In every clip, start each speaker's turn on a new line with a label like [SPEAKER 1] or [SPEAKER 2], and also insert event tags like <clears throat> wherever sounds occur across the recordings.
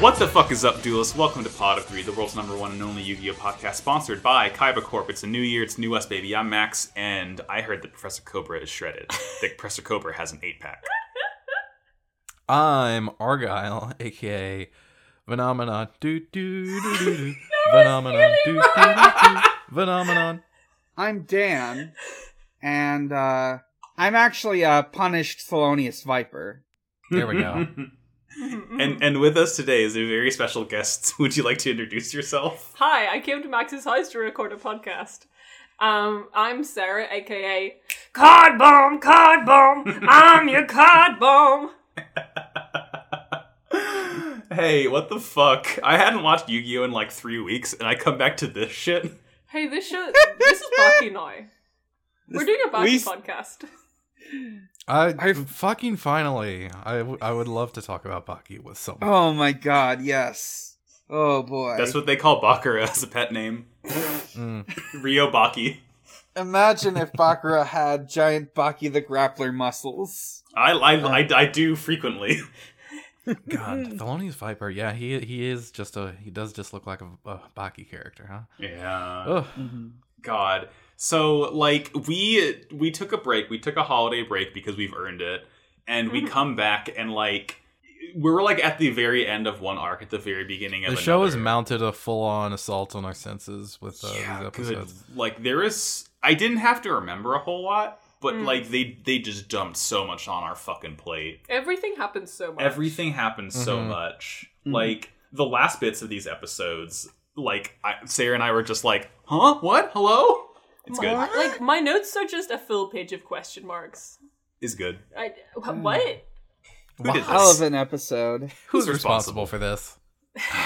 [SPEAKER 1] What the fuck is up, duelists? Welcome to Pod of Three, the world's number one and only Yu-Gi-Oh podcast, sponsored by Kaiba Corp. It's a new year, it's new us, baby. I'm Max, and I heard that Professor Cobra is shredded. that Professor Cobra has an eight pack.
[SPEAKER 2] I'm Argyle, aka Phenomenon. Do do do do do. Phenomenon. Do do do do. Phenomenon.
[SPEAKER 3] I'm Dan, and uh, I'm actually a punished Thelonious Viper.
[SPEAKER 2] There we go.
[SPEAKER 1] and and with us today is a very special guest. <laughs> Would you like to introduce
[SPEAKER 4] <laughs>
[SPEAKER 1] yourself?
[SPEAKER 4] Hi, I came to Max's house to record a podcast. Um, I'm Sarah, aka Card Bomb, Card Bomb. I'm your Card Bomb.
[SPEAKER 1] hey, what the fuck? I hadn't watched Yu-Gi-Oh in like three weeks, and I come back to this shit.
[SPEAKER 4] Hey, this show, this is Baki now. We're doing a Baki
[SPEAKER 1] we-
[SPEAKER 4] podcast.
[SPEAKER 2] I
[SPEAKER 3] I've-
[SPEAKER 2] fucking finally. I, w- I would love to talk about Baki with someone.
[SPEAKER 3] Oh my god, yes. Oh boy.
[SPEAKER 1] That's what they call Bakura as a pet name.
[SPEAKER 2] Mm.
[SPEAKER 1] Ryo Baki.
[SPEAKER 3] Imagine if Bakura had giant Baki the Grappler muscles.
[SPEAKER 1] I I, I, I do frequently. <laughs>
[SPEAKER 2] God, Thelonious Viper. Yeah, he he is just a he does just look like a, a Baki character, huh?
[SPEAKER 1] Yeah.
[SPEAKER 2] Ugh.
[SPEAKER 1] God. So like we we took a break. We took a holiday break because we've earned it, and we
[SPEAKER 4] Mhm.
[SPEAKER 1] come back and like we were like at the very end of one arc, at the very beginning of
[SPEAKER 2] The show has
[SPEAKER 1] another.
[SPEAKER 2] mounted a full on assault on our senses with uh,
[SPEAKER 1] yeah,
[SPEAKER 2] these
[SPEAKER 1] good.
[SPEAKER 2] episodes.
[SPEAKER 1] Like there is, I didn't have to remember a whole lot, but
[SPEAKER 4] Mm.
[SPEAKER 1] like they they just dumped so much on our fucking plate.
[SPEAKER 4] Everything happens so much. Mm-hmm.
[SPEAKER 1] Everything happens so
[SPEAKER 2] Mhm.
[SPEAKER 1] much.
[SPEAKER 3] Mhm.
[SPEAKER 1] Like the last bits of these episodes, like I, Sarah and I were just like, "Huh? What? Hello?" It's
[SPEAKER 4] My-
[SPEAKER 1] good.
[SPEAKER 4] Like my notes are just a full page of question marks.
[SPEAKER 1] It's good.
[SPEAKER 4] I wh-
[SPEAKER 1] Hmm.
[SPEAKER 4] what?
[SPEAKER 1] Who did
[SPEAKER 2] Wow.
[SPEAKER 3] Hell
[SPEAKER 1] this?
[SPEAKER 3] of an episode.
[SPEAKER 2] Who's responsible for
[SPEAKER 1] <laughs>
[SPEAKER 2] this?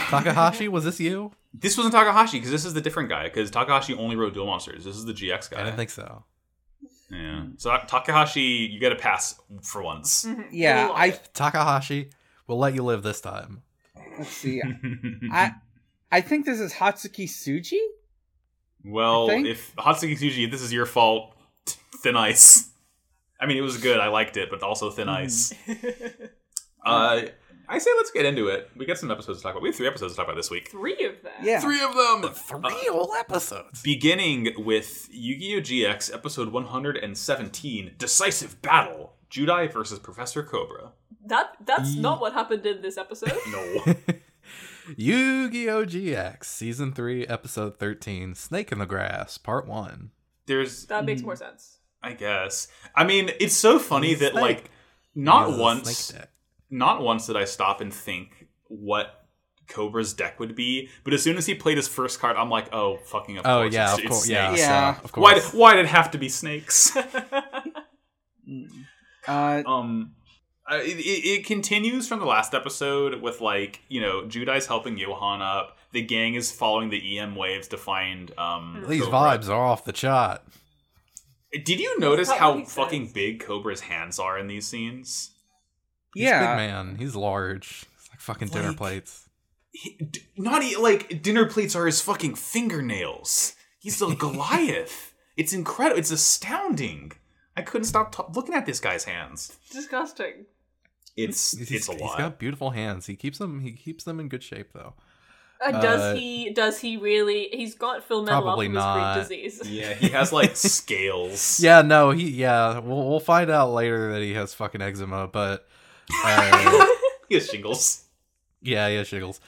[SPEAKER 2] Takahashi, was this you?
[SPEAKER 1] This wasn't Takahashi because this is the different guy. Because Takahashi only wrote Duel Monsters. This is the GX guy.
[SPEAKER 2] I didn't think so.
[SPEAKER 1] yeah. So uh, Takahashi, you get a pass for once.
[SPEAKER 4] Mhm.
[SPEAKER 3] Yeah,
[SPEAKER 4] Love
[SPEAKER 3] I
[SPEAKER 4] it.
[SPEAKER 2] Takahashi, we'll let you live this time.
[SPEAKER 3] let's see. Mm.
[SPEAKER 1] <laughs>
[SPEAKER 3] I I think this is Hatsuki Suji?
[SPEAKER 1] well,
[SPEAKER 3] I think-
[SPEAKER 1] if Hatsuki Tsuji, this is your fault. Thin Ice. I mean, it was good. I liked it, but also Thin
[SPEAKER 3] Mm. <laughs>
[SPEAKER 1] Ice. Uh, I say let's get into it. We got some episodes to talk about. We have three episodes to talk about this week.
[SPEAKER 4] three of them.
[SPEAKER 3] Yeah.
[SPEAKER 1] Three of them.
[SPEAKER 2] Three whole episodes.
[SPEAKER 1] Beginning with Yu-Gi-Oh! GX episode 117, Decisive Battle, Judai versus Professor Cobra.
[SPEAKER 4] That that's
[SPEAKER 2] Ye-
[SPEAKER 4] not what happened in this episode.
[SPEAKER 1] No.
[SPEAKER 3] <laughs>
[SPEAKER 2] Yu-Gi-Oh! GX Season 3, Episode 13, Snake in the Grass, Part 1.
[SPEAKER 1] There's
[SPEAKER 4] That makes more
[SPEAKER 1] Hmm.
[SPEAKER 4] sense.
[SPEAKER 1] I guess. I mean, it's so funny
[SPEAKER 2] He's
[SPEAKER 1] that
[SPEAKER 2] snake.
[SPEAKER 1] like
[SPEAKER 2] He
[SPEAKER 1] not
[SPEAKER 2] has a
[SPEAKER 1] once
[SPEAKER 2] snake deck.
[SPEAKER 1] not once did I stop and think what Cobra's deck would be, but as soon as he played his first card, I'm like, oh fucking of
[SPEAKER 2] Oh
[SPEAKER 1] course,
[SPEAKER 2] yeah,
[SPEAKER 1] it's-
[SPEAKER 2] of
[SPEAKER 1] it's
[SPEAKER 2] course. Yeah,
[SPEAKER 1] snakes.
[SPEAKER 3] snake. Yeah.
[SPEAKER 2] so, of
[SPEAKER 1] Why
[SPEAKER 2] course.
[SPEAKER 1] why did it have to be snakes? <laughs>
[SPEAKER 3] Uh
[SPEAKER 1] um uh, it, it, it continues from the last episode with like you know Judai's helping Johan up. The gang is following the EM waves to find um.
[SPEAKER 2] These
[SPEAKER 1] Cobra.
[SPEAKER 2] vibes are off the chart.
[SPEAKER 1] Did you notice
[SPEAKER 4] That's not what
[SPEAKER 1] how
[SPEAKER 4] he says.
[SPEAKER 1] fucking big Cobra's hands are in these scenes?
[SPEAKER 2] He's a big
[SPEAKER 3] yeah.
[SPEAKER 2] man. He's large. He's like fucking dinner
[SPEAKER 1] Like-
[SPEAKER 2] plates.
[SPEAKER 1] he, d- not e- like dinner plates are his fucking fingernails. He's
[SPEAKER 2] <laughs>
[SPEAKER 1] the Goliath. It's incredible. It's astounding. I couldn't stop t- looking at this guy's hands.
[SPEAKER 4] Disgusting.
[SPEAKER 1] It's
[SPEAKER 2] He's-
[SPEAKER 1] it's a
[SPEAKER 2] He's
[SPEAKER 1] lot.
[SPEAKER 2] got beautiful hands. He keeps them. He keeps them in good shape though.
[SPEAKER 4] Uh,
[SPEAKER 2] Uh,
[SPEAKER 4] does he? Does he really? He's got Phil Menlo
[SPEAKER 2] Probably
[SPEAKER 4] from
[SPEAKER 2] not.
[SPEAKER 4] his Greek disease. <laughs>
[SPEAKER 1] yeah, he has
[SPEAKER 2] <laughs>
[SPEAKER 1] like scales.
[SPEAKER 2] Yeah, no, he. Yeah, we'll we'll find out later that he has fucking eczema, but
[SPEAKER 1] <laughs>
[SPEAKER 2] uh,
[SPEAKER 1] he has shingles. <laughs>
[SPEAKER 2] yeah, yeah, shiggles.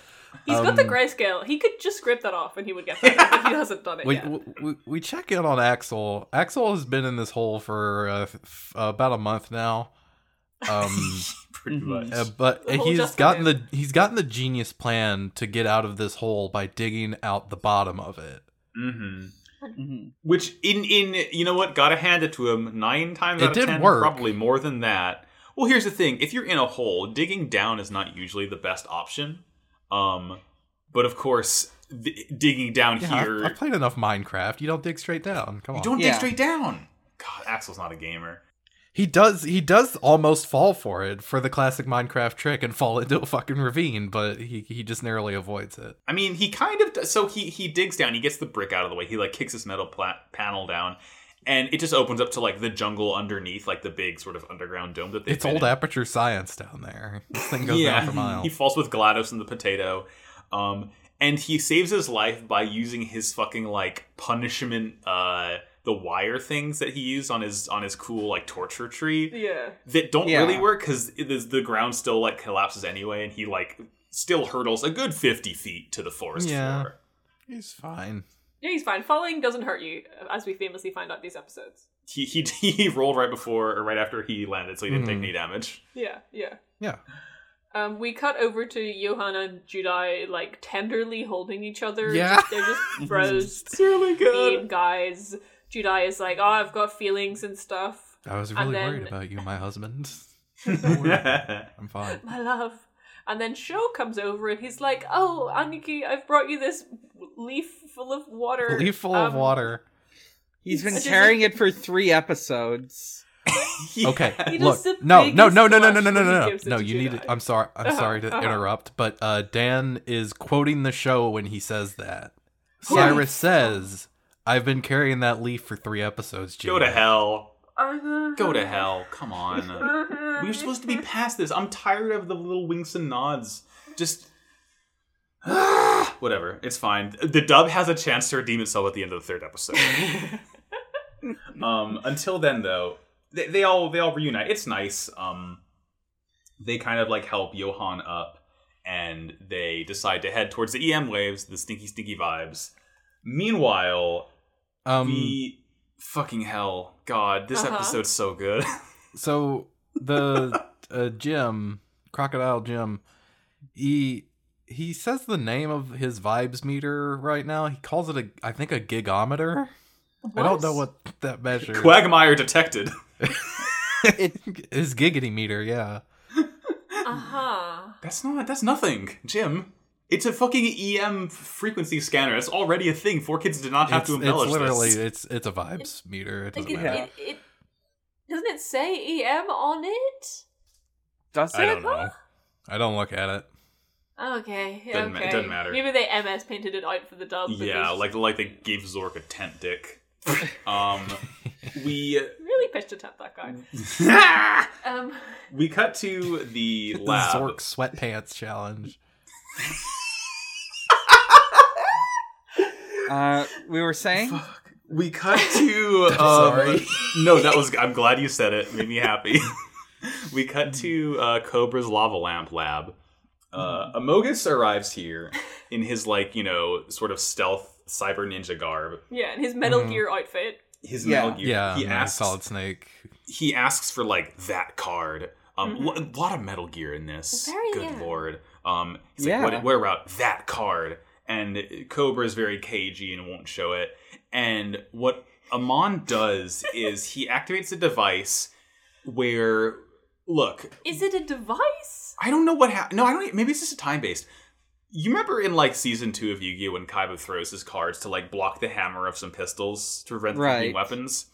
[SPEAKER 4] He's got the
[SPEAKER 2] Um,
[SPEAKER 4] grayscale. He could just script that off, and he would get that.
[SPEAKER 2] <laughs>
[SPEAKER 4] but he hasn't done it
[SPEAKER 2] we,
[SPEAKER 4] yet.
[SPEAKER 2] we- we we check in on Axel. Axel has been in this hole for uh, f- about a month now. Um,
[SPEAKER 1] Pretty
[SPEAKER 3] Mhm.
[SPEAKER 1] much.
[SPEAKER 2] uh, but
[SPEAKER 4] The hole
[SPEAKER 2] he's
[SPEAKER 4] just
[SPEAKER 2] gotten the he's gotten the genius plan to get out of this hole by digging out the bottom of it.
[SPEAKER 1] hmm
[SPEAKER 2] Mm-hmm.
[SPEAKER 3] Mhm.
[SPEAKER 1] Which in in you know what? Gotta hand it to him. Nine times
[SPEAKER 2] It
[SPEAKER 1] out of
[SPEAKER 2] did
[SPEAKER 1] ten,
[SPEAKER 2] work.
[SPEAKER 1] probably more than that. Well, here's the thing: if you're in a hole, digging down is not usually the best option. Um, but of course, th- digging down
[SPEAKER 2] Yeah, I've-
[SPEAKER 1] here
[SPEAKER 2] I've, played enough Minecraft. You don't dig straight down. Come
[SPEAKER 1] You
[SPEAKER 2] on.
[SPEAKER 1] don't dig
[SPEAKER 3] Yeah.
[SPEAKER 1] straight down. God, Axel's not a gamer.
[SPEAKER 2] He does. He does almost fall for it for the classic Minecraft trick and fall into a fucking ravine, but he he just narrowly avoids it.
[SPEAKER 1] I mean, he kind of does, so he he digs down. He gets the brick out of the way. He like kicks this metal pla- panel down, and it just opens up to like the jungle underneath, like the big sort of underground dome that they.
[SPEAKER 2] It's
[SPEAKER 1] fit
[SPEAKER 2] old
[SPEAKER 1] in.
[SPEAKER 2] aperture science down there. This thing goes down for
[SPEAKER 1] He
[SPEAKER 2] miles.
[SPEAKER 1] falls with GLaDOS and the potato. Um, and he saves his life by using his fucking like punishment uh the wire things that he used on his on his cool like torture tree
[SPEAKER 4] Yeah.
[SPEAKER 1] that don't
[SPEAKER 3] Yeah.
[SPEAKER 1] really work because the ground still like collapses anyway and he like still hurdles a good 50 feet to the forest
[SPEAKER 2] Yeah.
[SPEAKER 1] floor
[SPEAKER 2] He's fine.
[SPEAKER 4] Yeah, he's fine. Falling doesn't hurt you, as we famously find out these episodes.
[SPEAKER 1] he, he <laughs> he rolled right before or right after he landed so he didn't take
[SPEAKER 2] Mhm.
[SPEAKER 1] any damage
[SPEAKER 4] Yeah, yeah.
[SPEAKER 2] Yeah.
[SPEAKER 4] Um, we cut over to Johanna and Judai, like, tenderly holding each other.
[SPEAKER 2] Yeah.
[SPEAKER 4] They're just
[SPEAKER 2] <laughs>
[SPEAKER 4] bros,
[SPEAKER 1] it's really
[SPEAKER 4] mean guys. Judai is like, oh, I've got feelings and stuff.
[SPEAKER 2] I was really
[SPEAKER 4] then-
[SPEAKER 2] worried about you, my
[SPEAKER 4] <laughs>
[SPEAKER 2] husband. I'm fine.
[SPEAKER 4] My love. And then Sho comes over and he's like, oh, Aniki, I've brought you this leaf full of water.
[SPEAKER 2] Leaf full of
[SPEAKER 4] Um, <laughs>
[SPEAKER 2] water.
[SPEAKER 3] He's been
[SPEAKER 4] Which is-
[SPEAKER 3] carrying it for three episodes.
[SPEAKER 2] Okay.
[SPEAKER 4] He
[SPEAKER 2] Look.
[SPEAKER 4] does the
[SPEAKER 2] No, no,
[SPEAKER 4] biggest
[SPEAKER 2] no, no, no, no,
[SPEAKER 4] blush
[SPEAKER 2] no, no,
[SPEAKER 4] when he
[SPEAKER 2] no.
[SPEAKER 4] gives it
[SPEAKER 2] No,
[SPEAKER 4] to
[SPEAKER 2] you need
[SPEAKER 4] Jedi.
[SPEAKER 2] to I'm
[SPEAKER 4] <laughs>
[SPEAKER 2] sorry. I'm
[SPEAKER 4] Uh-huh,
[SPEAKER 2] sorry to
[SPEAKER 4] uh-huh.
[SPEAKER 2] interrupt, but uh Dan is quoting the show when he says that.
[SPEAKER 3] Yeah.
[SPEAKER 2] Cyrus says, I've been carrying that leaf for three episodes, Jim.
[SPEAKER 1] <laughs> go to hell
[SPEAKER 4] uh-huh.
[SPEAKER 1] Go to hell. Come on. We're supposed
[SPEAKER 4] <laughs>
[SPEAKER 1] to be past this. I'm tired of the little winks and nods. Just. <sighs> Whatever. It's fine. The dub has a chance to redeem itself at the end of the third episode. um, until then, though, they, they all they all reunite. It's nice. Um, they kind of like help Johan up, and they decide to head towards the EM waves, the stinky stinky vibes. Meanwhile,
[SPEAKER 2] Um
[SPEAKER 1] the fucking hell, God, this
[SPEAKER 4] Uh-huh.
[SPEAKER 1] episode's so good.
[SPEAKER 2] So the
[SPEAKER 1] <laughs>
[SPEAKER 2] uh, Jim, Crocodile Jim, he he says the name of his vibes meter right now. He calls it a I think a gigometer. I don't know what that
[SPEAKER 1] <laughs>
[SPEAKER 2] measures.
[SPEAKER 1] Quagmire detected.
[SPEAKER 2] <laughs> his giggity meter, yeah.
[SPEAKER 4] Uh huh.
[SPEAKER 1] That's not. That's nothing, Jim. It's a fucking EM frequency scanner. It's already a thing. Four kids did not have
[SPEAKER 2] It's,
[SPEAKER 1] to
[SPEAKER 2] it's
[SPEAKER 1] embellish
[SPEAKER 2] literally
[SPEAKER 1] this.
[SPEAKER 2] it's it's a vibes meter. It
[SPEAKER 4] Like
[SPEAKER 2] doesn't
[SPEAKER 4] it,
[SPEAKER 2] matter.
[SPEAKER 4] it, it, doesn't it say EM on it?
[SPEAKER 3] Does
[SPEAKER 2] I don't
[SPEAKER 3] it?
[SPEAKER 2] know. I don't look at it.
[SPEAKER 4] Okay.
[SPEAKER 1] Doesn't ma-
[SPEAKER 4] okay.
[SPEAKER 1] doesn't matter.
[SPEAKER 4] Maybe they MS painted it out for the dub.
[SPEAKER 1] Yeah,
[SPEAKER 4] because
[SPEAKER 1] like like they gave Zork a tent
[SPEAKER 2] <laughs>
[SPEAKER 1] dick. um, we
[SPEAKER 4] really pitched a tent that guy.
[SPEAKER 1] <laughs>
[SPEAKER 4] <laughs> Um,
[SPEAKER 1] we cut to the
[SPEAKER 2] <laughs> The
[SPEAKER 1] lab.
[SPEAKER 2] Zork sweatpants challenge.
[SPEAKER 3] Uh, we were saying.
[SPEAKER 1] We cut
[SPEAKER 2] <laughs>
[SPEAKER 1] to. um,
[SPEAKER 2] sorry.
[SPEAKER 1] No, that was. I'm glad you said it. Made me happy. <laughs> we cut to uh, Cobra's lava lamp lab. Uh,
[SPEAKER 2] Mm-hmm.
[SPEAKER 1] Amogus arrives here in his like you know sort of stealth cyber ninja garb.
[SPEAKER 4] yeah, and his Metal
[SPEAKER 2] Mhm.
[SPEAKER 4] Gear outfit.
[SPEAKER 1] His
[SPEAKER 3] Yeah.
[SPEAKER 1] Metal Gear.
[SPEAKER 2] yeah,
[SPEAKER 1] He
[SPEAKER 2] and a
[SPEAKER 1] asks.
[SPEAKER 2] Solid Snake.
[SPEAKER 1] He asks for like that card. Um, lo- a lot of Metal Gear in this.
[SPEAKER 4] Mm-hmm. Very,
[SPEAKER 1] Good
[SPEAKER 4] yeah.
[SPEAKER 1] lord. Um, he's
[SPEAKER 3] Yeah.
[SPEAKER 1] like, what, what about that card? And Cobra's very cagey and won't show it. And what Amon does is he activates a device where, look,
[SPEAKER 4] Is it a device?
[SPEAKER 1] I don't know what happened. No, I don't. e- Maybe it's just a time based. You remember in like season two of Yu Gi Oh when Kaiba throws his cards to like block the hammer of some pistols to prevent them from being
[SPEAKER 3] Right.
[SPEAKER 1] weapons.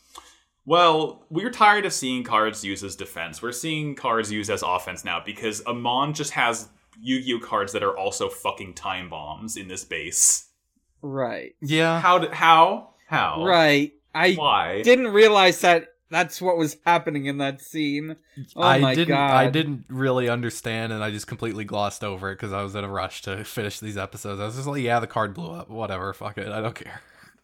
[SPEAKER 1] Well, we're tired of seeing cards used as defense. We're seeing cards used as offense now because Amon just has Yu Gi Oh cards that are also fucking time bombs in this base.
[SPEAKER 3] Right.
[SPEAKER 2] Yeah.
[SPEAKER 1] How? Did, how?
[SPEAKER 2] Oh.
[SPEAKER 1] How?
[SPEAKER 3] Uh. Right. I
[SPEAKER 1] Why?
[SPEAKER 3] didn't realize that that's what was happening in that scene. Oh
[SPEAKER 2] I
[SPEAKER 3] my
[SPEAKER 2] didn't
[SPEAKER 3] god.
[SPEAKER 2] I didn't really understand and I just completely glossed over it because I was in a rush to finish these episodes. I was just like, yeah, the card blew up. Whatever, fuck it. I don't care.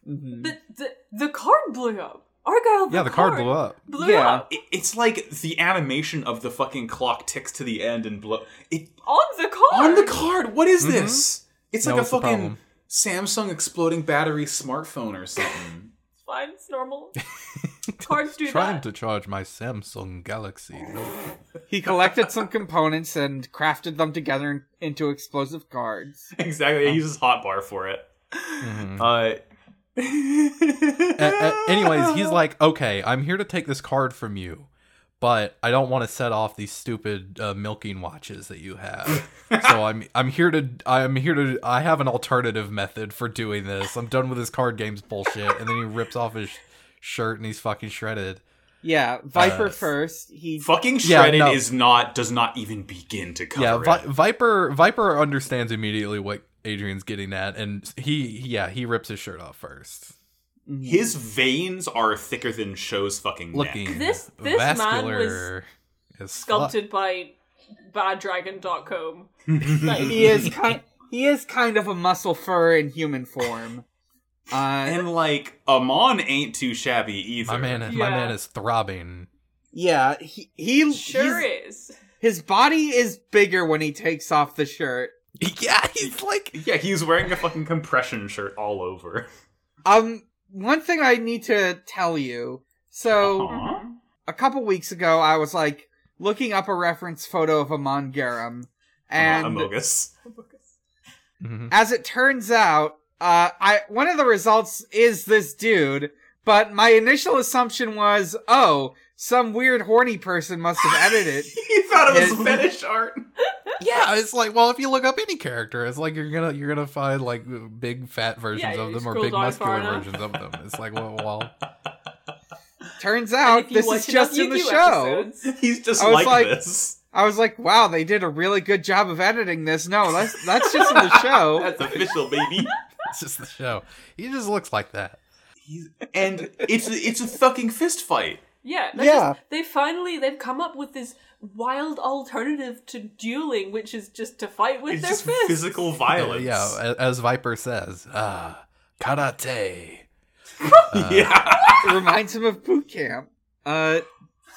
[SPEAKER 3] Mhm.
[SPEAKER 4] The, the the card blew up. Argyle. The
[SPEAKER 2] yeah, the card, blew up.
[SPEAKER 4] Blew
[SPEAKER 3] Yeah.
[SPEAKER 4] up
[SPEAKER 1] It- it's like the animation of the fucking clock ticks to the end and blow. It
[SPEAKER 4] on the card.
[SPEAKER 1] On the card. What is this? It's
[SPEAKER 2] No,
[SPEAKER 1] like a
[SPEAKER 2] it's Mm-hmm. the
[SPEAKER 1] fucking
[SPEAKER 2] problem.
[SPEAKER 1] Samsung exploding battery smartphone or
[SPEAKER 2] <laughs>
[SPEAKER 1] something.
[SPEAKER 4] Fine, it's
[SPEAKER 3] <laughs>
[SPEAKER 4] normal. Cards do
[SPEAKER 2] Trying
[SPEAKER 4] that.
[SPEAKER 2] to charge my Samsung Galaxy. Note.
[SPEAKER 3] He collected some components and crafted them together in- into explosive cards.
[SPEAKER 1] exactly. It uses hotbar for it.
[SPEAKER 2] Mhm.
[SPEAKER 1] Uh,
[SPEAKER 2] A- a- anyways, he's like, okay, I'm here to take this card from you, but I don't want to set off these stupid uh, milking watches that you have.
[SPEAKER 4] <laughs>
[SPEAKER 2] so I'm I'm here to I'm here to I have an alternative method for doing this. I'm done with this card games bullshit. And then he rips off his shirt and he's fucking shredded.
[SPEAKER 3] Yeah, Viper
[SPEAKER 2] Uh,
[SPEAKER 3] first. He
[SPEAKER 1] fucking
[SPEAKER 2] Yeah,
[SPEAKER 1] shredded
[SPEAKER 2] no.
[SPEAKER 1] is not does not even begin to cover
[SPEAKER 2] yeah,
[SPEAKER 1] it.
[SPEAKER 2] Vi- Viper Viper understands immediately what Adrian's getting at, and he yeah he rips his shirt off first.
[SPEAKER 3] Mhm.
[SPEAKER 1] His veins are thicker than Sho's fucking <laughs> neck.
[SPEAKER 2] looking
[SPEAKER 4] This- this man
[SPEAKER 2] vascular as fuck.
[SPEAKER 4] sculpted by baddragon.com.
[SPEAKER 2] <laughs>
[SPEAKER 4] Like,
[SPEAKER 3] he is kind. He is kind of a muscle fur in human form. Uh,
[SPEAKER 1] And like Amon ain't too shabby either.
[SPEAKER 2] My man, is my
[SPEAKER 4] Yeah.
[SPEAKER 2] man is throbbing.
[SPEAKER 3] yeah, he, he
[SPEAKER 4] sure
[SPEAKER 3] he's-
[SPEAKER 4] is.
[SPEAKER 3] His body is bigger when he takes off the shirt.
[SPEAKER 2] Yeah, he's like
[SPEAKER 1] Yeah, he's wearing a fucking compression shirt all over. <laughs>
[SPEAKER 3] Um, one thing I need to tell you.
[SPEAKER 4] Uh-huh.
[SPEAKER 3] So
[SPEAKER 1] Aw.
[SPEAKER 3] a couple weeks ago, I was like looking up a reference photo of Amon Garam, and
[SPEAKER 1] Amogus. <laughs>
[SPEAKER 2] Mhm.
[SPEAKER 3] as it turns out, uh, I one of the results is this dude. But my initial assumption was, oh, some weird horny person must have
[SPEAKER 4] <laughs>
[SPEAKER 3] edited. it.
[SPEAKER 1] He thought it was
[SPEAKER 3] Yeah.
[SPEAKER 1] fetish art.
[SPEAKER 2] yeah. <laughs> It's like well, if you look up any character, it's like you're gonna you're gonna find like big fat versions
[SPEAKER 4] you
[SPEAKER 2] of them or
[SPEAKER 4] scroll
[SPEAKER 2] big
[SPEAKER 4] down
[SPEAKER 2] muscular
[SPEAKER 4] far enough.
[SPEAKER 2] versions of them. It's like well, well
[SPEAKER 3] Turns
[SPEAKER 4] And
[SPEAKER 3] out
[SPEAKER 4] if you
[SPEAKER 3] this
[SPEAKER 4] watch
[SPEAKER 3] is
[SPEAKER 4] enough
[SPEAKER 3] just in the
[SPEAKER 4] YouTube
[SPEAKER 3] show.
[SPEAKER 4] episodes-
[SPEAKER 1] He's just
[SPEAKER 3] I was
[SPEAKER 1] like,
[SPEAKER 3] like-
[SPEAKER 1] this.
[SPEAKER 3] I was like, wow, they did a really good job of editing this. No, that's that's just in
[SPEAKER 4] <laughs>
[SPEAKER 3] the show.
[SPEAKER 1] That's official, baby.
[SPEAKER 2] it's just the show. He just looks like that.
[SPEAKER 1] and it's it's a fucking fist fight.
[SPEAKER 4] Yeah, that's
[SPEAKER 3] Yeah.
[SPEAKER 4] Just, they finally they've come up with this wild alternative to dueling, which is just to fight <laughs> with
[SPEAKER 1] It's
[SPEAKER 4] their
[SPEAKER 1] just
[SPEAKER 4] fists.
[SPEAKER 1] physical violence.
[SPEAKER 2] Yeah, a- as Viper says, ah, karate. uh,
[SPEAKER 1] <laughs> yeah.
[SPEAKER 3] It reminds him of boot camp. Uh,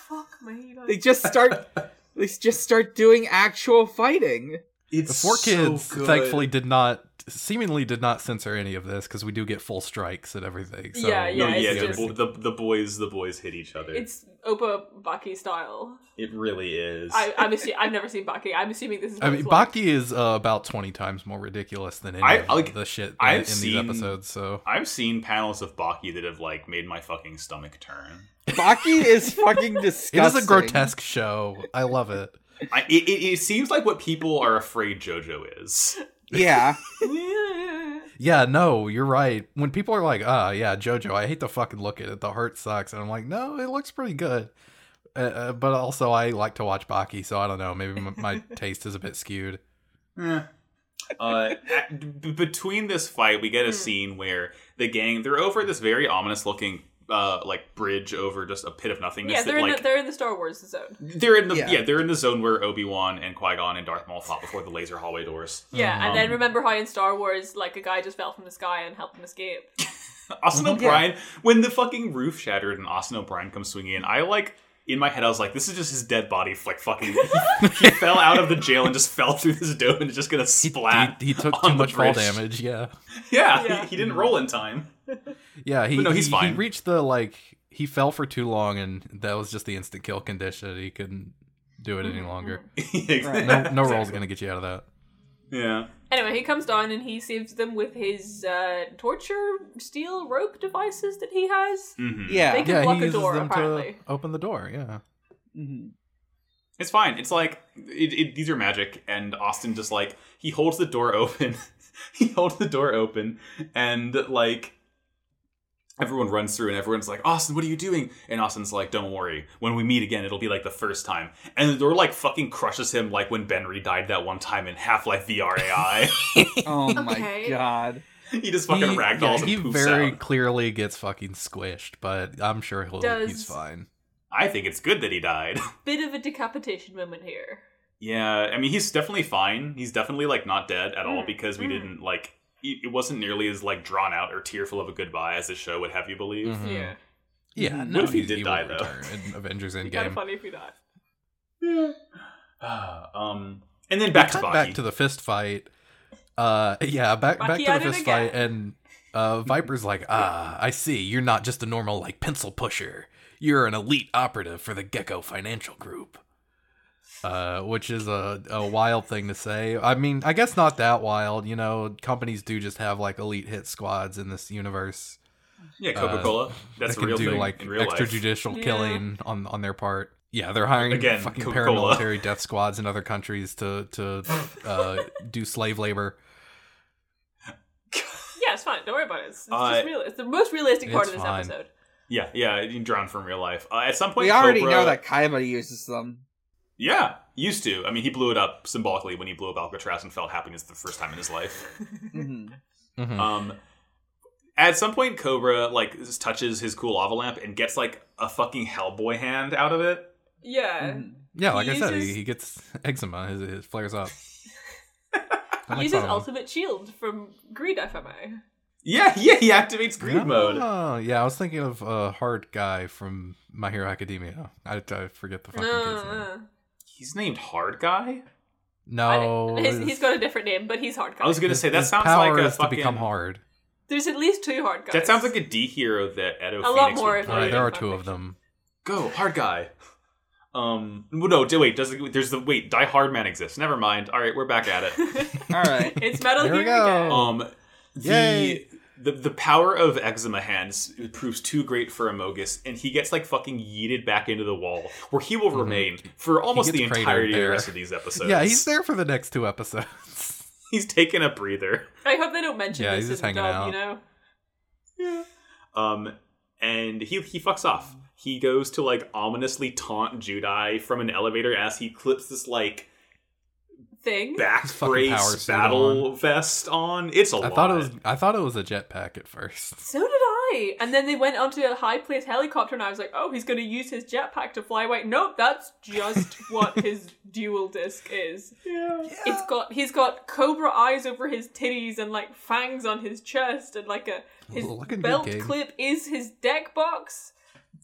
[SPEAKER 4] Fuck me.
[SPEAKER 3] they just
[SPEAKER 4] <laughs>
[SPEAKER 3] start they just start doing actual fighting.
[SPEAKER 1] It's
[SPEAKER 2] The four kids
[SPEAKER 1] so good.
[SPEAKER 2] thankfully did not seemingly did not censor any of this because we do get full strikes and everything. So
[SPEAKER 4] Yeah,
[SPEAKER 1] No,
[SPEAKER 4] yeah,
[SPEAKER 1] yeah,
[SPEAKER 4] it's
[SPEAKER 1] the,
[SPEAKER 4] just-
[SPEAKER 1] bo- the, the boys the boys hit each other.
[SPEAKER 4] It's Opa Baki style.
[SPEAKER 1] it really is.
[SPEAKER 4] I, I'm assu- I've never seen Baki. I'm assuming this is.
[SPEAKER 2] I
[SPEAKER 4] what
[SPEAKER 2] mean,
[SPEAKER 4] it's like.
[SPEAKER 2] Baki is uh, about twenty times more ridiculous than any
[SPEAKER 1] I-
[SPEAKER 2] of
[SPEAKER 1] like,
[SPEAKER 2] the shit
[SPEAKER 1] I've
[SPEAKER 2] in, in these
[SPEAKER 1] seen-
[SPEAKER 2] episodes. So
[SPEAKER 1] I've seen panels of Baki that have like made my fucking stomach turn.
[SPEAKER 3] Baki is fucking
[SPEAKER 2] it
[SPEAKER 3] disgusting.
[SPEAKER 2] is a grotesque show. I love it.
[SPEAKER 1] I, it, it, it seems like what people are afraid JoJo <laughs> is.
[SPEAKER 3] Yeah.
[SPEAKER 2] Hmm. Yeah, no, you're right. When people are like, "Ah, yeah, JoJo," I hate to fucking look at it. The heart sucks, and I'm like, "No, it looks pretty good." Uh, uh, but also, I like to watch Baki, so I don't know. Maybe m-
[SPEAKER 1] <laughs>
[SPEAKER 2] my taste is a bit skewed.
[SPEAKER 1] Eh. Uh, at- b- between this fight, we get
[SPEAKER 4] Hmm.
[SPEAKER 1] a scene where the gang they're over this very ominous looking uh like bridge over just a pit of nothingness.
[SPEAKER 4] <laughs> yeah,
[SPEAKER 1] that,
[SPEAKER 4] they're in
[SPEAKER 1] like,
[SPEAKER 4] the, they're in the Star Wars zone.
[SPEAKER 1] They're in the yeah.
[SPEAKER 3] Yeah.
[SPEAKER 1] they're in the zone where Obi Wan and Qui Gon and Darth Maul fought before the laser hallway doors.
[SPEAKER 4] <laughs> Yeah, and then
[SPEAKER 1] Um,
[SPEAKER 4] remember how in Star Wars, like a guy just fell from the sky and helped him escape.
[SPEAKER 1] Austin O'Brien, when the fucking roof shattered and Austin O'Brien comes swinging in, I like in my head I was like, this is just his dead body. Like fucking, <laughs> he fell out of the jail and just fell through this dome and it's just gonna splat.
[SPEAKER 2] He, he took
[SPEAKER 1] Ah, on
[SPEAKER 2] too
[SPEAKER 1] the
[SPEAKER 2] much fall
[SPEAKER 1] bridge.
[SPEAKER 2] damage. Yeah,
[SPEAKER 1] yeah,
[SPEAKER 4] Yeah.
[SPEAKER 1] He, he didn't roll in time. <laughs>
[SPEAKER 2] yeah. He
[SPEAKER 1] But no, he's
[SPEAKER 2] he,
[SPEAKER 1] fine.
[SPEAKER 2] he reached the like he fell for too long, and that was just the instant kill condition. He couldn't do it any longer. No,
[SPEAKER 1] <laughs>
[SPEAKER 2] no roll's gonna get you out of that.
[SPEAKER 1] Yeah.
[SPEAKER 4] Anyway, he comes down and he saves them with his uh, torture steel rope devices that he has.
[SPEAKER 1] hmm
[SPEAKER 4] They
[SPEAKER 3] Yeah.
[SPEAKER 4] can
[SPEAKER 2] yeah,
[SPEAKER 4] block
[SPEAKER 2] he
[SPEAKER 4] a
[SPEAKER 2] uses
[SPEAKER 4] door,
[SPEAKER 2] them
[SPEAKER 4] apparently.
[SPEAKER 2] to open the door. Yeah.
[SPEAKER 3] Mhm.
[SPEAKER 1] It's fine. It's like it, it, these are magic, and Austin just like he holds the door <laughs> open. he holds the door open, and like everyone runs through, and everyone's like, "Austin, what are you doing?" And Austin's like, "Don't worry. When we meet again, it'll be like the first time." And the door like fucking crushes him, like when Benry died that one time in Half Life VR AI.
[SPEAKER 4] <laughs>
[SPEAKER 3] Oh my
[SPEAKER 4] Okay.
[SPEAKER 3] god.
[SPEAKER 1] <laughs> he just fucking
[SPEAKER 2] he,
[SPEAKER 1] ragdolls
[SPEAKER 2] yeah,
[SPEAKER 1] and
[SPEAKER 2] he
[SPEAKER 1] poops
[SPEAKER 2] very
[SPEAKER 1] out.
[SPEAKER 2] clearly gets fucking squished, but I'm sure he'll
[SPEAKER 4] Does-
[SPEAKER 2] he's fine.
[SPEAKER 1] I think it's good that he died. <laughs>
[SPEAKER 4] Bit of a decapitation moment here.
[SPEAKER 1] Yeah, I mean, he's definitely fine. He's definitely like not dead at all
[SPEAKER 4] Mm,
[SPEAKER 1] because we
[SPEAKER 4] mm.
[SPEAKER 1] didn't like e, it it wasn't nearly as like drawn out or tearful of a goodbye as the show would have you believe.
[SPEAKER 2] Mhm.
[SPEAKER 4] Yeah.
[SPEAKER 2] Yeah,
[SPEAKER 3] What
[SPEAKER 2] no,
[SPEAKER 1] if he
[SPEAKER 2] he's-
[SPEAKER 1] did
[SPEAKER 2] will
[SPEAKER 1] die, though?
[SPEAKER 2] return in Avengers
[SPEAKER 4] It'd be kind of
[SPEAKER 2] Endgame.
[SPEAKER 4] funny if <laughs> he died.
[SPEAKER 1] <sighs> um, and then back to
[SPEAKER 2] Cut
[SPEAKER 1] Baki.
[SPEAKER 2] Mm. back to the fist fight. Uh, yeah, back back
[SPEAKER 4] Bucky
[SPEAKER 2] to the
[SPEAKER 4] at it
[SPEAKER 2] fist
[SPEAKER 4] again.
[SPEAKER 2] fight, and uh, Viper's like, ah, I see. You're not just a normal like pencil pusher. You're an elite operative for the Gecko Financial Group. Uh, which is a, a wild thing to say. I mean, I guess not that wild. You know, companies do just have like elite hit squads in this universe.
[SPEAKER 1] yeah, Coca Cola. That's
[SPEAKER 2] uh, that
[SPEAKER 1] a
[SPEAKER 2] can
[SPEAKER 1] real
[SPEAKER 2] do
[SPEAKER 1] thing
[SPEAKER 2] like
[SPEAKER 1] in real life.
[SPEAKER 2] extrajudicial
[SPEAKER 4] Yeah.
[SPEAKER 2] killing on on their part. Yeah, they're hiring
[SPEAKER 1] Again,
[SPEAKER 2] fucking
[SPEAKER 1] Coca-Cola.
[SPEAKER 2] paramilitary death squads in other countries to to
[SPEAKER 1] <laughs>
[SPEAKER 2] uh, do slave labor.
[SPEAKER 4] Yeah, it's fine. Don't worry about it. It's, it's
[SPEAKER 1] Uh,
[SPEAKER 4] just real. It's the most realistic part
[SPEAKER 2] it's
[SPEAKER 4] of this
[SPEAKER 2] fine.
[SPEAKER 4] episode.
[SPEAKER 1] yeah, yeah, you drawn from real life. Uh, at some point,
[SPEAKER 3] We already
[SPEAKER 1] Cobra-
[SPEAKER 3] know that Kaiba uses them.
[SPEAKER 1] Yeah, used to. I mean, he blew it up symbolically when he
[SPEAKER 3] Mm-hmm.
[SPEAKER 4] <laughs>
[SPEAKER 2] Mm.
[SPEAKER 1] blew up Alcatraz and felt happiness the first time in his life.
[SPEAKER 3] Mhm.
[SPEAKER 2] Mhm.
[SPEAKER 1] Um, At some point, Cobra like s- touches his cool lava lamp and gets like a fucking Hellboy hand out of it.
[SPEAKER 4] Yeah.
[SPEAKER 2] Hmm,
[SPEAKER 3] Mhm.
[SPEAKER 2] Yeah, like
[SPEAKER 4] He
[SPEAKER 2] I said, he,
[SPEAKER 4] uses-
[SPEAKER 2] he gets eczema. His, his flares
[SPEAKER 4] <laughs>
[SPEAKER 2] up. I like
[SPEAKER 4] Uses
[SPEAKER 2] Saruman.
[SPEAKER 4] ultimate shield from Greed FMA.
[SPEAKER 1] Yeah, yeah, he activates greed mode.
[SPEAKER 2] Oh, yeah, I was thinking of a uh, hard guy from My Hero Academia. I, I forget the fucking kid's name.
[SPEAKER 4] Uh,
[SPEAKER 1] He's named Hard Guy.
[SPEAKER 4] I-
[SPEAKER 2] No,
[SPEAKER 4] his-
[SPEAKER 2] his-
[SPEAKER 4] he's got a different name, but he's hard guy.
[SPEAKER 1] Oh, I was gonna
[SPEAKER 2] his-
[SPEAKER 1] say that
[SPEAKER 2] his
[SPEAKER 1] sounds
[SPEAKER 2] power
[SPEAKER 1] like a
[SPEAKER 2] is
[SPEAKER 1] fucking.
[SPEAKER 2] to become hard.
[SPEAKER 4] There's at least two hard guys.
[SPEAKER 1] That sounds like a D hero that Edo
[SPEAKER 4] A lot
[SPEAKER 1] Phoenix
[SPEAKER 4] more
[SPEAKER 1] would
[SPEAKER 4] if
[SPEAKER 1] play.
[SPEAKER 2] All right,
[SPEAKER 4] Right.
[SPEAKER 2] there are two of them.
[SPEAKER 1] Go hard guy. Um, well, no, d- wait. Does there's the wait? Die Hard Man exists. Never mind. All right, we're back at
[SPEAKER 2] <laughs>
[SPEAKER 1] it.
[SPEAKER 3] All right.
[SPEAKER 4] <laughs> it's Metal
[SPEAKER 2] There
[SPEAKER 4] Gear
[SPEAKER 2] we go.
[SPEAKER 4] again.
[SPEAKER 1] Um, the,
[SPEAKER 2] Yay.
[SPEAKER 1] the the power of eczema hands proves too great for Amogus, and he gets like fucking yeeted back into the wall, where he will remain for almost
[SPEAKER 2] Mm-hmm. gets
[SPEAKER 1] the
[SPEAKER 2] cratered
[SPEAKER 1] entirety of the
[SPEAKER 2] there.
[SPEAKER 1] rest of these episodes.
[SPEAKER 2] Yeah, he's there for the next two episodes. <laughs>
[SPEAKER 1] He's taking a breather.
[SPEAKER 4] I hope they don't mention
[SPEAKER 2] Yeah,
[SPEAKER 4] this
[SPEAKER 2] he's
[SPEAKER 4] in
[SPEAKER 2] just
[SPEAKER 4] the
[SPEAKER 2] hanging
[SPEAKER 4] dub,
[SPEAKER 2] out.
[SPEAKER 4] you know?
[SPEAKER 1] Um, and he he fucks off. He goes to like ominously taunt Judai from an elevator as he clips this like
[SPEAKER 4] Thing.
[SPEAKER 1] back
[SPEAKER 2] His fucking power
[SPEAKER 1] brace
[SPEAKER 2] suit
[SPEAKER 1] battle vest on. It's a
[SPEAKER 2] I
[SPEAKER 1] lot.
[SPEAKER 2] thought it was I thought it was a jetpack at
[SPEAKER 4] <laughs>
[SPEAKER 2] first.
[SPEAKER 4] So did I. And then they went onto a high place helicopter, and I was like, oh, he's going to use his jetpack to fly away. Nope, that's
[SPEAKER 2] <laughs>
[SPEAKER 4] just what his dual disc is. It's got he's got cobra eyes over his titties and like fangs on his chest and like a his
[SPEAKER 2] Ooh, looking good,
[SPEAKER 4] belt
[SPEAKER 2] Gabe.
[SPEAKER 4] clip is his deck box.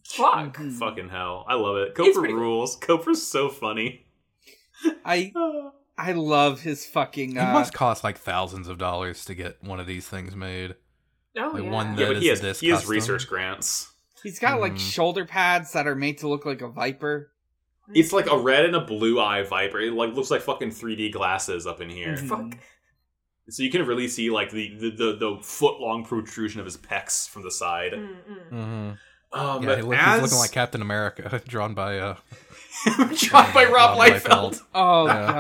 [SPEAKER 4] Fuck.
[SPEAKER 2] Mm-hmm.
[SPEAKER 1] fucking hell. I love it.
[SPEAKER 4] It's
[SPEAKER 1] Copra
[SPEAKER 4] pretty cool.
[SPEAKER 1] rules. Copra's so funny.
[SPEAKER 3] I I love his fucking. Uh,
[SPEAKER 2] it must cost like thousands of dollars to get one of these things made.
[SPEAKER 4] Oh,
[SPEAKER 2] Like,
[SPEAKER 4] yeah.
[SPEAKER 2] one
[SPEAKER 1] Yeah,
[SPEAKER 2] That
[SPEAKER 1] but he
[SPEAKER 2] is
[SPEAKER 1] has
[SPEAKER 2] this
[SPEAKER 1] he has
[SPEAKER 2] custom.
[SPEAKER 1] research grants.
[SPEAKER 3] he's got like
[SPEAKER 2] Mhm.
[SPEAKER 3] shoulder pads that are made to look like a viper.
[SPEAKER 1] It's like a red and a blue eye viper. It like looks like fucking 3D glasses up in here.
[SPEAKER 3] Mhm.
[SPEAKER 4] Fuck.
[SPEAKER 1] So you can really see like the the, the, the foot long protrusion of his pecs from the side.
[SPEAKER 4] Mm-mm.
[SPEAKER 2] Mm-hmm.
[SPEAKER 1] Um,
[SPEAKER 2] Yeah, he look,
[SPEAKER 1] as
[SPEAKER 2] he's
[SPEAKER 1] <laughs>
[SPEAKER 2] looking like Captain America, <laughs> drawn by uh,
[SPEAKER 1] shot by Rob,
[SPEAKER 2] Rob
[SPEAKER 1] Liefeld.
[SPEAKER 2] Liefeld.
[SPEAKER 3] Oh
[SPEAKER 2] Yeah.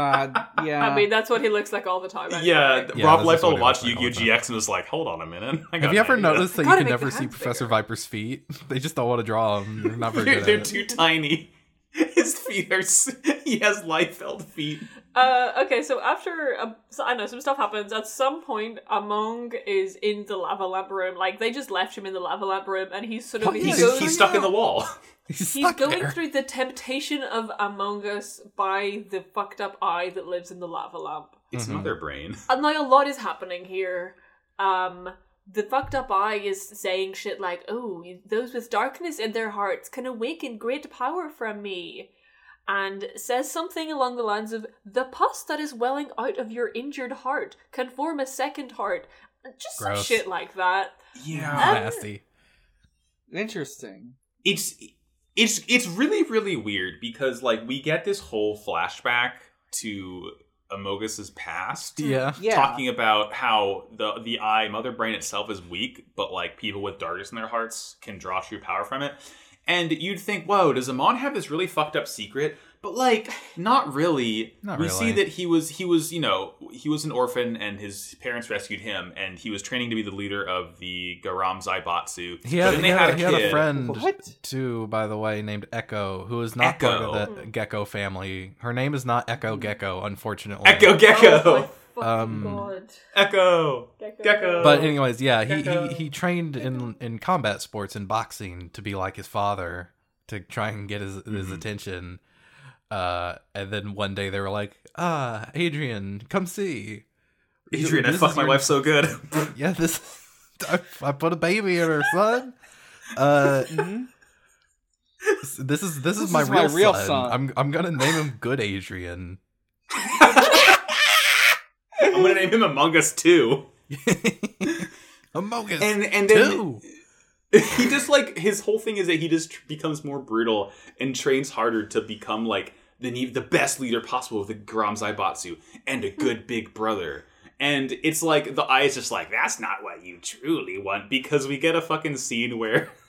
[SPEAKER 3] god, yeah.
[SPEAKER 4] <laughs> I mean, that's what he looks like all the time. anyway.
[SPEAKER 1] Yeah,
[SPEAKER 2] Yeah,
[SPEAKER 1] Rob
[SPEAKER 2] this is
[SPEAKER 1] Liefeld
[SPEAKER 2] what he
[SPEAKER 1] watched
[SPEAKER 2] looks like all
[SPEAKER 1] Yu-Gi-Oh!
[SPEAKER 2] the time.
[SPEAKER 1] GX and was like, "Hold on a minute." <laughs> I got
[SPEAKER 2] Have you
[SPEAKER 1] an
[SPEAKER 2] ever
[SPEAKER 1] idea."
[SPEAKER 2] noticed that you
[SPEAKER 4] Gotta
[SPEAKER 2] can
[SPEAKER 4] make the
[SPEAKER 2] never see
[SPEAKER 4] hands
[SPEAKER 2] Professor
[SPEAKER 4] bigger.
[SPEAKER 2] Viper's feet? <laughs> They just don't want to draw them. They're not
[SPEAKER 1] <laughs>
[SPEAKER 2] very
[SPEAKER 1] They're,
[SPEAKER 2] good.
[SPEAKER 1] they're
[SPEAKER 2] at it.
[SPEAKER 1] too tiny. <laughs> His feet are. s- He has Liefeld feet.
[SPEAKER 4] Uh, okay, so after uh, so I know some stuff happens. At some point, Among is in the lava lamp room. Like they just left him in the lava lamp room, and he's sort of
[SPEAKER 2] What?
[SPEAKER 4] he
[SPEAKER 2] Yeah,
[SPEAKER 1] He's,
[SPEAKER 4] goes
[SPEAKER 1] he's
[SPEAKER 2] he's
[SPEAKER 1] stuck in
[SPEAKER 2] not-
[SPEAKER 1] the wall. <laughs>
[SPEAKER 2] Mm-hmm. He's
[SPEAKER 4] he's
[SPEAKER 2] stuck
[SPEAKER 4] going
[SPEAKER 2] there.
[SPEAKER 4] through the temptation of Among Us by the fucked up eye that lives in the lava lamp.
[SPEAKER 1] It's
[SPEAKER 2] Mhm.
[SPEAKER 1] mother brain.
[SPEAKER 4] And like a lot is happening here. Um, the fucked up eye is saying shit like, "Oh, those with darkness in their hearts can awaken great power from me," and says something along the lines of, "The pus that is welling out of your injured heart can form a second heart." Just some
[SPEAKER 2] Gross.
[SPEAKER 4] shit like that.
[SPEAKER 1] Yeah,
[SPEAKER 2] Nasty.
[SPEAKER 3] interesting.
[SPEAKER 1] it's it's it's really really weird because like we get this whole flashback to Amogus's past.
[SPEAKER 2] Yeah.
[SPEAKER 3] Yeah,
[SPEAKER 1] Talking about how the the eye mother brain itself is weak, but like people with darkness in their hearts can draw true power from it. And you'd think, whoa, does Amon have this really fucked up secret? But like, not really.
[SPEAKER 2] Not
[SPEAKER 1] we see
[SPEAKER 2] really.
[SPEAKER 1] that he was he was you know he was an orphan and his parents rescued him and he was training to be the leader of the Garam Zaibatsu.
[SPEAKER 2] He
[SPEAKER 1] but
[SPEAKER 2] had,
[SPEAKER 1] then
[SPEAKER 2] he
[SPEAKER 1] they
[SPEAKER 2] had-
[SPEAKER 1] had, a
[SPEAKER 2] he had
[SPEAKER 1] kid.
[SPEAKER 2] a friend
[SPEAKER 3] What?
[SPEAKER 2] too, by the way, named Echo, who is not part
[SPEAKER 1] Echo.
[SPEAKER 2] of that gecko family. Her name is not Echo Gecko, unfortunately.
[SPEAKER 1] Echo Gecko.
[SPEAKER 4] Oh my fucking
[SPEAKER 2] Um,
[SPEAKER 4] god.
[SPEAKER 1] Echo.
[SPEAKER 4] Gecko.
[SPEAKER 1] Gecko.
[SPEAKER 2] But anyways, yeah, he,
[SPEAKER 1] Gecko.
[SPEAKER 2] he he trained in in combat sports and boxing to be like his father to try and get his his
[SPEAKER 1] Mhm.
[SPEAKER 2] attention. Uh, and then one day they were like, "Ah, Adrian, come see."
[SPEAKER 1] Adrian, I
[SPEAKER 2] This is
[SPEAKER 1] fucked my
[SPEAKER 2] your-
[SPEAKER 1] wife so good. <laughs>
[SPEAKER 2] Yeah, this <laughs> I, I put a baby in her son. Uh,
[SPEAKER 3] Mm-hmm.
[SPEAKER 2] this is this, is my real, son. I'm I'm gonna name him Good Adrian.
[SPEAKER 1] I'm gonna name him Among Us too.
[SPEAKER 2] Amogus
[SPEAKER 1] And and then
[SPEAKER 2] too.
[SPEAKER 1] he just like his whole thing is that he just tr- becomes more brutal and trains harder to become like the ne- the best leader possible of the Grom Zaibatsu and a good big brother. And it's like the eye is just like that's not what you truly want because we get a fucking scene where. <laughs>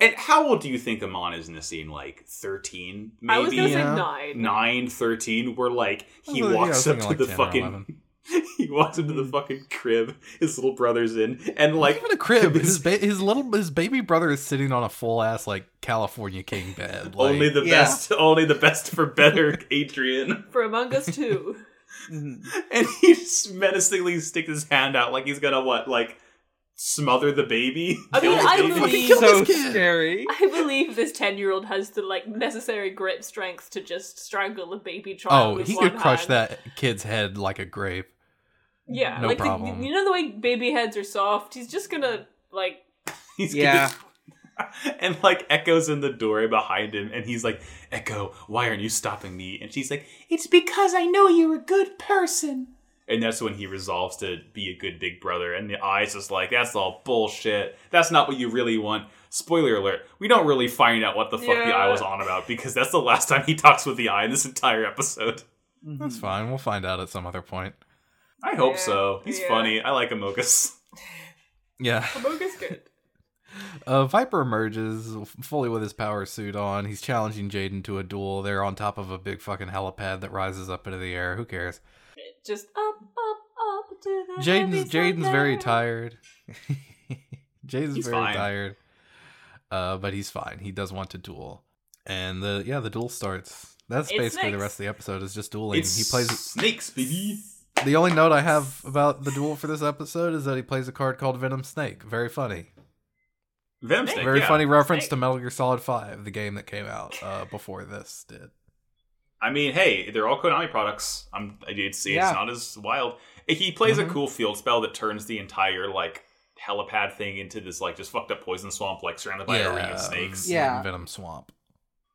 [SPEAKER 1] And how old do you think Amon is in this scene? Like thirteen, maybe
[SPEAKER 4] I was gonna say
[SPEAKER 2] Yeah.
[SPEAKER 4] nine.
[SPEAKER 1] nine, thirteen. Where like he
[SPEAKER 2] Oh, yeah, I
[SPEAKER 1] walks
[SPEAKER 2] was
[SPEAKER 1] up to
[SPEAKER 2] thinking like
[SPEAKER 1] the
[SPEAKER 2] 10 or
[SPEAKER 1] fucking
[SPEAKER 2] 11.
[SPEAKER 1] <laughs> he walks into
[SPEAKER 4] Mm.
[SPEAKER 1] the fucking crib his little brother's in and like
[SPEAKER 2] even a crib.
[SPEAKER 1] his-
[SPEAKER 2] His ba- his little his baby brother is sitting on a full ass like California king bed. Like,
[SPEAKER 1] only the
[SPEAKER 3] Yeah.
[SPEAKER 1] best <laughs> only the best for better adrian <laughs>
[SPEAKER 4] For Among Us
[SPEAKER 2] <laughs>
[SPEAKER 4] 2.
[SPEAKER 3] Mhm.
[SPEAKER 1] and he just menacingly sticks his hand out like he's gonna what like smother the baby.
[SPEAKER 4] I
[SPEAKER 1] kill
[SPEAKER 4] mean,
[SPEAKER 1] the
[SPEAKER 4] I
[SPEAKER 1] baby.
[SPEAKER 4] believe-
[SPEAKER 2] Fucking kill
[SPEAKER 3] so
[SPEAKER 2] this kid.
[SPEAKER 3] scary.
[SPEAKER 4] <laughs> I believe this ten-year-old has the like necessary grip strength to just strangle a baby
[SPEAKER 2] Oh,
[SPEAKER 4] child. with
[SPEAKER 2] he
[SPEAKER 4] one
[SPEAKER 2] could crush
[SPEAKER 4] hand.
[SPEAKER 2] that kid's head like a grape.
[SPEAKER 4] Yeah,
[SPEAKER 2] No
[SPEAKER 4] like the-
[SPEAKER 2] problem.
[SPEAKER 4] you know the way baby heads are soft. He's just gonna like
[SPEAKER 1] <laughs> He's
[SPEAKER 3] Yeah.
[SPEAKER 1] gonna- and like Echo's in the door behind him, and he's like, "Echo, why aren't you stopping me?" And she's like, "It's because I know you're a good person." And that's when he resolves to be a good big brother. And the eyes is like, "That's all bullshit. That's not what you really want." Spoiler alert: We don't really find out what the fuck the
[SPEAKER 4] Yeah.
[SPEAKER 1] eye was on about because that's the last time he talks with the eye in this entire episode.
[SPEAKER 2] That's fine. We'll find out at some other point.
[SPEAKER 1] I hope
[SPEAKER 4] Yeah.
[SPEAKER 1] so. He's
[SPEAKER 4] Yeah.
[SPEAKER 1] funny. I like Amogus.
[SPEAKER 2] Yeah.
[SPEAKER 4] Amogus good.
[SPEAKER 2] Uh, Viper emerges f- fully with his power suit on. He's challenging Jaden to a duel. They're on top of a big fucking helipad that rises up into the air. Who cares?
[SPEAKER 4] Just up, up, up to the
[SPEAKER 2] Jaden's
[SPEAKER 4] heavy
[SPEAKER 2] Jaden's very
[SPEAKER 4] thunder.
[SPEAKER 2] tired. <laughs> Jaden's
[SPEAKER 1] He's
[SPEAKER 2] very
[SPEAKER 1] fine.
[SPEAKER 2] tired. Uh, but he's fine. He does want to duel. And the yeah, the duel starts. That's
[SPEAKER 4] It's
[SPEAKER 2] basically the
[SPEAKER 4] snakes.
[SPEAKER 2] rest of the episode is just dueling.
[SPEAKER 1] It's
[SPEAKER 2] He plays
[SPEAKER 1] snakes, baby.
[SPEAKER 2] the only note I have about the duel for this episode is that he plays a card called Venom Snake. Very funny.
[SPEAKER 1] Venom
[SPEAKER 4] Snake,
[SPEAKER 1] snake.
[SPEAKER 2] Very
[SPEAKER 1] yeah.
[SPEAKER 2] funny reference
[SPEAKER 4] Snake.
[SPEAKER 2] to Metal Gear Solid Five, the game that came out uh, before this did.
[SPEAKER 1] I mean, hey, they're all Konami products. I'm, it's, it's
[SPEAKER 3] Yeah. Mm-hmm.
[SPEAKER 1] not as wild. He plays
[SPEAKER 2] Mhm.
[SPEAKER 1] a cool field spell that turns the entire like helipad thing into this like just fucked up poison swamp, like surrounded by a ring of snakes.
[SPEAKER 3] Yeah.
[SPEAKER 2] Venom Swamp.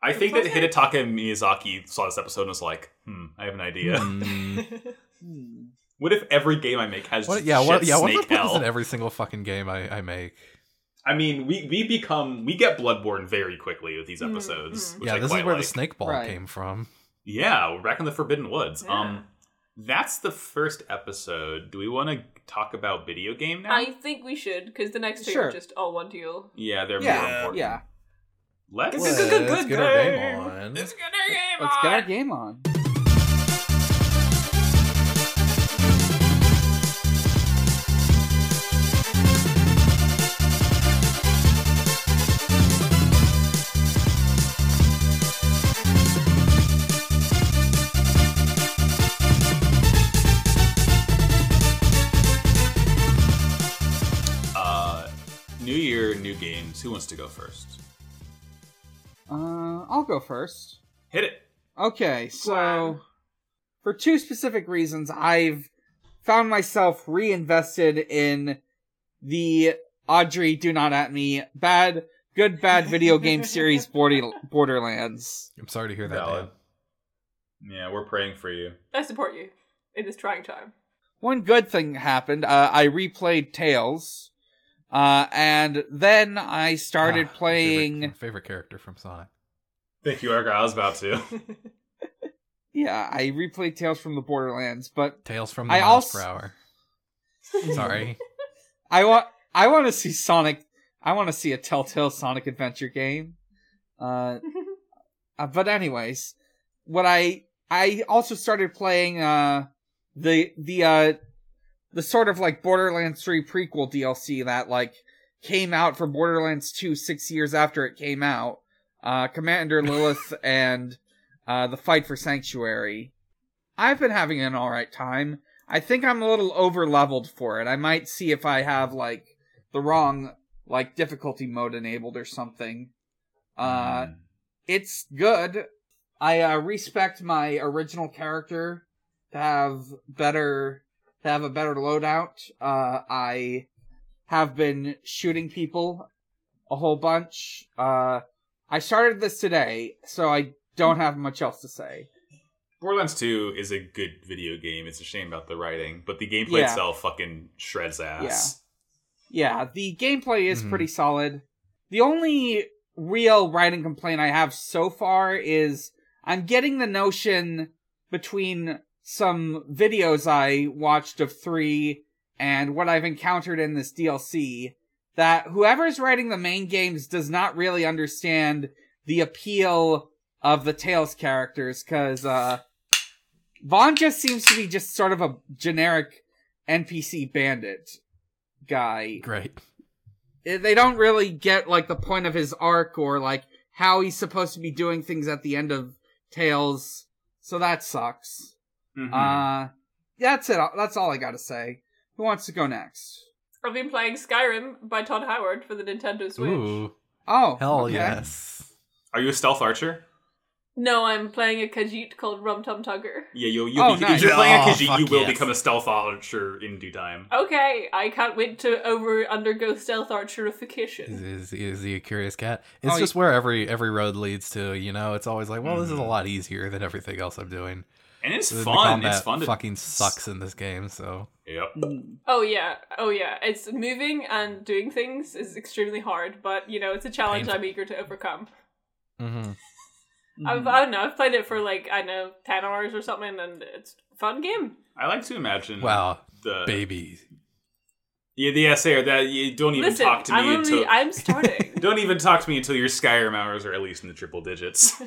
[SPEAKER 1] I think that
[SPEAKER 4] It's okay.
[SPEAKER 1] Hidetaka Miyazaki saw this episode and was like, "Hmm, I have an idea. <laughs>
[SPEAKER 2] Mm.
[SPEAKER 3] Hmm.
[SPEAKER 1] What if every game I make has
[SPEAKER 2] What,
[SPEAKER 1] just
[SPEAKER 2] yeah, what,
[SPEAKER 1] shit
[SPEAKER 2] yeah. What if I
[SPEAKER 1] snake
[SPEAKER 2] put this
[SPEAKER 1] hell?
[SPEAKER 2] in every single fucking game I, I make?
[SPEAKER 1] I mean, we we become we get Bloodborne very quickly with these
[SPEAKER 3] Mm-hmm.
[SPEAKER 4] Mm,
[SPEAKER 1] episodes.
[SPEAKER 4] mm.
[SPEAKER 1] Which
[SPEAKER 2] yeah,
[SPEAKER 1] I
[SPEAKER 2] this is
[SPEAKER 1] quite
[SPEAKER 2] where the
[SPEAKER 1] like.
[SPEAKER 2] snake ball
[SPEAKER 3] Right.
[SPEAKER 2] came from.
[SPEAKER 1] Yeah, we're back in the Forbidden Woods.
[SPEAKER 4] Yeah.
[SPEAKER 1] Um, that's the first episode. Do we want to talk about video game now?
[SPEAKER 4] I think we should, because the next two
[SPEAKER 3] Sure.
[SPEAKER 4] are just all one duel.
[SPEAKER 1] Yeah, they're
[SPEAKER 3] Yeah,
[SPEAKER 1] more important.
[SPEAKER 3] yeah.
[SPEAKER 1] Let's
[SPEAKER 4] Good, good, good,
[SPEAKER 2] Let's
[SPEAKER 4] good
[SPEAKER 2] get our game
[SPEAKER 4] game.
[SPEAKER 2] on.
[SPEAKER 1] Let's get our game
[SPEAKER 3] Let's
[SPEAKER 1] on.
[SPEAKER 3] get our game on.
[SPEAKER 1] Uh, new year, new games. Who wants to go first?
[SPEAKER 3] Uh, I'll go first.
[SPEAKER 1] Hit it.
[SPEAKER 3] Okay, so
[SPEAKER 4] Wow.
[SPEAKER 3] for two specific reasons, I've found myself reinvested in the Audrey Do Not At Me bad, good, bad video game series Border- Borderlands.
[SPEAKER 2] I'm sorry to hear that, Dan.
[SPEAKER 1] Yeah, we're praying for you.
[SPEAKER 4] I support you in this trying time. <laughs>
[SPEAKER 3] One good thing happened. Uh, I replayed Tails, uh, and then I started
[SPEAKER 2] Ah, my favorite-
[SPEAKER 3] playing.
[SPEAKER 2] my favorite character from Sonic.
[SPEAKER 1] Thank you, Argo. I was about
[SPEAKER 3] <laughs>
[SPEAKER 1] to. Mm.
[SPEAKER 3] Yeah, I replayed Tales from the Borderlands, but
[SPEAKER 2] Tales from the
[SPEAKER 3] I
[SPEAKER 2] I Miles
[SPEAKER 3] als-
[SPEAKER 2] per hour. Sorry. <laughs>
[SPEAKER 3] I want I want to see Sonic. I want to see a Telltale Sonic Adventure game. Uh, Uh, but anyways, what I I also started playing uh the the uh the sort of like Borderlands 3 prequel DLC that like came out for Borderlands 2 6 years after it came out. Uh Commander Lilith and uh the fight for sanctuary. I've been having an all right time. I think I'm a little over leveled for it. I might see if I have like the wrong like difficulty mode enabled or something. Uh
[SPEAKER 1] Mm.
[SPEAKER 3] it's good. I uh, respect my original character to have better to have a better loadout. Uh, I have been shooting people a whole bunch. Uh, I started this today, so I don't have much else to say.
[SPEAKER 1] Borderlands 2 is a good video game. It's a shame about the writing, but the gameplay
[SPEAKER 3] Yeah.
[SPEAKER 1] itself fucking shreds ass.
[SPEAKER 3] Yeah, the gameplay is
[SPEAKER 2] Mhm.
[SPEAKER 3] pretty solid. The only real writing complaint I have so far is I'm getting the notion between some videos I watched of three and what I've encountered in this DLC that whoever's writing the main games does not really understand the appeal of the Tails characters because uh, Vaughn just seems to be just sort of a generic NPC bandit guy
[SPEAKER 2] Great.
[SPEAKER 3] eh, they don't really get like the point of his arc or like how he's supposed to be doing things at the end of Tales. So that sucks.
[SPEAKER 1] Mhm.
[SPEAKER 3] Mm-hmm. Uh that's it. That's all I got to say. Who wants to go next?
[SPEAKER 4] I've been playing Skyrim by Todd Howard for the Nintendo Switch.
[SPEAKER 2] Ooh,
[SPEAKER 3] Oh,
[SPEAKER 2] hell
[SPEAKER 3] okay.
[SPEAKER 2] yes.
[SPEAKER 1] Are you a stealth archer?
[SPEAKER 4] No, I'm playing a Khajiit called Rum Tum Tugger.
[SPEAKER 1] Yeah, you'll, you'll
[SPEAKER 3] Oh,
[SPEAKER 1] be,
[SPEAKER 3] nice.
[SPEAKER 1] if you're playing a
[SPEAKER 2] Oh,
[SPEAKER 1] Khajiit, you
[SPEAKER 2] fuck
[SPEAKER 1] will
[SPEAKER 2] yes.
[SPEAKER 1] become a stealth archer in due time.
[SPEAKER 3] Oh.
[SPEAKER 4] Okay, I can't wait to over undergo stealth
[SPEAKER 2] Is,
[SPEAKER 4] archerification.
[SPEAKER 2] is, is he a curious cat? It's
[SPEAKER 3] Oh,
[SPEAKER 2] just where every every road leads to. You know, it's always like, well, this is a
[SPEAKER 1] Mhm.
[SPEAKER 2] lot easier than everything else I'm doing.
[SPEAKER 1] And it's
[SPEAKER 2] The
[SPEAKER 1] fun.
[SPEAKER 2] combat
[SPEAKER 1] It's fun to.
[SPEAKER 2] fucking sucks in this game. So
[SPEAKER 1] Yep.
[SPEAKER 3] Mm.
[SPEAKER 4] Oh yeah, oh yeah. It's moving and doing things is extremely hard, but you know it's a challenge
[SPEAKER 2] Painful.
[SPEAKER 4] I'm eager to overcome.
[SPEAKER 1] Mm-hmm.
[SPEAKER 2] hmm
[SPEAKER 3] Mm-hmm.
[SPEAKER 4] I've, I don't know. I've played it for like I know ten hours or something, and it's a fun game.
[SPEAKER 1] I like to imagine.
[SPEAKER 2] wow,
[SPEAKER 1] The,
[SPEAKER 2] baby.
[SPEAKER 1] Yeah, the essay or that you don't even
[SPEAKER 4] Listen,
[SPEAKER 1] talk to me
[SPEAKER 4] I'm only
[SPEAKER 1] until
[SPEAKER 4] I'm starting.
[SPEAKER 1] don't even talk to me until your Skyrim hours are at least in the triple
[SPEAKER 3] <laughs>
[SPEAKER 1] digits.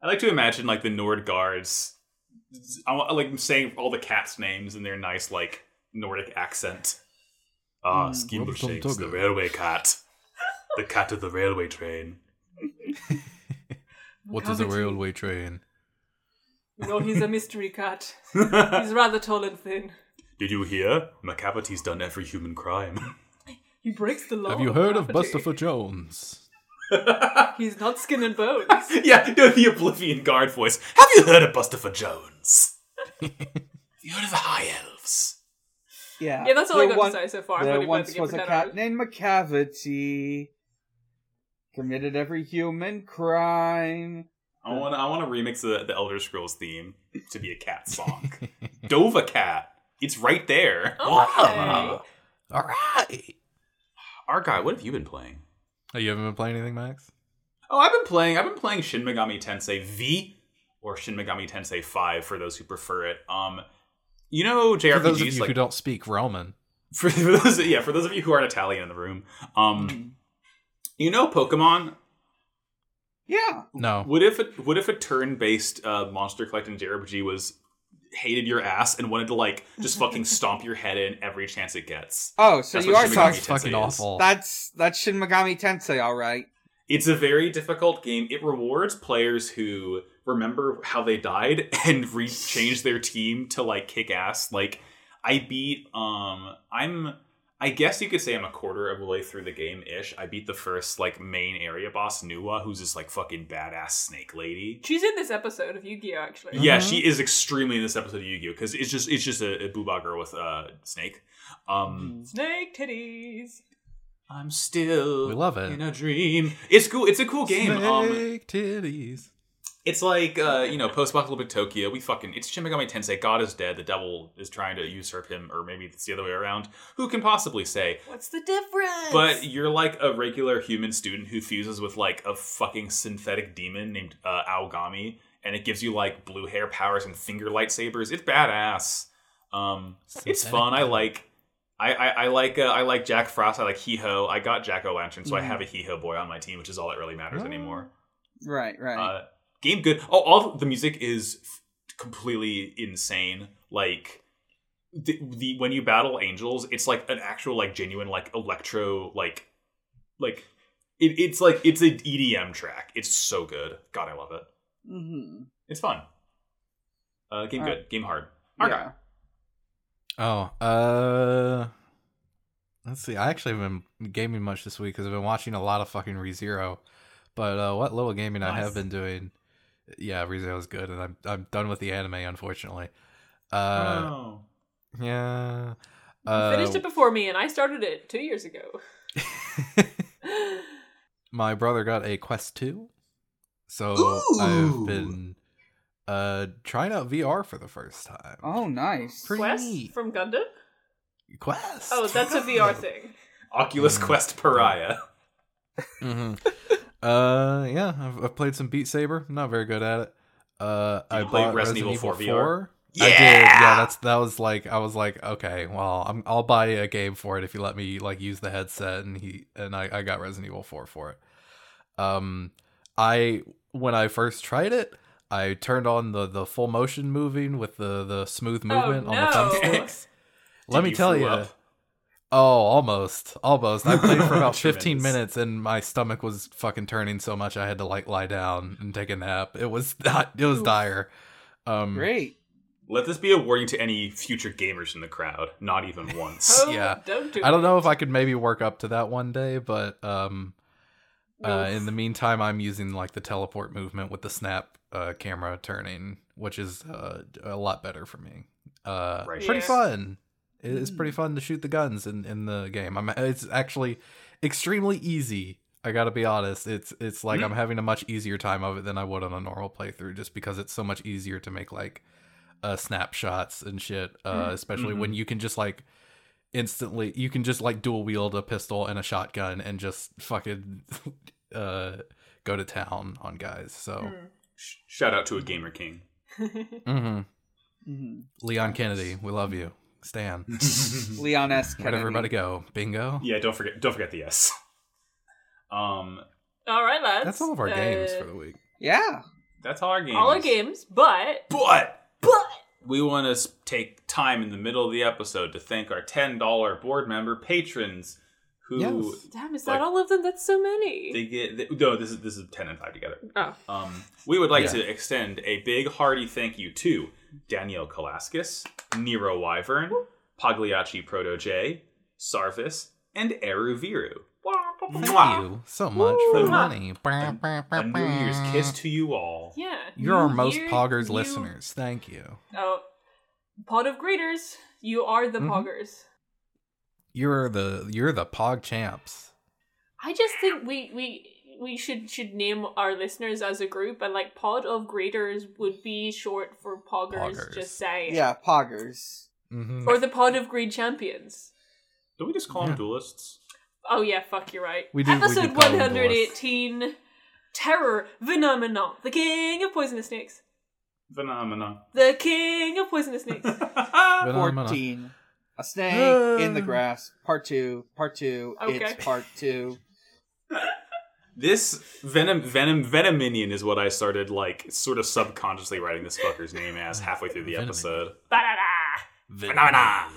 [SPEAKER 1] I like to imagine like the Nord guards, I wa- I like saying all the cats' names in their nice like Nordic accent. Ah,
[SPEAKER 3] Mm.
[SPEAKER 1] Skimble
[SPEAKER 2] Rumpelstiltskin.
[SPEAKER 1] shakes the railway cat, the cat of the railway train.
[SPEAKER 2] <laughs> What is a
[SPEAKER 4] Comedy.
[SPEAKER 2] railway train?
[SPEAKER 4] No, he's a
[SPEAKER 2] <laughs>
[SPEAKER 4] mystery cat.
[SPEAKER 1] Did
[SPEAKER 4] He's rather tall and thin.
[SPEAKER 1] you hear? McCavity's done every human crime. <laughs>
[SPEAKER 4] He breaks the law.
[SPEAKER 2] Have you heard of
[SPEAKER 4] gravity.
[SPEAKER 2] Busterfoot Jones?
[SPEAKER 4] <laughs> He's not skin
[SPEAKER 2] <laughs>
[SPEAKER 4] and bones.
[SPEAKER 1] yeah, no, the Oblivion Guard voice. Have you heard of Buster for Jones? Have you heard of the High Elves?
[SPEAKER 3] Yeah.
[SPEAKER 4] Yeah, that's all I
[SPEAKER 3] There
[SPEAKER 4] got
[SPEAKER 3] one-
[SPEAKER 4] to say so far. I've
[SPEAKER 3] There
[SPEAKER 4] only played
[SPEAKER 3] once
[SPEAKER 4] the game
[SPEAKER 3] was
[SPEAKER 4] for
[SPEAKER 3] a
[SPEAKER 4] 10
[SPEAKER 3] cat
[SPEAKER 4] hours.
[SPEAKER 3] named McCavity. Committed every human crime.
[SPEAKER 1] I want I want to remix the, the Elder Scrolls theme to be a cat <laughs> song. Dova Cat. It's right there.
[SPEAKER 4] Okay.
[SPEAKER 2] All right.
[SPEAKER 1] Argai, what have you been playing?
[SPEAKER 2] Oh, you haven't been playing anything, Max?
[SPEAKER 1] Oh, I've been playing. I've been playing Shin Megami Tensei V or Shin Megami Tensei 5 for those who prefer it. Um, you know JRPGs
[SPEAKER 2] For those of you
[SPEAKER 1] like
[SPEAKER 2] who don't speak Roman,
[SPEAKER 1] for <laughs> those yeah for those of you who aren't Italian in the room.
[SPEAKER 3] Hmm.
[SPEAKER 1] Um, you know Pokemon.
[SPEAKER 3] Yeah.
[SPEAKER 2] no.
[SPEAKER 1] What if a, what if a turn based uh, monster collecting JRPG was hated your ass and wanted to like just fucking stomp your head in every chance it gets?
[SPEAKER 3] Oh, so
[SPEAKER 1] That's
[SPEAKER 3] you
[SPEAKER 1] what
[SPEAKER 3] are
[SPEAKER 1] Shin Megami
[SPEAKER 3] talking.
[SPEAKER 2] It's
[SPEAKER 1] Tensei
[SPEAKER 2] fucking
[SPEAKER 1] is.
[SPEAKER 2] awful.
[SPEAKER 3] That's that's Shin Megami Tensei, all right.
[SPEAKER 1] It's a very difficult game. It rewards players who remember how they died <laughs> and re- change their team to like kick ass. Like I beat um I'm I guess you could say I'm a quarter of the way through the game ish. I beat the first like main area boss Nuwa who's this like fucking badass snake lady.
[SPEAKER 4] She's in this episode of Yu Gi Oh! actually.
[SPEAKER 1] Yeah,
[SPEAKER 2] Mhm.
[SPEAKER 1] she is extremely in this episode of Yu-Gi-Oh cuz it's just it's just a, a booba girl with a uh, snake. Um
[SPEAKER 2] Mm-hmm.
[SPEAKER 4] Snake titties.
[SPEAKER 1] I'm still
[SPEAKER 2] We love it.
[SPEAKER 1] in a dream. It's cool. It's a cool game. Um
[SPEAKER 2] Snake titties.
[SPEAKER 1] It's like uh, you know, post-apocalyptic Tokyo. We fucking it's Shin Megami Tensei. God is dead. The devil is trying to usurp him, or maybe it's the other way around. Who can possibly say?
[SPEAKER 4] What's the difference?
[SPEAKER 1] But you're like a regular human student who fuses with like a fucking synthetic demon named uh, Aogami, and it gives you like blue hair powers and finger lightsabers. It's badass. Um, it's
[SPEAKER 2] Synthetic
[SPEAKER 1] fun. I
[SPEAKER 2] demon.
[SPEAKER 1] like. I, I, I like uh, I like Jack Frost. I like Hee Ho. I got Jack O' Lantern, so I
[SPEAKER 2] Mm.
[SPEAKER 3] Mhm.
[SPEAKER 1] have a Hee Ho boy on my team, which is all that really matters
[SPEAKER 2] Oh.
[SPEAKER 1] anymore.
[SPEAKER 3] Right, right.
[SPEAKER 1] Uh, game good. Oh, all the music is f- completely insane. Like the, the when you battle angels, it's like an actual like genuine like electro like like it, it's like it's an EDM track. It's so good. God, I love it.
[SPEAKER 3] mm-hmm.
[SPEAKER 1] It's fun. Uh, game
[SPEAKER 3] Alright.
[SPEAKER 1] good. Game hard. Argyle.
[SPEAKER 2] Uh,
[SPEAKER 3] Yeah.
[SPEAKER 2] Oh, uh, let's see. I actually haven't been gaming much this week because I've been watching a lot of fucking ReZero. But uh, what little gaming I
[SPEAKER 1] Nice.
[SPEAKER 2] have been doing, yeah, ReZero is good, and I'm I'm done with the anime, unfortunately. Uh,
[SPEAKER 1] oh.
[SPEAKER 2] yeah.
[SPEAKER 4] You
[SPEAKER 2] Uh,
[SPEAKER 4] finished it before me, and I started it two
[SPEAKER 2] <gasps>
[SPEAKER 4] years ago.
[SPEAKER 2] <laughs> my brother got a Quest Two, so
[SPEAKER 1] Ooh.
[SPEAKER 2] I've been uh trying out VR for the first time.
[SPEAKER 3] Oh, nice.
[SPEAKER 2] Pretty
[SPEAKER 4] Quest
[SPEAKER 2] neat.
[SPEAKER 4] from Gundam?
[SPEAKER 2] Quest.
[SPEAKER 4] Oh, that's a
[SPEAKER 2] <laughs>
[SPEAKER 4] VR thing.
[SPEAKER 1] Oculus
[SPEAKER 2] Mm.
[SPEAKER 1] Quest Pariah.
[SPEAKER 2] hmm uh, yeah, I've, I've played some Beat Saber. I'm not very good at it. Uh,
[SPEAKER 1] Did
[SPEAKER 2] I
[SPEAKER 1] you play
[SPEAKER 2] bought
[SPEAKER 1] Resident
[SPEAKER 2] Resident,
[SPEAKER 1] Evil
[SPEAKER 2] Evil
[SPEAKER 1] 4
[SPEAKER 2] Four.
[SPEAKER 1] VR?
[SPEAKER 2] I did. Yeah, that's that was like I was like, okay, well, I'm I'll buy a game for it if you let me like use the headset, and he and I, I got Resident Evil Four for it. Um, I when I first tried it, I turned on the the full motion moving with the the smooth
[SPEAKER 4] Oh,
[SPEAKER 2] movement on
[SPEAKER 4] no.
[SPEAKER 2] the thumbsticks.
[SPEAKER 1] <laughs>
[SPEAKER 2] Let
[SPEAKER 1] Dude,
[SPEAKER 2] me
[SPEAKER 1] you
[SPEAKER 2] tell
[SPEAKER 1] threw
[SPEAKER 2] you.
[SPEAKER 1] up.
[SPEAKER 2] Oh, almost, almost. I played for about fifteen
[SPEAKER 1] Tremendous.
[SPEAKER 2] minutes, and my stomach was fucking turning so much I had to like lie down and take a nap. It was <laughs> not, it was
[SPEAKER 4] Oof.
[SPEAKER 2] dire. Um,
[SPEAKER 3] Great.
[SPEAKER 1] Let this be a warning to any future gamers in the crowd. Not even once.
[SPEAKER 2] <laughs>
[SPEAKER 4] Oh,
[SPEAKER 2] Yeah.
[SPEAKER 4] Don't do
[SPEAKER 2] I don't
[SPEAKER 4] it.
[SPEAKER 2] know if I could maybe work up to that one day, but um, uh,
[SPEAKER 4] Oof.
[SPEAKER 2] in the meantime, I'm using like the teleport movement with the snap uh, camera turning, which is uh, a lot better for me. Uh,
[SPEAKER 1] Right.
[SPEAKER 2] Pretty
[SPEAKER 4] Yeah. Mm.
[SPEAKER 2] fun. It- It's pretty fun to shoot the guns in, in the game. I'm, it's actually extremely easy. I gotta be honest. It's it's like
[SPEAKER 4] Mm.
[SPEAKER 1] Mhm.
[SPEAKER 2] I'm having a much easier time of it than I would on a normal playthrough, just because it's so much easier to make like uh, snapshots and shit. Uh,
[SPEAKER 4] Mm.
[SPEAKER 2] especially
[SPEAKER 4] Mm-hmm.
[SPEAKER 2] when you can just like instantly you can just like dual wield a pistol and a shotgun and just fucking uh go to town on guys so
[SPEAKER 4] Hmm.
[SPEAKER 1] Sh- Shout out to a gamer
[SPEAKER 2] <laughs>
[SPEAKER 1] king.
[SPEAKER 4] Mm.
[SPEAKER 2] mhm.
[SPEAKER 3] Mhm.
[SPEAKER 2] leon kennedy we love you stan
[SPEAKER 3] Leon S.
[SPEAKER 2] where'd
[SPEAKER 3] Kennedy.
[SPEAKER 2] everybody go bingo
[SPEAKER 1] yeah, don't forget. Don't forget the S. Um,
[SPEAKER 4] all right, lads.
[SPEAKER 2] that's all of our
[SPEAKER 4] Uh,
[SPEAKER 2] games for the week
[SPEAKER 3] Yeah.
[SPEAKER 1] that's all our games.
[SPEAKER 4] All our games, but
[SPEAKER 1] But
[SPEAKER 4] but
[SPEAKER 1] we want to take time in the middle of the episode to thank our ten dollar board member patrons who
[SPEAKER 2] Yes.
[SPEAKER 4] damn, is
[SPEAKER 1] Like-
[SPEAKER 4] that all of them? That's so many.
[SPEAKER 1] they get. They, no, this is this is ten and five together.
[SPEAKER 4] oh,
[SPEAKER 1] Um, we would like
[SPEAKER 2] Yeah.
[SPEAKER 1] to extend a big hearty thank you to Danielle Kalaskis, Nero Wyvern, Pagliacci Proto J, Sarvis, and Eru Viru.
[SPEAKER 2] thank
[SPEAKER 1] Mwah!
[SPEAKER 2] you so much for the money
[SPEAKER 1] A New Year's kiss to you all.
[SPEAKER 4] yeah.
[SPEAKER 2] you're our
[SPEAKER 4] New
[SPEAKER 2] most
[SPEAKER 4] year,
[SPEAKER 2] poggers
[SPEAKER 4] new-
[SPEAKER 2] listeners thank you
[SPEAKER 4] Oh, pot of greeters. You are the
[SPEAKER 2] Mhm.
[SPEAKER 4] poggers.
[SPEAKER 2] you're the you're the pog champs
[SPEAKER 4] I just think we we we should should name our listeners as a group and like pod of graders would be short for poggers,
[SPEAKER 2] Poggers.
[SPEAKER 4] just saying.
[SPEAKER 3] Yeah, poggers.
[SPEAKER 2] Mhm.
[SPEAKER 4] Or the pod of green champions.
[SPEAKER 1] Do we just call
[SPEAKER 2] Yeah.
[SPEAKER 1] them duelists?
[SPEAKER 4] Oh yeah, fuck you're right.
[SPEAKER 2] We do- we do
[SPEAKER 4] Episode
[SPEAKER 2] call them
[SPEAKER 4] one hundred eighteen Terror Phenomenon. The King of Poisonous Snakes.
[SPEAKER 1] Phenomena.
[SPEAKER 4] The King of Poisonous
[SPEAKER 2] <laughs>
[SPEAKER 4] Snakes.
[SPEAKER 2] Phenomena.
[SPEAKER 3] 14. A snake
[SPEAKER 2] Uh.
[SPEAKER 3] in the grass. Part two. Part two.
[SPEAKER 4] Okay.
[SPEAKER 3] It's part two.
[SPEAKER 1] This Venom Venom Venom Minion is what I started like sort of subconsciously writing this fucker's name as halfway through the
[SPEAKER 2] Venom
[SPEAKER 1] episode.
[SPEAKER 4] Ba-da-da.
[SPEAKER 1] Phenomena.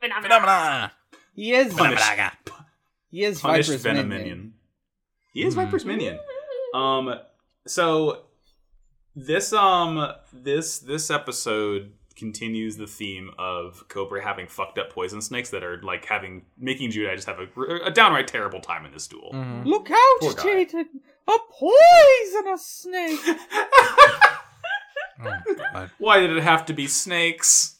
[SPEAKER 4] Phenomenon.
[SPEAKER 2] phenomena
[SPEAKER 3] He is.
[SPEAKER 1] Punished,
[SPEAKER 3] He is
[SPEAKER 1] punished
[SPEAKER 3] Viper's
[SPEAKER 1] Venom
[SPEAKER 3] minion.
[SPEAKER 1] Minion. He is
[SPEAKER 2] Hmm.
[SPEAKER 1] Viper's Minion. Um so this um this this episode continues the theme of Cobra having fucked up poison snakes that are like having making Judai just have a, a downright terrible time in this duel.
[SPEAKER 4] <laughs>
[SPEAKER 2] Mhm.
[SPEAKER 3] Look out,
[SPEAKER 1] Poor guy.
[SPEAKER 3] Jaden! A poisonous snake.
[SPEAKER 2] Oh, God.
[SPEAKER 1] Why did it have to be snakes?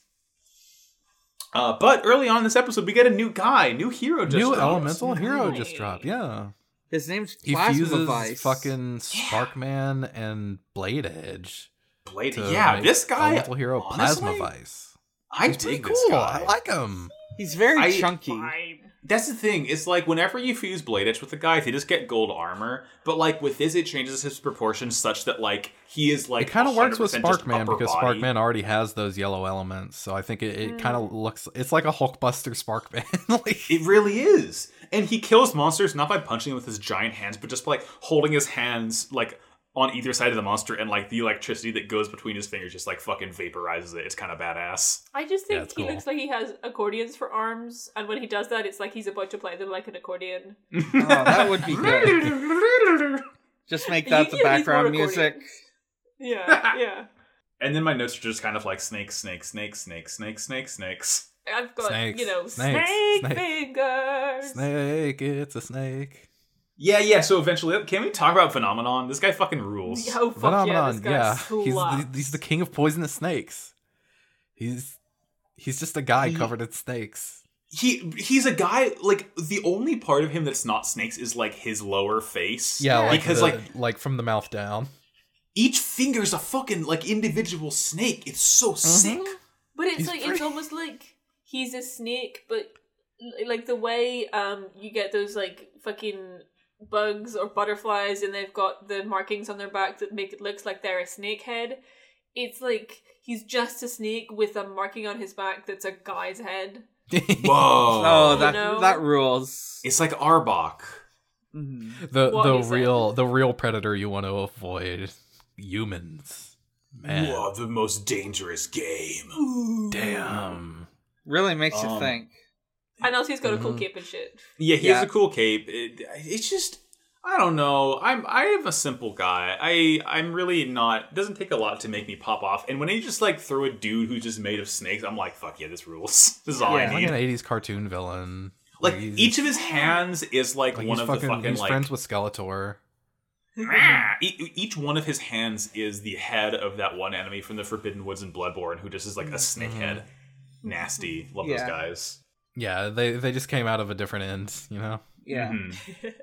[SPEAKER 1] Uh, but early on in this episode, we get a new guy, new hero, just
[SPEAKER 2] new
[SPEAKER 1] dropped.
[SPEAKER 2] elemental hero
[SPEAKER 4] Nice.
[SPEAKER 2] just dropped yeah
[SPEAKER 3] <laughs> His name's
[SPEAKER 2] he
[SPEAKER 3] Plasma
[SPEAKER 2] fuses
[SPEAKER 3] Vice.
[SPEAKER 2] fucking Sparkman and Blade Edge.
[SPEAKER 1] Blade.
[SPEAKER 2] to
[SPEAKER 1] Yeah,
[SPEAKER 2] make
[SPEAKER 1] this guy.
[SPEAKER 2] Elemental Hero
[SPEAKER 1] honestly,
[SPEAKER 2] Plasma Vice.
[SPEAKER 1] I
[SPEAKER 2] He's pretty
[SPEAKER 1] dig
[SPEAKER 2] cool.
[SPEAKER 1] this guy.
[SPEAKER 2] I like him.
[SPEAKER 3] He's very
[SPEAKER 1] I-
[SPEAKER 3] chunky.
[SPEAKER 4] Fine.
[SPEAKER 1] That's the thing. It's like whenever you fuse Blade Edge with a guy, they just get gold armor. But like with this, it changes his proportions such that like he is like.
[SPEAKER 2] it kind of works with
[SPEAKER 1] 100% just
[SPEAKER 2] Sparkman
[SPEAKER 1] upper
[SPEAKER 2] because
[SPEAKER 1] body.
[SPEAKER 2] Sparkman already has those yellow elements, so I think it, it kind
[SPEAKER 4] Mm.
[SPEAKER 2] of looks. It's like a Hulkbuster Sparkman. <laughs> like,
[SPEAKER 1] It really is. And he kills monsters not by punching them with his giant hands, but just by like holding his hands like on either side of the monster and like the electricity that goes between his fingers just like fucking vaporizes it. It's kind of badass.
[SPEAKER 4] I just
[SPEAKER 2] Yeah,
[SPEAKER 4] think
[SPEAKER 2] it's
[SPEAKER 4] he
[SPEAKER 2] cool.
[SPEAKER 4] looks like he has accordions for arms, and when he does that, it's like he's about to play them like an accordion.
[SPEAKER 3] oh, that would be good. Just
[SPEAKER 4] <laughs>
[SPEAKER 3] make that the
[SPEAKER 4] You can use more
[SPEAKER 3] background music.
[SPEAKER 4] accordions.
[SPEAKER 2] <laughs>
[SPEAKER 4] Yeah, yeah.
[SPEAKER 1] <laughs> And then my notes are just kind of like snakes, snakes, snakes, snakes, snakes, snakes, snakes.
[SPEAKER 4] I've got
[SPEAKER 2] Snakes,
[SPEAKER 4] you know
[SPEAKER 2] snakes,
[SPEAKER 4] snake
[SPEAKER 2] snakes.
[SPEAKER 4] fingers.
[SPEAKER 2] snake, it's a snake.
[SPEAKER 1] Yeah, yeah. So eventually, oh, can we talk about Phenomenon? This guy fucking rules.
[SPEAKER 4] Oh fuck yeah,
[SPEAKER 2] Phenomenon.
[SPEAKER 4] this guy
[SPEAKER 2] Yeah, he's the,
[SPEAKER 4] slaps.
[SPEAKER 2] he's the king of poisonous snakes. He's he's just a guy
[SPEAKER 1] He-
[SPEAKER 2] covered in snakes.
[SPEAKER 1] He he's a guy like the only part of him that's not snakes is like his lower face.
[SPEAKER 2] Yeah,
[SPEAKER 4] Yeah.
[SPEAKER 2] like
[SPEAKER 1] Because,
[SPEAKER 2] the-
[SPEAKER 1] like-
[SPEAKER 2] like from the mouth down.
[SPEAKER 1] Each finger's a fucking like individual snake. It's so sick.
[SPEAKER 4] But it's
[SPEAKER 2] He's
[SPEAKER 4] like it's
[SPEAKER 2] pretty-
[SPEAKER 4] almost like he's a snake, but l- like the way um you get those like fucking bugs or butterflies, and they've got the markings on their back that make it looks like they're a snake head. It's like he's just a snake with a marking on his back that's a guy's head.
[SPEAKER 1] Whoa.
[SPEAKER 3] Oh, that
[SPEAKER 4] You know?
[SPEAKER 3] that rules.
[SPEAKER 1] It's like Arbok.
[SPEAKER 3] Mhm.
[SPEAKER 2] the
[SPEAKER 4] What
[SPEAKER 2] the
[SPEAKER 4] is it?
[SPEAKER 2] real the real predator you want to avoid humans man
[SPEAKER 1] Whoa, the most dangerous game.
[SPEAKER 2] damn
[SPEAKER 3] Really makes you
[SPEAKER 1] Um,
[SPEAKER 3] think.
[SPEAKER 4] And also he's got a cool
[SPEAKER 2] Mhm.
[SPEAKER 4] cape and shit.
[SPEAKER 1] Yeah, he has
[SPEAKER 3] Yeah.
[SPEAKER 1] a cool cape. It, it's just I don't know. I'm I am a simple guy. I I'm really not. It doesn't take a lot to make me pop off. And when they just like throw a dude who's just made of snakes, I'm like, fuck yeah, this rules. <laughs> This is all
[SPEAKER 3] Yeah.
[SPEAKER 1] I
[SPEAKER 2] Like an
[SPEAKER 1] need.
[SPEAKER 2] 80s cartoon villain.
[SPEAKER 1] Like
[SPEAKER 2] he's-
[SPEAKER 1] each of his hands is like,
[SPEAKER 2] like,
[SPEAKER 1] one
[SPEAKER 2] he's
[SPEAKER 1] of
[SPEAKER 2] fucking,
[SPEAKER 1] the fucking
[SPEAKER 2] he's
[SPEAKER 1] like
[SPEAKER 2] friends with Skeletor.
[SPEAKER 1] E- each one of his hands is the head of that one enemy from the Forbidden Woods and Bloodborne, who just is like a snake head. Nasty. Love those
[SPEAKER 3] Mm-hmm. Yeah.
[SPEAKER 1] guys.
[SPEAKER 2] Yeah, they they just came out of a different end, you know.
[SPEAKER 3] Yeah.
[SPEAKER 1] Mhm.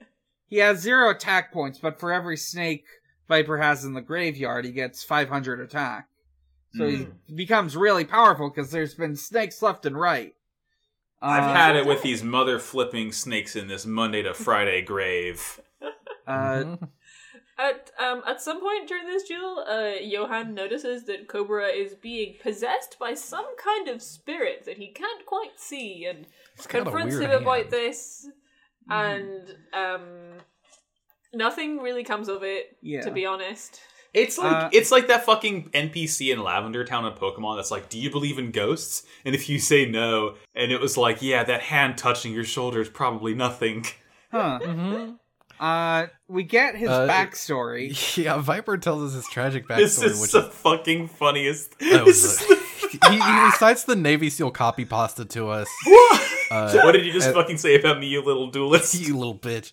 [SPEAKER 3] He has zero attack points, but for every snake Viper has in the graveyard, he gets 500 attack. So
[SPEAKER 1] Mm-hmm.
[SPEAKER 3] he becomes really powerful because there's been snakes left and right.
[SPEAKER 1] I've
[SPEAKER 3] Uh,
[SPEAKER 1] had it with these mother flipping snakes in this Monday to Friday <laughs> grave.
[SPEAKER 3] Uh,
[SPEAKER 2] Mhm.
[SPEAKER 4] At um at some point during this duel, uh Johan notices that Cobra is being possessed by some kind of spirit that he can't quite see and
[SPEAKER 2] He's got a
[SPEAKER 4] confronts him
[SPEAKER 2] weird
[SPEAKER 4] about
[SPEAKER 2] hand.
[SPEAKER 4] this
[SPEAKER 3] Hmm.
[SPEAKER 4] and um nothing really comes of it,
[SPEAKER 3] yeah.
[SPEAKER 4] to be honest.
[SPEAKER 1] It's like
[SPEAKER 3] Uh,
[SPEAKER 1] it's like that fucking NPC in Lavender Town in Pokemon that's like, "Do you believe in ghosts?" And if you say no, and it was like, "Yeah, that hand touching your shoulder is probably nothing."
[SPEAKER 3] huh.
[SPEAKER 2] Mhm.
[SPEAKER 3] Uh, we get his
[SPEAKER 2] Uh,
[SPEAKER 1] <laughs>
[SPEAKER 3] backstory.
[SPEAKER 2] <laughs> Yeah, Viper tells us his tragic backstory,
[SPEAKER 1] This
[SPEAKER 2] which
[SPEAKER 1] is the fucking funniest.
[SPEAKER 2] That
[SPEAKER 1] <laughs> This is
[SPEAKER 2] was a-
[SPEAKER 1] the-
[SPEAKER 2] <laughs> he, he recites the Navy SEAL copy pasta to us. Uh,
[SPEAKER 1] <laughs> what did you just
[SPEAKER 2] uh,
[SPEAKER 1] fucking say about me, you little duelist?
[SPEAKER 2] <laughs> you little bitch.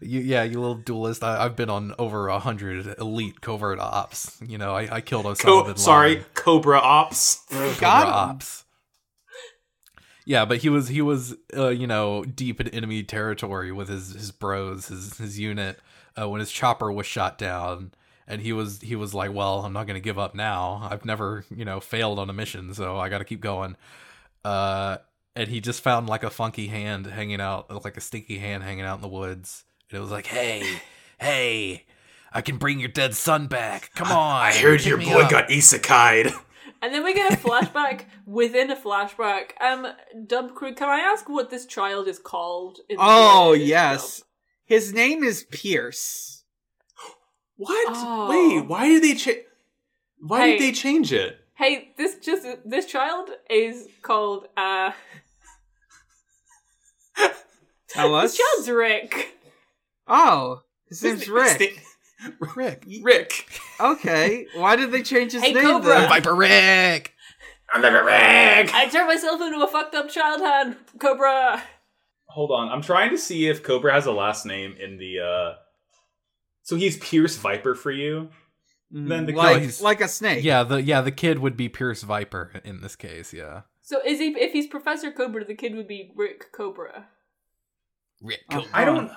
[SPEAKER 2] You, yeah, you little duelist. I, I've been on over a hundred elite covert ops. You know, I, I killed Osama
[SPEAKER 1] Co-
[SPEAKER 2] bin
[SPEAKER 1] sorry,
[SPEAKER 2] Laden.
[SPEAKER 1] Cobra Ops.
[SPEAKER 2] Covert
[SPEAKER 3] Got him.
[SPEAKER 2] ops. Yeah, but he was he was uh, you know deep in enemy territory with his his bros, his his unit uh, when his chopper was shot down, and he was he was like, well, I'm not gonna give up now. I've never you know failed on a mission, so I got to keep going. Uh, and he just found like a funky hand hanging out, like a stinky hand hanging out in the woods, and it was like, hey, hey. I can bring your dead son back. Come on.
[SPEAKER 1] I heard
[SPEAKER 2] pick
[SPEAKER 1] your
[SPEAKER 2] me
[SPEAKER 1] boy
[SPEAKER 2] up."
[SPEAKER 1] got isekai'd.
[SPEAKER 4] And then we get a flashback
[SPEAKER 3] <laughs>
[SPEAKER 4] within a flashback. Um Dub Crew, can I ask what this child is called? in the-
[SPEAKER 3] Oh,
[SPEAKER 4] in the
[SPEAKER 3] yes. His name is Pierce.
[SPEAKER 1] What?
[SPEAKER 4] Oh.
[SPEAKER 1] Wait, why did they change? Why
[SPEAKER 4] Hey.
[SPEAKER 1] did they change it?
[SPEAKER 4] Hey, this just this child is called uh
[SPEAKER 3] Tell
[SPEAKER 4] this
[SPEAKER 3] us.
[SPEAKER 4] child's Rick.
[SPEAKER 3] Oh, his name's Rick.
[SPEAKER 2] Rick.
[SPEAKER 1] Rick.
[SPEAKER 3] Okay, why did they change his
[SPEAKER 4] Hey,
[SPEAKER 3] name?
[SPEAKER 4] Cobra.
[SPEAKER 3] then?
[SPEAKER 2] Viper Rick.
[SPEAKER 1] I'm never Rick.
[SPEAKER 4] I turned myself into a fucked up child hand, Cobra.
[SPEAKER 1] Hold on, I'm trying to see if Cobra has a last name in the. uh So he's Pierce Viper for you.
[SPEAKER 3] Mm,
[SPEAKER 1] Then the-
[SPEAKER 2] No,
[SPEAKER 3] like,
[SPEAKER 2] he's-
[SPEAKER 3] like a snake.
[SPEAKER 2] Yeah, the yeah the kid would be Pierce Viper in this case. Yeah,
[SPEAKER 4] So is he if he's Professor Cobra, the kid would be Rick Cobra.
[SPEAKER 2] Rick.
[SPEAKER 3] Uh-huh.
[SPEAKER 1] I don't.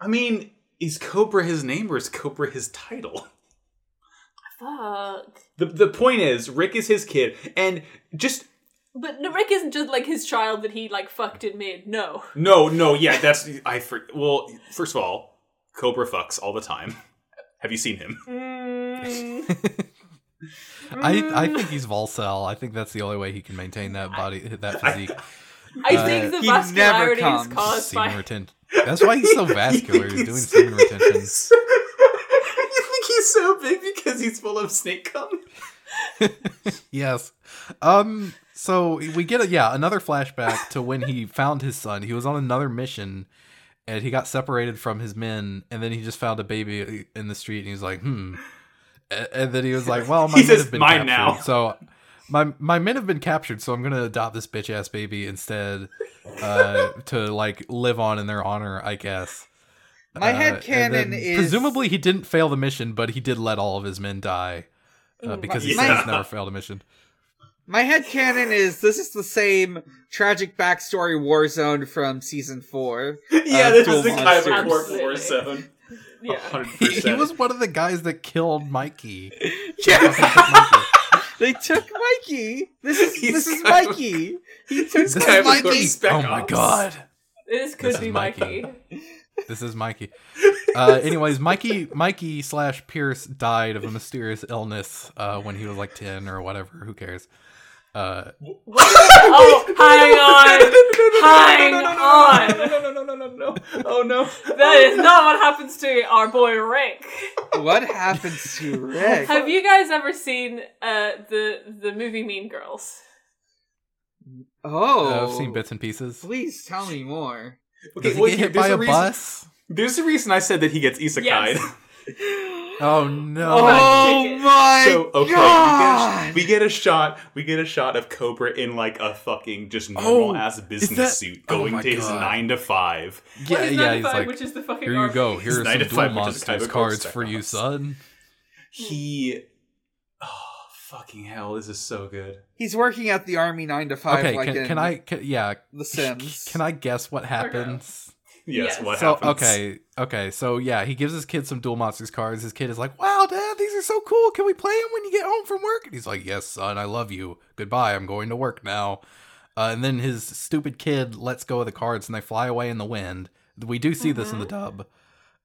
[SPEAKER 1] I mean, is Cobra his name or is Cobra his title? <laughs>
[SPEAKER 4] Fuck.
[SPEAKER 1] The the point is, Rick is his kid, and just
[SPEAKER 4] But no, Rick isn't just like his child that he like fucked and made. No.
[SPEAKER 1] no, no, yeah, that's I. For, well, first of all, Cobra fucks all the time. Have you seen him?
[SPEAKER 4] Mm,
[SPEAKER 2] I I think he's Volcel. I think that's the only way he can maintain that body, that physique.
[SPEAKER 4] I
[SPEAKER 2] Uh,
[SPEAKER 4] think the
[SPEAKER 3] He never
[SPEAKER 4] vascularity is
[SPEAKER 3] comes.
[SPEAKER 4] caused
[SPEAKER 2] Semen
[SPEAKER 4] by.
[SPEAKER 2] retention. That's why he's
[SPEAKER 1] <laughs>
[SPEAKER 2] so vascular. He's doing semen retention.
[SPEAKER 1] you think he's so big because he's full of snake cum?
[SPEAKER 2] Yes. Um. So we get a, yeah another flashback to when he <laughs> found his son. He was on another mission, and he got separated from his men, and then he just found a baby in the street, and he was like, hmm. A- And then he was like, well, my
[SPEAKER 1] He
[SPEAKER 2] men
[SPEAKER 1] says,
[SPEAKER 2] have been
[SPEAKER 1] "Mine
[SPEAKER 2] captured,
[SPEAKER 1] now."
[SPEAKER 2] so my my men have been captured, so I'm gonna adopt this bitch ass baby instead,
[SPEAKER 1] <laughs>
[SPEAKER 2] uh, to like live on in their honor, I guess.
[SPEAKER 3] My
[SPEAKER 2] Uh,
[SPEAKER 3] head
[SPEAKER 2] and
[SPEAKER 3] headcanon
[SPEAKER 2] then
[SPEAKER 3] is
[SPEAKER 2] presumably he didn't fail the mission, but he did let all of his men die uh,
[SPEAKER 4] Mm,
[SPEAKER 2] because
[SPEAKER 4] right.
[SPEAKER 2] he
[SPEAKER 3] My-
[SPEAKER 2] said he's never failed a mission.
[SPEAKER 3] My head canon is this is the same tragic backstory Warzone from season four.
[SPEAKER 1] yeah,
[SPEAKER 3] Uh,
[SPEAKER 1] this
[SPEAKER 3] cool
[SPEAKER 1] is the
[SPEAKER 3] monster.
[SPEAKER 1] Kyber Corp
[SPEAKER 4] Absolutely.
[SPEAKER 1] War 7.
[SPEAKER 4] Yeah.
[SPEAKER 1] 100%.
[SPEAKER 2] he, he was one of the guys that
[SPEAKER 1] <laughs>
[SPEAKER 2] killed Mikey.
[SPEAKER 3] Yes, <laughs> they took Mikey. This is
[SPEAKER 1] He's
[SPEAKER 3] this is
[SPEAKER 1] kind of-
[SPEAKER 3] Mikey. He took
[SPEAKER 2] This
[SPEAKER 1] Kyber
[SPEAKER 2] is
[SPEAKER 1] Corp
[SPEAKER 2] Mikey.
[SPEAKER 1] Spec
[SPEAKER 2] oh my
[SPEAKER 1] Ops.
[SPEAKER 2] god.
[SPEAKER 4] This could
[SPEAKER 2] This
[SPEAKER 4] be
[SPEAKER 2] is
[SPEAKER 4] Mikey.
[SPEAKER 2] Mikey. This is Mikey. Uh, anyways, Mikey Mikey slash Pierce died of a mysterious illness uh, when he was like ten or whatever. Who cares? Uh,
[SPEAKER 4] oh, hang on. Hang
[SPEAKER 1] No, no, no, no, no, no, no, no. Oh no.
[SPEAKER 4] That is not what happens to our boy Rick.
[SPEAKER 3] What happens to Rick?
[SPEAKER 4] Have you guys ever seen uh, the the movie Mean Girls?
[SPEAKER 2] uh,
[SPEAKER 3] Oh,
[SPEAKER 2] I've seen bits and pieces.
[SPEAKER 1] Oh.
[SPEAKER 3] Please tell me more.
[SPEAKER 1] Okay,
[SPEAKER 2] Does he
[SPEAKER 1] well,
[SPEAKER 2] get
[SPEAKER 1] here-
[SPEAKER 2] hit by
[SPEAKER 1] there's
[SPEAKER 2] a
[SPEAKER 1] reason-
[SPEAKER 2] bus?
[SPEAKER 1] There's a reason I said that he gets isekai'd. <laughs>
[SPEAKER 4] Yes.
[SPEAKER 2] Oh no.
[SPEAKER 3] Oh
[SPEAKER 4] ticket.
[SPEAKER 3] my
[SPEAKER 1] so okay, we get, a,
[SPEAKER 3] god!
[SPEAKER 1] we get a shot. We get a shot of Cobra in like a fucking just normal
[SPEAKER 2] Oh,
[SPEAKER 1] ass business
[SPEAKER 2] that-
[SPEAKER 1] suit,
[SPEAKER 2] Oh
[SPEAKER 1] going
[SPEAKER 2] my
[SPEAKER 1] to his
[SPEAKER 2] God.
[SPEAKER 1] nine to five.
[SPEAKER 2] yeah,
[SPEAKER 4] What is
[SPEAKER 2] yeah.
[SPEAKER 4] 95,
[SPEAKER 2] He's like,
[SPEAKER 4] which is the fucking
[SPEAKER 2] here you
[SPEAKER 4] RP?
[SPEAKER 2] go. Here are some
[SPEAKER 1] 95, which
[SPEAKER 2] dual
[SPEAKER 1] is kind of
[SPEAKER 2] monsters
[SPEAKER 1] a
[SPEAKER 2] cards
[SPEAKER 1] coaster
[SPEAKER 2] for you,
[SPEAKER 1] cost.
[SPEAKER 2] son.
[SPEAKER 4] Hmm.
[SPEAKER 1] He, oh fucking hell, this is so good.
[SPEAKER 3] He's working at the army nine to five.
[SPEAKER 2] Okay,
[SPEAKER 3] like
[SPEAKER 2] can,
[SPEAKER 3] in
[SPEAKER 2] can I? Can, yeah.
[SPEAKER 3] The Sims.
[SPEAKER 2] Can I guess what happens?
[SPEAKER 1] Yes,
[SPEAKER 4] Yes.
[SPEAKER 1] what
[SPEAKER 2] so
[SPEAKER 1] happens?
[SPEAKER 2] okay, okay. So yeah, he gives his kid some dual monsters cards. His kid is like, "Wow, dad, these are so cool. Can we play them when you get home from work?" And he's like, "Yes, son. I love you. Goodbye. I'm going to work now." Uh, and then his stupid kid lets go of the cards and they fly away in the wind. We do see this in the dub.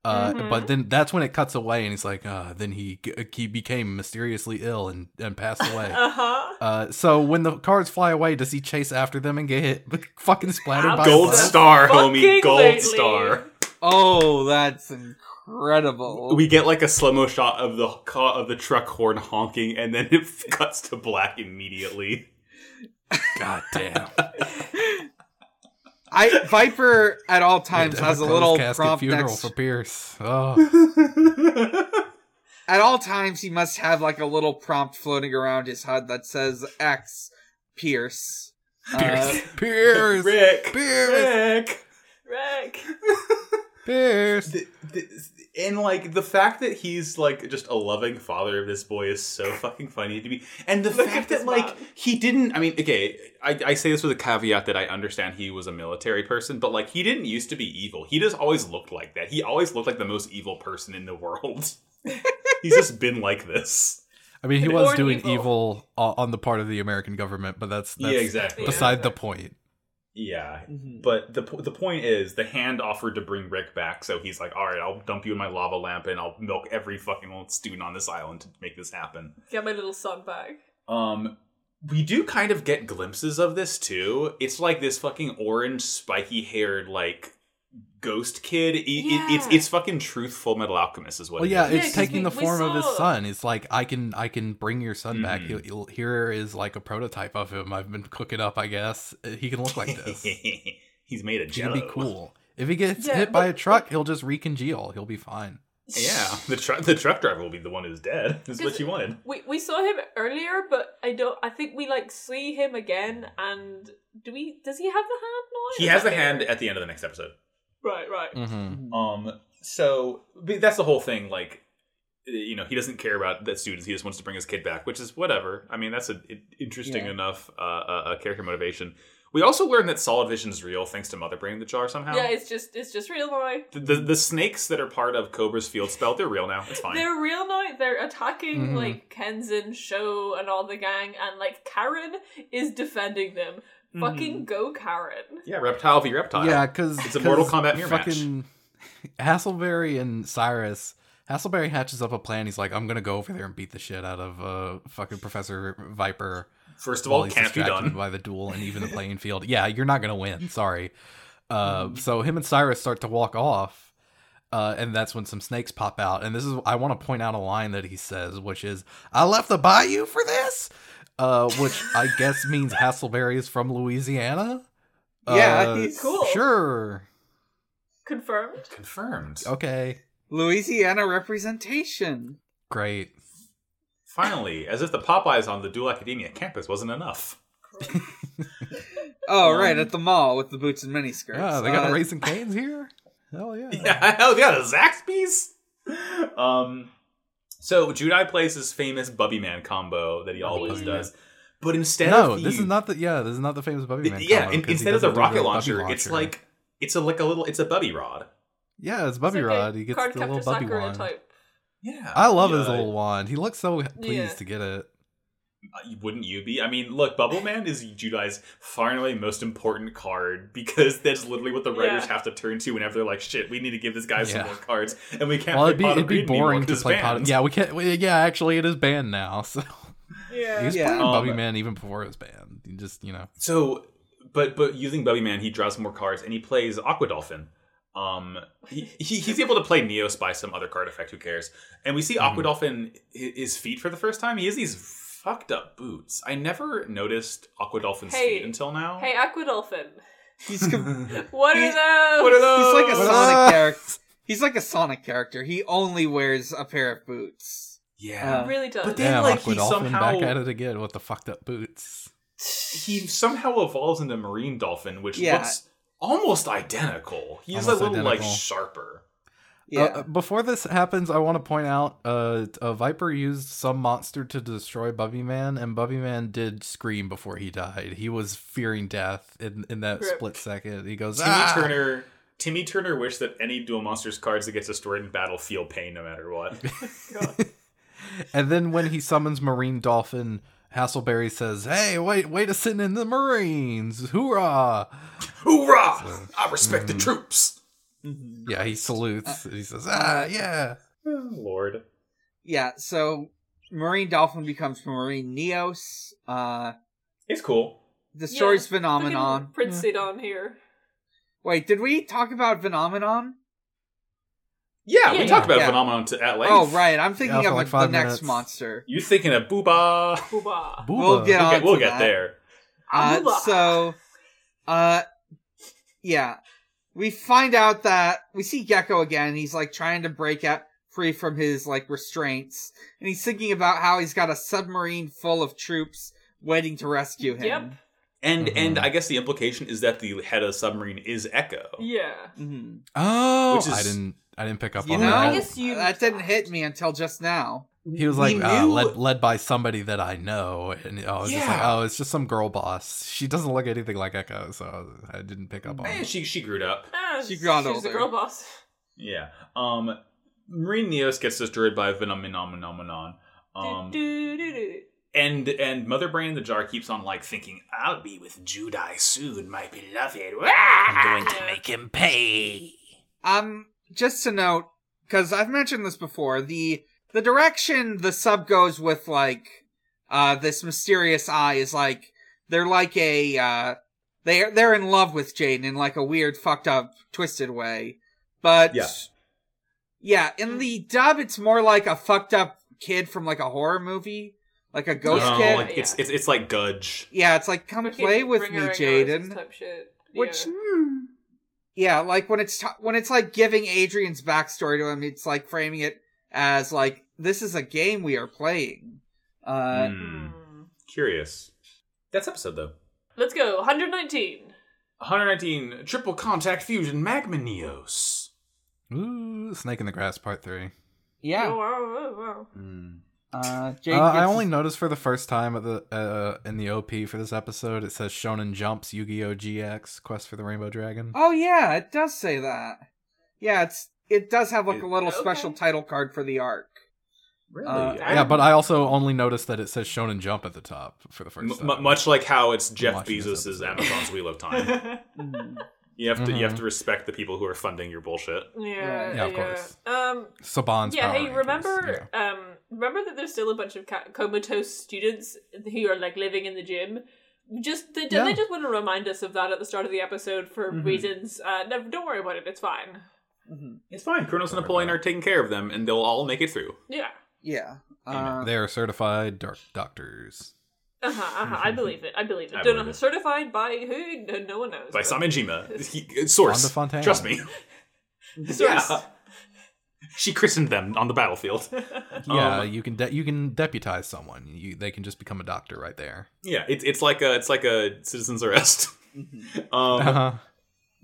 [SPEAKER 2] Uh,
[SPEAKER 4] Mhm.
[SPEAKER 2] But then that's when it cuts away, and he's like, uh, "Then he he became mysteriously ill and and passed
[SPEAKER 4] <laughs>
[SPEAKER 2] away."
[SPEAKER 4] Uh huh.
[SPEAKER 2] uh, so when the cards fly away, does he chase after them and get hit, <laughs> fucking splattered by a
[SPEAKER 1] Gold
[SPEAKER 2] bus?
[SPEAKER 4] Absolutely.
[SPEAKER 1] star,
[SPEAKER 4] Fucking
[SPEAKER 1] homie. Gold
[SPEAKER 4] lately.
[SPEAKER 1] star.
[SPEAKER 3] Oh, that's incredible.
[SPEAKER 1] We get like a slow mo shot of the ca- of the truck horn honking, and then <laughs> it cuts to black immediately.
[SPEAKER 2] God damn.
[SPEAKER 3] I Viper at all times
[SPEAKER 2] Yeah,
[SPEAKER 3] has a
[SPEAKER 2] Closed
[SPEAKER 3] little
[SPEAKER 2] casket
[SPEAKER 3] prompt
[SPEAKER 2] funeral
[SPEAKER 3] next.
[SPEAKER 2] for Pierce.
[SPEAKER 4] Uh,
[SPEAKER 2] Oh,
[SPEAKER 3] At all times, he must have like a little prompt floating around his HUD that says X Pierce. <laughs>
[SPEAKER 4] <laughs>
[SPEAKER 3] Uh,
[SPEAKER 2] Pierce,
[SPEAKER 1] Rick,
[SPEAKER 2] Pierce,
[SPEAKER 1] Rick.
[SPEAKER 4] Rick.
[SPEAKER 2] Pierce.
[SPEAKER 1] Th- th- and like the fact that he's like just a loving father of this boy is so fucking funny to me and the
[SPEAKER 4] <laughs> Look at
[SPEAKER 1] fact
[SPEAKER 4] this
[SPEAKER 1] that like
[SPEAKER 4] mom.
[SPEAKER 1] he didn't i mean okay I, I say this with a caveat that i understand he was a military person but like he didn't used to be evil he just always looked like that he always looked like the most evil person in the
[SPEAKER 4] <laughs>
[SPEAKER 1] world he's just been like this
[SPEAKER 2] I mean, he
[SPEAKER 4] Born
[SPEAKER 2] was doing
[SPEAKER 4] evil.
[SPEAKER 2] evil, o- on the part of the American government, but that's, that's
[SPEAKER 1] yeah exactly
[SPEAKER 2] beside the point.
[SPEAKER 1] yeah
[SPEAKER 3] mhm.
[SPEAKER 1] but the, po- the point is the hand offered to bring rick back so he's like all right i'll dump you in my lava lamp and i'll milk every fucking old student on this island to make this happen
[SPEAKER 4] Get my little son back.
[SPEAKER 1] Um, we do kind of get glimpses of this too. It's like this fucking orange, spiky-haired like ghost kid. It- it- it's
[SPEAKER 4] Yeah.
[SPEAKER 1] it's fucking truth. Full Metal Alchemist is what.
[SPEAKER 2] Well,
[SPEAKER 1] it
[SPEAKER 2] yeah,
[SPEAKER 1] is.
[SPEAKER 4] Yeah,
[SPEAKER 2] it's
[SPEAKER 4] 'cause
[SPEAKER 2] taking
[SPEAKER 4] we-
[SPEAKER 2] the
[SPEAKER 4] we
[SPEAKER 2] form of
[SPEAKER 4] saw- Mm.
[SPEAKER 2] his son. It's like I can, I can bring your son back.
[SPEAKER 1] Mhm.
[SPEAKER 2] He'll, he'll, here is like a prototype of him. I've been cooking up. I guess Uh, he can look
[SPEAKER 4] <laughs>
[SPEAKER 2] like this.
[SPEAKER 1] <laughs> He's made a
[SPEAKER 2] He's
[SPEAKER 1] jello.
[SPEAKER 2] gonna be cool. If he gets
[SPEAKER 4] Yeah,
[SPEAKER 2] hit by
[SPEAKER 4] but-
[SPEAKER 2] a truck, he'll just recongeal. He'll be fine.
[SPEAKER 1] Yeah, the truck the truck driver will be the one who's dead. <laughs> Is what
[SPEAKER 4] Does-
[SPEAKER 1] you wanted.
[SPEAKER 4] We we saw him earlier, but I don't. I think we like see him again, and do we? Does he have the hand now?
[SPEAKER 1] He
[SPEAKER 4] Is
[SPEAKER 1] has
[SPEAKER 4] that
[SPEAKER 1] the hand
[SPEAKER 4] there?
[SPEAKER 1] at the end of the next episode.
[SPEAKER 4] Right, right.
[SPEAKER 2] Mm-hmm.
[SPEAKER 1] Um, so but that's the whole thing. Like, you know, he doesn't care about that students. He just wants to bring his kid back, which is whatever. I mean, that's an interesting
[SPEAKER 3] Yeah.
[SPEAKER 1] enough uh, uh, uh, character motivation. We also learned that solid vision is real thanks to Mother Brain the jar somehow.
[SPEAKER 4] Yeah, it's just it's just real now.
[SPEAKER 1] the, the the snakes that are part of Cobra's field spell they're real now. It's fine.
[SPEAKER 4] They're real now. They're attacking
[SPEAKER 2] Mhm.
[SPEAKER 4] like Kenzin, Sho, and all the gang, and like Karen is defending them.
[SPEAKER 2] Mm-hmm.
[SPEAKER 1] Mhm.
[SPEAKER 4] Fucking go, Karen!
[SPEAKER 1] yeah, reptile v reptile.
[SPEAKER 2] Yeah, because
[SPEAKER 1] It's a Mortal Kombat mirror match.
[SPEAKER 2] fucking Hasselberry and Cyrus. Hasselberry hatches up a plan. He's like, I'm gonna go over there and beat the shit out of uh, fucking Professor Viper.
[SPEAKER 1] First of
[SPEAKER 2] while
[SPEAKER 1] all,
[SPEAKER 2] he's
[SPEAKER 1] can't be
[SPEAKER 2] distracted
[SPEAKER 1] done.
[SPEAKER 2] by the duel and even the playing field. Yeah, you're not gonna win. Sorry. Uh, so him and Cyrus start to walk off, uh, and that's when some snakes pop out. And this is I want to point out a line that he says, which is, "I left the bayou for this," uh, which I
[SPEAKER 1] <laughs>
[SPEAKER 2] guess means Hasselberry is from Louisiana.
[SPEAKER 3] Yeah,
[SPEAKER 2] Uh,
[SPEAKER 3] he's
[SPEAKER 4] Cool.
[SPEAKER 2] Sure.
[SPEAKER 4] Confirmed.
[SPEAKER 1] Confirmed.
[SPEAKER 2] Okay.
[SPEAKER 3] Louisiana representation.
[SPEAKER 2] Great.
[SPEAKER 1] Finally, as if the Popeyes on the Dual Academia campus wasn't enough.
[SPEAKER 3] Oh,
[SPEAKER 1] Um,
[SPEAKER 3] right, at the mall with the boots and miniskirts.
[SPEAKER 2] Yeah, they got
[SPEAKER 1] <laughs>
[SPEAKER 3] Uh,
[SPEAKER 2] raisin canes here. Hell yeah.
[SPEAKER 1] Yeah, <laughs> hell yeah, the Zaxby's. Um, so Judai plays his famous Bubby Man combo that he always
[SPEAKER 2] Bubby
[SPEAKER 1] does, but instead
[SPEAKER 2] No,
[SPEAKER 1] of the,
[SPEAKER 2] this is not the yeah. This is not the famous Bubby Man.
[SPEAKER 1] yeah,
[SPEAKER 2] combo,
[SPEAKER 1] in-
[SPEAKER 2] 'cause he
[SPEAKER 1] instead of the
[SPEAKER 2] doesn't do
[SPEAKER 1] rocket
[SPEAKER 2] Bubby
[SPEAKER 1] launcher, it's like it's a like a little it's a Bubby rod.
[SPEAKER 2] yeah, it's Bubby
[SPEAKER 4] It's like a
[SPEAKER 2] Rod. He gets
[SPEAKER 4] card
[SPEAKER 2] the little
[SPEAKER 4] captor
[SPEAKER 2] Bubby
[SPEAKER 4] Sakura
[SPEAKER 2] wand.
[SPEAKER 4] type.
[SPEAKER 1] Yeah,
[SPEAKER 2] I love
[SPEAKER 1] yeah,
[SPEAKER 2] his little wand. He looks so pleased
[SPEAKER 4] Yeah.
[SPEAKER 2] to get it.
[SPEAKER 1] uh, Wouldn't you be? I mean, look, Bubble Man is Judai's far and away most important card <laughs> because that's literally what the writers
[SPEAKER 4] Yeah.
[SPEAKER 1] have to turn to whenever they're like, "Shit, we need to give this guy some
[SPEAKER 2] Yeah.
[SPEAKER 1] more cards," and we can't.
[SPEAKER 2] well,
[SPEAKER 1] play
[SPEAKER 2] it'd be
[SPEAKER 1] Pot of
[SPEAKER 2] it'd be
[SPEAKER 1] Greed anymore
[SPEAKER 2] boring
[SPEAKER 1] 'cause
[SPEAKER 2] to
[SPEAKER 1] it's
[SPEAKER 2] play
[SPEAKER 1] banned.
[SPEAKER 2] pot. Yeah, we can't. we- yeah, actually, it is banned now. <laughs> So he
[SPEAKER 4] Yeah.
[SPEAKER 2] was
[SPEAKER 3] Yeah.
[SPEAKER 2] playing
[SPEAKER 1] Um,
[SPEAKER 2] Bubby Man even before it was banned. He just you know.
[SPEAKER 1] So, but but using Bubby Man, he draws more cards and he plays Aqua Dolphin. Um, he, he he's able to play Neos by some other card effect. Who cares? And we see Aqua
[SPEAKER 2] Mhm.
[SPEAKER 1] Dolphin hi- his feet for the first time. He has these fucked up boots. I never noticed Aqua Dolphin's
[SPEAKER 4] Hey.
[SPEAKER 1] feet until now.
[SPEAKER 4] Hey, Aquadolphin.
[SPEAKER 3] He's, com-
[SPEAKER 4] What are
[SPEAKER 3] He-
[SPEAKER 4] those?
[SPEAKER 1] What are
[SPEAKER 3] he's like
[SPEAKER 2] <laughs>
[SPEAKER 3] a
[SPEAKER 1] those?
[SPEAKER 2] Uh,
[SPEAKER 3] Sonic character. He's like a Sonic character. He only wears a pair of boots.
[SPEAKER 1] <laughs> Yeah.
[SPEAKER 3] Uh,
[SPEAKER 4] really does.
[SPEAKER 1] But then,
[SPEAKER 2] Damn,
[SPEAKER 1] like, he
[SPEAKER 2] Aqua Dolphin
[SPEAKER 1] somehow-
[SPEAKER 2] back at it again with the fucked up boots.
[SPEAKER 1] he somehow evolves into marine dolphin, which
[SPEAKER 3] Yeah.
[SPEAKER 1] looks almost identical. He's
[SPEAKER 2] Almost
[SPEAKER 1] a little like
[SPEAKER 2] identical.
[SPEAKER 1] sharper.
[SPEAKER 3] Yeah.
[SPEAKER 2] Uh, before this happens, I want to point out uh, uh, Viper used some monster to destroy Bubby Man, and Bubby Man did scream before he died. He was fearing death in, in that
[SPEAKER 4] Rip.
[SPEAKER 2] split second. He goes,
[SPEAKER 1] Timmy
[SPEAKER 2] ah!
[SPEAKER 1] Turner. Timmy Turner wished that any Duel Monsters cards that gets destroyed in battle feel pain no matter what.
[SPEAKER 2] <laughs> And then when he summons Marine Dolphin, Hasselberry says, Hey, wait, wait a sitting in the Marines. Hoorah.
[SPEAKER 1] Hoorah! I respect the troops. Mm-hmm.
[SPEAKER 2] Yeah, he salutes.
[SPEAKER 1] Uh,
[SPEAKER 2] and he says, Ah, yeah.
[SPEAKER 1] Oh, Lord.
[SPEAKER 3] yeah. So Marine Dolphin becomes Marine Neos. Uh,
[SPEAKER 1] It's cool.
[SPEAKER 3] destroys
[SPEAKER 4] Look
[SPEAKER 3] Phenomenon.
[SPEAKER 4] at Prince Sidon here.
[SPEAKER 3] Wait, did we talk about Phenomenon?
[SPEAKER 1] Yeah, we
[SPEAKER 4] Yeah,
[SPEAKER 1] talked
[SPEAKER 4] yeah,
[SPEAKER 1] about
[SPEAKER 3] yeah.
[SPEAKER 1] phenomenon to at length.
[SPEAKER 3] Oh, right. I'm thinking
[SPEAKER 2] Yeah, for
[SPEAKER 3] of
[SPEAKER 2] like
[SPEAKER 3] the
[SPEAKER 2] five
[SPEAKER 3] next
[SPEAKER 2] minutes.
[SPEAKER 3] monster.
[SPEAKER 1] You're thinking of Booba.
[SPEAKER 2] Booba.
[SPEAKER 4] Booba.
[SPEAKER 3] We'll get on.
[SPEAKER 1] Okay, we'll
[SPEAKER 3] to
[SPEAKER 1] get
[SPEAKER 3] that.
[SPEAKER 1] there.
[SPEAKER 3] Uh,
[SPEAKER 4] Aruba.
[SPEAKER 3] so, uh, yeah, we find out that we see Gecko again. He's like trying to break out free from his like restraints, and he's thinking about how he's got a submarine full of troops waiting to rescue him.
[SPEAKER 4] Yep.
[SPEAKER 1] And
[SPEAKER 2] Mhm.
[SPEAKER 1] and I guess the implication is that the head of the submarine is Echo.
[SPEAKER 4] Yeah.
[SPEAKER 3] hmm
[SPEAKER 2] Oh,
[SPEAKER 1] Which is-
[SPEAKER 2] I didn't. I didn't pick up
[SPEAKER 3] You
[SPEAKER 2] on
[SPEAKER 3] know,
[SPEAKER 4] I
[SPEAKER 2] that.
[SPEAKER 4] guess you.
[SPEAKER 3] that didn't hit me until just now.
[SPEAKER 2] He was
[SPEAKER 1] We
[SPEAKER 2] like uh,
[SPEAKER 1] knew-
[SPEAKER 2] led led by somebody that I know, and I was just like,
[SPEAKER 1] Yeah.
[SPEAKER 2] oh, it's just some girl boss. She doesn't look anything like Echo, so I didn't pick up on.
[SPEAKER 1] Man,
[SPEAKER 2] it.
[SPEAKER 1] she she grew up.
[SPEAKER 4] Ah,
[SPEAKER 3] She got
[SPEAKER 4] she's the
[SPEAKER 3] older.
[SPEAKER 4] girl boss.
[SPEAKER 1] Yeah. Um, Marine Neos gets destroyed by Phenomenon. Um,
[SPEAKER 4] do, do, do,
[SPEAKER 1] and and Mother Brain in the jar keeps on like thinking, "I'll be with Judai soon, my beloved." I'm
[SPEAKER 4] going to make
[SPEAKER 1] him pay.
[SPEAKER 3] Um, just to note, because I've mentioned this before, the the direction the sub goes with like uh this mysterious eye is like they're like a uh they're they're in love with Jaden in like a weird fucked up twisted way. But
[SPEAKER 1] Yeah.
[SPEAKER 3] yeah,
[SPEAKER 4] Hmm.
[SPEAKER 3] in the dub it's more like a fucked up kid from like a horror movie. Like a ghost
[SPEAKER 1] no,
[SPEAKER 3] kid.
[SPEAKER 1] Oh, like, it's it's it's like Gudge.
[SPEAKER 3] yeah, it's like come
[SPEAKER 4] do.
[SPEAKER 3] play
[SPEAKER 4] Kid
[SPEAKER 3] with me,
[SPEAKER 4] Ringer Ringer is
[SPEAKER 3] Jaden.
[SPEAKER 4] this type shit.
[SPEAKER 3] Which- hmm.
[SPEAKER 4] Yeah.
[SPEAKER 3] Yeah, like when it's t- when it's like giving Adrian's backstory to him, it's like framing it as like this is a game we are playing. Uh,
[SPEAKER 1] Hmm.
[SPEAKER 4] Hmm.
[SPEAKER 1] Curious. That's episode though.
[SPEAKER 4] Let's go. 119.
[SPEAKER 1] 119 triple contact fusion magma Neos.
[SPEAKER 2] Ooh, Snake in the Grass Part Three.
[SPEAKER 3] Yeah,
[SPEAKER 4] Oh, wow, wow,
[SPEAKER 2] Hmm.
[SPEAKER 3] uh, Jade
[SPEAKER 2] Uh, I
[SPEAKER 3] gets-
[SPEAKER 2] only noticed for the first time at the uh, in the OP for this episode, it says Shonen Jump's Yu-Gi-Oh! GX Quest for the Rainbow Dragon.
[SPEAKER 3] Oh yeah, it does say that. Yeah, it's it does have like a little
[SPEAKER 4] Okay.
[SPEAKER 3] special title card for the arc.
[SPEAKER 1] Really?
[SPEAKER 3] Uh,
[SPEAKER 1] I
[SPEAKER 2] yeah, but I also only noticed that it says Shonen Jump at the top for the first
[SPEAKER 1] M-
[SPEAKER 2] time.
[SPEAKER 1] m- much like how it's Jeff
[SPEAKER 2] watching this
[SPEAKER 1] Bezos's
[SPEAKER 2] episode.
[SPEAKER 1] Amazon's Wheel of Time. <laughs>
[SPEAKER 4] wow.
[SPEAKER 1] You have to you have
[SPEAKER 2] Mhm.
[SPEAKER 1] to respect the people who are funding your bullshit.
[SPEAKER 4] <laughs> yeah,
[SPEAKER 2] Yeah, of course.
[SPEAKER 4] Um,
[SPEAKER 2] Saban's
[SPEAKER 4] yeah,
[SPEAKER 2] Power
[SPEAKER 4] hey,
[SPEAKER 2] Rangers,
[SPEAKER 4] remember, um, remember that there's still a bunch of ca- comatose students who are like living in the gym. Just they,
[SPEAKER 2] Yeah. Mm-hmm.
[SPEAKER 4] they just want to remind us of that at the start of the episode for
[SPEAKER 3] Mhm.
[SPEAKER 4] reasons. Uh, never, don't worry about it. It's fine.
[SPEAKER 3] Mhm.
[SPEAKER 1] It's fine. Kronos and Napoleon are taking care of them, and they'll all make it through.
[SPEAKER 4] Yeah.
[SPEAKER 3] Yeah,
[SPEAKER 2] yeah.
[SPEAKER 3] uh,
[SPEAKER 2] They are certified dark doctors.
[SPEAKER 4] Uh huh. Uh-huh.
[SPEAKER 2] Mm-hmm.
[SPEAKER 4] I believe it. I believe it.
[SPEAKER 1] I
[SPEAKER 4] Don't
[SPEAKER 1] believe
[SPEAKER 4] know.
[SPEAKER 1] it.
[SPEAKER 4] Certified by who? No, no one knows.
[SPEAKER 1] By
[SPEAKER 4] but-
[SPEAKER 1] Samejima. He, source.
[SPEAKER 2] Fonda Fontaine.
[SPEAKER 1] Trust <laughs> me.
[SPEAKER 4] Source.
[SPEAKER 1] Yeah. She christened them on the battlefield.
[SPEAKER 2] Yeah,
[SPEAKER 1] Um,
[SPEAKER 2] you can de- you can deputize someone. You they can just become a doctor right there.
[SPEAKER 1] yeah, it's it's like a it's like a citizen's arrest. <laughs> Um,
[SPEAKER 2] Uh-huh.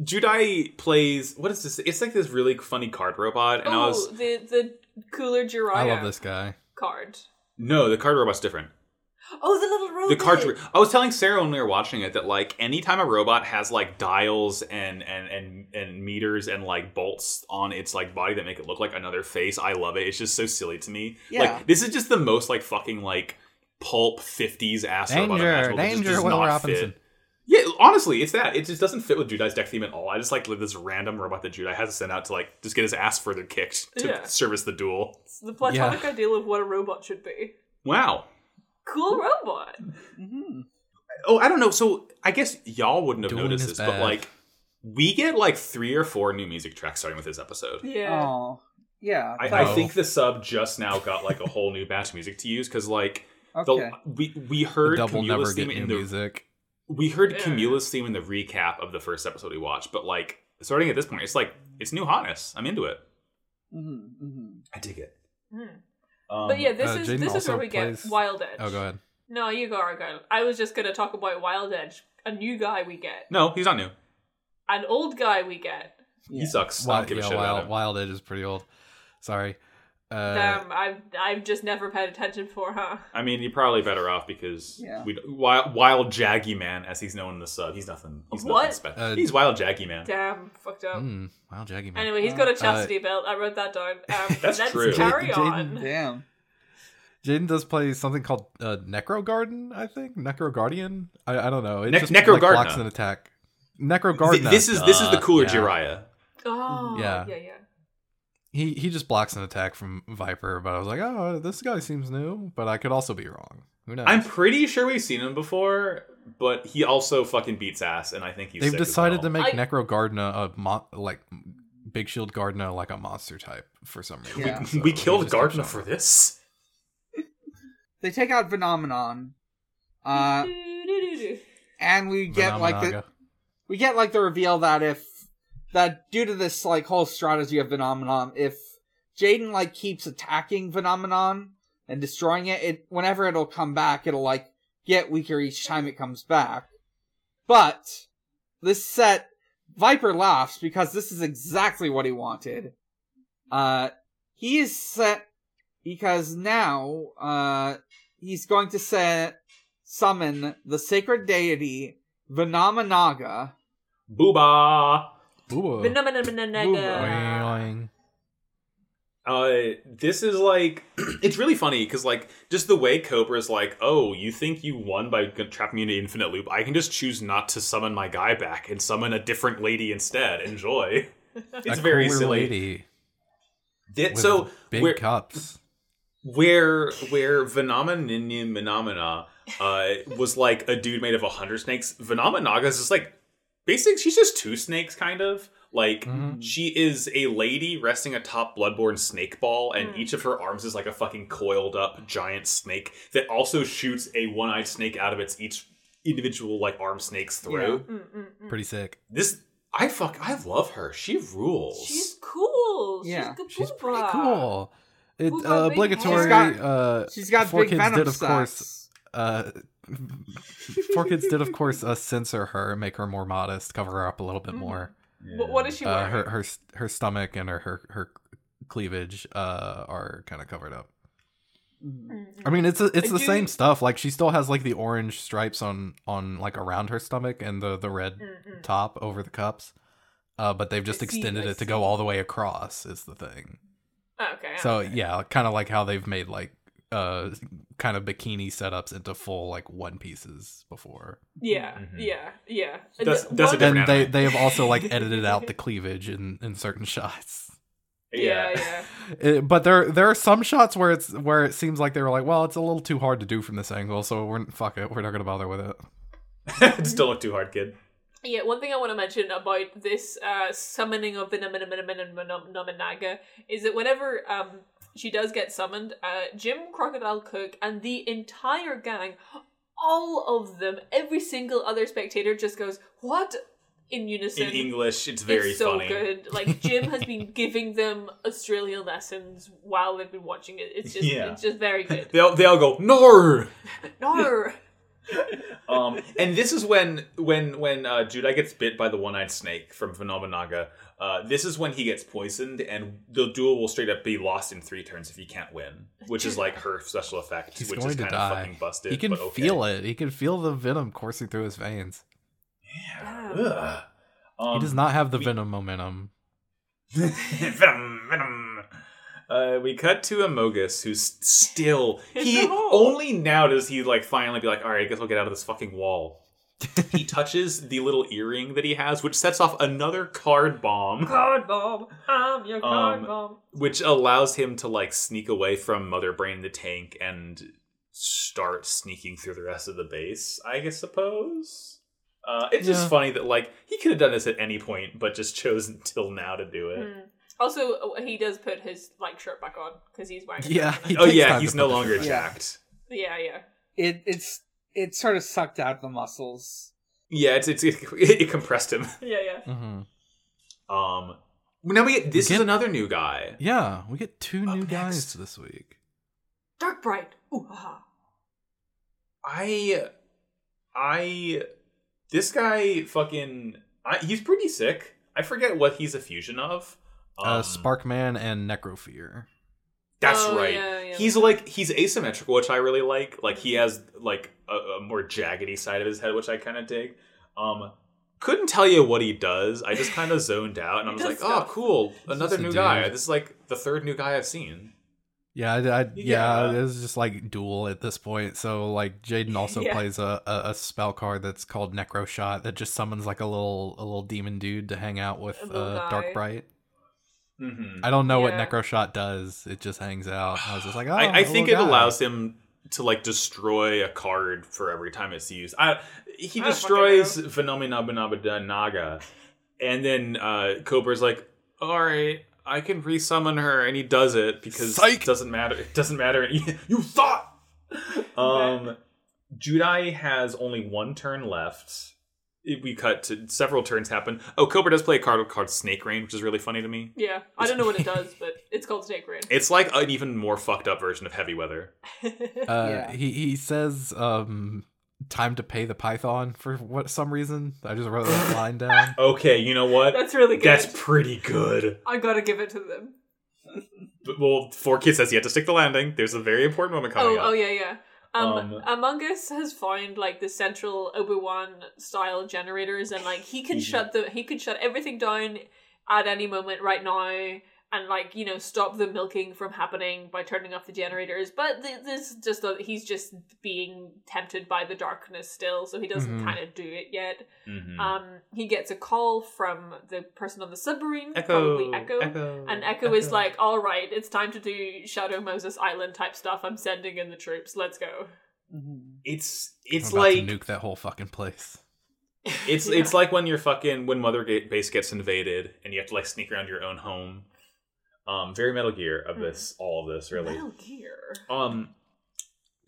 [SPEAKER 1] Judai plays what is this? It's like this really funny card robot, and I
[SPEAKER 4] oh,
[SPEAKER 1] was
[SPEAKER 4] the the cooler Jiraiya
[SPEAKER 2] I love this guy.
[SPEAKER 4] card.
[SPEAKER 1] no, the card robot's different.
[SPEAKER 4] Oh, the little robot.
[SPEAKER 1] the cards were- i was telling sarah when we were watching it that like anytime a robot has like dials and and and and meters and like bolts on its like body that make it look like another face i love it it's just so silly to me
[SPEAKER 3] Yeah.
[SPEAKER 1] like this is just the most like fucking like pulp 50s ass robot
[SPEAKER 2] Danger,
[SPEAKER 1] imaginable. It just
[SPEAKER 2] danger,
[SPEAKER 1] does
[SPEAKER 2] Will
[SPEAKER 1] not
[SPEAKER 2] Robinson.
[SPEAKER 1] fit. yeah honestly it's that it just doesn't fit with judai's deck theme at all i just like this random robot that judai has to send out to like just get his ass further kicked to
[SPEAKER 4] Yeah.
[SPEAKER 1] service the duel
[SPEAKER 4] It's the
[SPEAKER 2] <laughs>
[SPEAKER 4] platonic ideal of what a robot should be.
[SPEAKER 1] wow
[SPEAKER 4] Cool robot.
[SPEAKER 3] mhm.
[SPEAKER 1] Oh, I don't know. So I guess y'all wouldn't have
[SPEAKER 2] Dueling
[SPEAKER 1] noticed this,
[SPEAKER 2] is
[SPEAKER 1] but
[SPEAKER 2] bad.
[SPEAKER 1] like we get like three or four new music tracks starting with this episode.
[SPEAKER 4] Yeah.
[SPEAKER 3] Aw. yeah.
[SPEAKER 1] I,
[SPEAKER 2] Wow.
[SPEAKER 1] I think the sub just now got like a whole new batch of music to use because like
[SPEAKER 3] okay.
[SPEAKER 1] the we we
[SPEAKER 2] The
[SPEAKER 1] heard
[SPEAKER 2] double never
[SPEAKER 1] Camula's
[SPEAKER 2] get
[SPEAKER 1] theme
[SPEAKER 2] new
[SPEAKER 1] in the
[SPEAKER 2] music.
[SPEAKER 1] we heard
[SPEAKER 4] Yeah.
[SPEAKER 1] Camula's theme in the recap of the first episode we watched, but like starting at this point, it's like it's new hotness. I'm into it.
[SPEAKER 3] Mm-hmm, mm-hmm.
[SPEAKER 1] I dig it.
[SPEAKER 4] Hmm.
[SPEAKER 1] Um,
[SPEAKER 4] but yeah, this
[SPEAKER 2] uh,
[SPEAKER 4] is
[SPEAKER 2] Jaden
[SPEAKER 4] this is where
[SPEAKER 2] also
[SPEAKER 4] we
[SPEAKER 2] plays-
[SPEAKER 4] get Wild Edge.
[SPEAKER 2] Oh, go ahead.
[SPEAKER 4] No, you go, Argyle. I was just gonna talk about Wild Edge, a new guy we get,
[SPEAKER 1] No, he's not new.
[SPEAKER 4] an old guy we get.
[SPEAKER 1] He
[SPEAKER 3] Yeah.
[SPEAKER 1] sucks. I
[SPEAKER 2] Wild,
[SPEAKER 1] don't give a
[SPEAKER 2] yeah,
[SPEAKER 1] shit about
[SPEAKER 2] Wild,
[SPEAKER 1] him.
[SPEAKER 2] Wild Edge is pretty old. Sorry. Uh,
[SPEAKER 4] Damn, I've I've just never paid attention for, huh?
[SPEAKER 1] I mean, you're probably better off because
[SPEAKER 3] Yeah.
[SPEAKER 1] we wild, wild Jaggy Man, as he's known in the sub, he's nothing. He's nothing
[SPEAKER 4] What?
[SPEAKER 1] special.
[SPEAKER 2] Uh,
[SPEAKER 1] he's Wild Jaggy Man.
[SPEAKER 4] Damn, fucked up.
[SPEAKER 2] mm, Wild Jaggy Man.
[SPEAKER 4] Anyway, he's got a chastity belt. I wrote that down. Um,
[SPEAKER 1] <laughs> That's
[SPEAKER 4] let's
[SPEAKER 1] true.
[SPEAKER 4] Carry
[SPEAKER 2] Jaden-
[SPEAKER 4] on.
[SPEAKER 3] Damn.
[SPEAKER 2] Jaden does play something called uh, Necro Garden, I think. Necro Guardian? I, I don't know. It
[SPEAKER 1] Nec-
[SPEAKER 2] just
[SPEAKER 1] Necro
[SPEAKER 2] like, blocks
[SPEAKER 1] Gardener.
[SPEAKER 2] an attack. Necro
[SPEAKER 1] Th-
[SPEAKER 2] Garden.
[SPEAKER 1] this is this is the cooler
[SPEAKER 2] yeah.
[SPEAKER 1] Jiraiya.
[SPEAKER 4] Oh,
[SPEAKER 2] Yeah.
[SPEAKER 4] yeah, yeah.
[SPEAKER 2] He, he just blocks an attack from Viper, but I was like, oh, this guy seems new, but I could also be wrong. Who knows?
[SPEAKER 1] I'm pretty sure we've seen him before, but he also fucking beats ass, and I think he's.
[SPEAKER 2] They've
[SPEAKER 1] sick
[SPEAKER 2] decided
[SPEAKER 1] as
[SPEAKER 2] to
[SPEAKER 1] well.
[SPEAKER 2] make
[SPEAKER 4] I-
[SPEAKER 2] Necro Gardener a mo- like Big Shield Gardener like a monster type for some reason.
[SPEAKER 3] Yeah.
[SPEAKER 2] So
[SPEAKER 1] we
[SPEAKER 2] he
[SPEAKER 1] killed
[SPEAKER 2] just kept
[SPEAKER 1] Gardner
[SPEAKER 2] showing
[SPEAKER 1] for
[SPEAKER 2] up.
[SPEAKER 1] this.
[SPEAKER 3] They take out Phenomenon, <laughs> uh,
[SPEAKER 4] Doo-doo-doo-doo.
[SPEAKER 3] and we get like the
[SPEAKER 2] Phenomenaga.
[SPEAKER 3] we get like the reveal that if that due to this like whole strategy of Phenomenon, if Jaden like keeps attacking Phenomenon and destroying it, it whenever it'll come back, it'll like get weaker each time it comes back. But this set Viper laughs because this is exactly what he wanted. Uh he is set because now uh he's going to set summon the sacred deity Venomanaga.
[SPEAKER 1] Booba.
[SPEAKER 2] Ooh. uh,
[SPEAKER 4] Banana-banana-naga.
[SPEAKER 2] Boing.
[SPEAKER 1] Uh, this is like <clears throat> it's really funny because like just the way Cobra's like, oh, you think you won by g- trapping me in an infinite loop? I can just choose not to summon my guy back and summon a different lady instead. Enjoy. <laughs> It's
[SPEAKER 2] A
[SPEAKER 1] very
[SPEAKER 2] cooler
[SPEAKER 1] silly.
[SPEAKER 2] lady
[SPEAKER 1] Thi-
[SPEAKER 2] with
[SPEAKER 1] so
[SPEAKER 2] big
[SPEAKER 1] we're-
[SPEAKER 2] cups.
[SPEAKER 1] where where Venominium Phenomena uh, was like a dude made of a hundred snakes, Venomenaga's is just like basic. She's just two snakes, kind of. Like
[SPEAKER 2] Mhm.
[SPEAKER 1] she is a lady resting atop Bloodborne snake ball, and
[SPEAKER 4] Mm.
[SPEAKER 1] each of her arms is like a fucking coiled up giant snake that also shoots a one eyed snake out of its each individual like arm snake's throat.
[SPEAKER 4] Mm, mm, mm.
[SPEAKER 2] Pretty sick.
[SPEAKER 1] This I fuck I love her. She rules.
[SPEAKER 4] She's cool.
[SPEAKER 3] Yeah.
[SPEAKER 4] she's,
[SPEAKER 2] She's
[SPEAKER 4] kaboomba.
[SPEAKER 2] pretty cool. It,
[SPEAKER 4] Who got
[SPEAKER 2] uh,
[SPEAKER 4] big
[SPEAKER 2] obligatory.
[SPEAKER 3] hands?
[SPEAKER 2] uh,
[SPEAKER 3] She's got
[SPEAKER 2] Four
[SPEAKER 3] big
[SPEAKER 2] Kids
[SPEAKER 3] venom
[SPEAKER 2] did, of course,
[SPEAKER 3] sacks.
[SPEAKER 2] uh, four kids
[SPEAKER 3] <laughs>
[SPEAKER 2] did, of course, uh, censor her, make her more modest, cover her up a little bit
[SPEAKER 4] Mhm.
[SPEAKER 2] more.
[SPEAKER 4] What, what is she
[SPEAKER 2] Uh,
[SPEAKER 4] wearing?
[SPEAKER 2] her her s- her stomach and her her, her cleavage uh, are kind of covered up.
[SPEAKER 3] Mhm.
[SPEAKER 4] Mm, mm.
[SPEAKER 2] I mean, it's a, it's
[SPEAKER 4] I
[SPEAKER 2] the
[SPEAKER 4] do-
[SPEAKER 2] same stuff. Like she still has like the orange stripes on on like around her stomach and the the red
[SPEAKER 4] Mm, mm.
[SPEAKER 2] top over the cups. Uh, but they've just
[SPEAKER 4] I see,
[SPEAKER 2] extended
[SPEAKER 4] I
[SPEAKER 2] it to
[SPEAKER 4] see.
[SPEAKER 2] go all the way across is the thing.
[SPEAKER 4] Oh, okay. yeah.
[SPEAKER 2] So yeah, kind of like how they've made like uh kind of bikini setups into full like one pieces before.
[SPEAKER 4] yeah,
[SPEAKER 1] Mhm.
[SPEAKER 4] yeah, yeah.
[SPEAKER 1] That's-
[SPEAKER 4] And
[SPEAKER 1] that's a
[SPEAKER 4] one-
[SPEAKER 1] different
[SPEAKER 2] And they
[SPEAKER 1] anime.
[SPEAKER 2] they have also
[SPEAKER 4] <laughs>
[SPEAKER 2] like edited out the cleavage in in certain shots.
[SPEAKER 4] Yeah, yeah.
[SPEAKER 2] It, but there there are some shots where it's where it seems like they were like, well, it's a little too hard to do from this angle, so we're fuck it, we're not gonna bother with it.
[SPEAKER 1] <laughs> Just don't look too hard, kid.
[SPEAKER 4] Yeah, one thing I want to mention about this uh, summoning of the Nominaga is that whenever um, she does get summoned, uh, Jim, Crocodile Cook, and the entire gang, all of them, every single other spectator just goes, What? in unison.
[SPEAKER 1] In English, it's very
[SPEAKER 4] it's so
[SPEAKER 1] funny.
[SPEAKER 4] good. Like Jim has been giving them Australian lessons while they've been watching it. It's just
[SPEAKER 1] Yeah.
[SPEAKER 4] it's just very good.
[SPEAKER 1] They all, they all go, Nar!
[SPEAKER 4] No.
[SPEAKER 1] um, and this is when when when uh, Judai gets bit by the one-eyed snake from Phenomenaga. Uh, this is when he gets poisoned, and the duel will straight up be lost in three turns if he can't win, which is like her special effect,
[SPEAKER 2] He's
[SPEAKER 1] which
[SPEAKER 2] going
[SPEAKER 1] is
[SPEAKER 2] to
[SPEAKER 1] kind
[SPEAKER 2] die.
[SPEAKER 1] of fucking busted.
[SPEAKER 2] He can
[SPEAKER 1] but okay.
[SPEAKER 2] feel it. He can feel the venom coursing through his veins.
[SPEAKER 4] Damn.
[SPEAKER 1] Ugh. Um,
[SPEAKER 2] he does not have the
[SPEAKER 1] we-
[SPEAKER 2] venom momentum.
[SPEAKER 1] venom, venom. Uh, we cut to Amogus, who's still he
[SPEAKER 4] No.
[SPEAKER 1] only now does he like finally be like, all right, I guess I'll get out of this fucking
[SPEAKER 2] <laughs>
[SPEAKER 1] wall. he touches the little earring that he has, which sets off another card bomb,
[SPEAKER 4] Card bomb. I'm your card
[SPEAKER 1] Um,
[SPEAKER 4] bomb.
[SPEAKER 1] which allows him to like sneak away from Mother Brain the tank and start sneaking through the rest of the base. I guess suppose. Uh, it's
[SPEAKER 2] Yeah.
[SPEAKER 1] just funny that like he could have done this at any point, but just chose until now to do it.
[SPEAKER 4] Mm. Also, uh, he does put his like shirt back on because he's wearing. it.
[SPEAKER 2] Yeah. he
[SPEAKER 1] oh
[SPEAKER 2] takes
[SPEAKER 1] yeah,
[SPEAKER 2] time
[SPEAKER 1] he's
[SPEAKER 2] to
[SPEAKER 1] no
[SPEAKER 2] put the
[SPEAKER 1] longer
[SPEAKER 2] shirt on.
[SPEAKER 3] Yeah.
[SPEAKER 1] jacked.
[SPEAKER 4] <laughs> yeah, yeah.
[SPEAKER 3] It it's it sort of sucked out the muscles.
[SPEAKER 1] <laughs>
[SPEAKER 2] Mm-hmm.
[SPEAKER 1] Yeah, it's, it's it, it compressed him.
[SPEAKER 4] Yeah, yeah.
[SPEAKER 2] Mhm.
[SPEAKER 1] Um, Now we get this
[SPEAKER 2] Get-
[SPEAKER 1] is another new guy.
[SPEAKER 2] Yeah, we get two
[SPEAKER 1] Up
[SPEAKER 2] new
[SPEAKER 1] next.
[SPEAKER 2] guys this week.
[SPEAKER 4] Dark Bright. Ooh, haha.
[SPEAKER 1] I, I, this guy fucking. I, he's pretty sick. I forget what he's a fusion of.
[SPEAKER 2] uh,
[SPEAKER 1] Um,
[SPEAKER 2] Sparkman and Necrofear.
[SPEAKER 1] That's
[SPEAKER 4] Oh,
[SPEAKER 1] right.
[SPEAKER 4] yeah, yeah.
[SPEAKER 1] He's like he's asymmetrical, which I really like. Like he has like a, a more jaggedy side of his head, which I kind of dig. Um, couldn't tell you what he does. I just kind of zoned out, and I
[SPEAKER 4] <laughs> He
[SPEAKER 1] was
[SPEAKER 4] does
[SPEAKER 1] like,
[SPEAKER 4] stuff.
[SPEAKER 1] "Oh, cool, another
[SPEAKER 2] just a
[SPEAKER 1] new
[SPEAKER 2] dude.
[SPEAKER 1] guy." This is like the third new guy I've seen.
[SPEAKER 2] Yeah, I, I, yeah,
[SPEAKER 1] Yeah.
[SPEAKER 2] it was just like dual at this point. So like Jaden also
[SPEAKER 4] Yeah.
[SPEAKER 2] plays a, a, a spell card that's called Necro Shot that just summons like a little a little demon dude to hang out with
[SPEAKER 4] A little
[SPEAKER 2] uh,
[SPEAKER 4] guy.
[SPEAKER 2] Dark Bright.
[SPEAKER 1] Mm-hmm.
[SPEAKER 2] I don't know
[SPEAKER 4] Yeah.
[SPEAKER 2] what Necro Shot does. It just hangs out. I was just like,
[SPEAKER 1] <sighs>
[SPEAKER 2] oh,
[SPEAKER 1] I, I think
[SPEAKER 2] a
[SPEAKER 1] it
[SPEAKER 2] little guy.
[SPEAKER 1] allows him to like destroy a card for every time it's used. I, he
[SPEAKER 4] I don't
[SPEAKER 1] destroys Phenomena Banabada Naga, and then uh, Cobra's like, "All right, I can resummon her," and he does it because
[SPEAKER 2] Psych!
[SPEAKER 1] it doesn't matter. It doesn't matter. <laughs> you thought. Um, Judai has only one turn left. If We cut to several turns happen. Oh, Cobra does play a card called Snake Rain, which is really funny to me.
[SPEAKER 4] Yeah, I don't know what it does, but it's called Snake Rain. <laughs>
[SPEAKER 1] It's like an even more fucked up version of Heavy Weather.
[SPEAKER 4] <laughs>
[SPEAKER 2] Uh,
[SPEAKER 3] Yeah.
[SPEAKER 2] He he says, um, time to pay the Python for what some reason. I just wrote that line down.
[SPEAKER 1] Okay, you know what?
[SPEAKER 4] That's really good.
[SPEAKER 1] That's pretty good.
[SPEAKER 4] I gotta give it to them.
[SPEAKER 1] But, well, four kids has yet to stick the landing. There's a very important moment
[SPEAKER 4] Oh,
[SPEAKER 1] coming
[SPEAKER 4] oh
[SPEAKER 1] up.
[SPEAKER 4] yeah, yeah. Um,
[SPEAKER 1] Um,
[SPEAKER 4] Among Us has found like the central Obi-Wan style generators, and like
[SPEAKER 1] <laughs>
[SPEAKER 4] he can
[SPEAKER 1] Mhm.
[SPEAKER 4] shut the he can shut everything down at any moment right now, and like you know stop the milking from happening by turning off the generators. But th- this is just the, he's just being tempted by the darkness still, so he doesn't
[SPEAKER 1] Mm-hmm.
[SPEAKER 2] Mhm.
[SPEAKER 4] kind of do it yet.
[SPEAKER 1] Mhm.
[SPEAKER 4] Um, he gets a call from the person on the submarine,
[SPEAKER 1] Echo,
[SPEAKER 4] probably Echo. And
[SPEAKER 1] Oh,
[SPEAKER 4] Echo is like, all right, it's time to do Shadow Moses Island type stuff. I'm sending in the troops. Let's go. <laughs>
[SPEAKER 3] Mm-hmm.
[SPEAKER 1] it's
[SPEAKER 2] I'm
[SPEAKER 1] it's
[SPEAKER 2] about
[SPEAKER 1] like
[SPEAKER 2] to nuke that whole fucking place.
[SPEAKER 1] it's
[SPEAKER 4] Yeah.
[SPEAKER 1] it's like when you're fucking when Mother Ga- Base gets invaded and you have to like sneak around your own home. Um, very Metal Gear of
[SPEAKER 4] Mhm.
[SPEAKER 1] this, all of this really.
[SPEAKER 4] Metal Gear.
[SPEAKER 1] Um,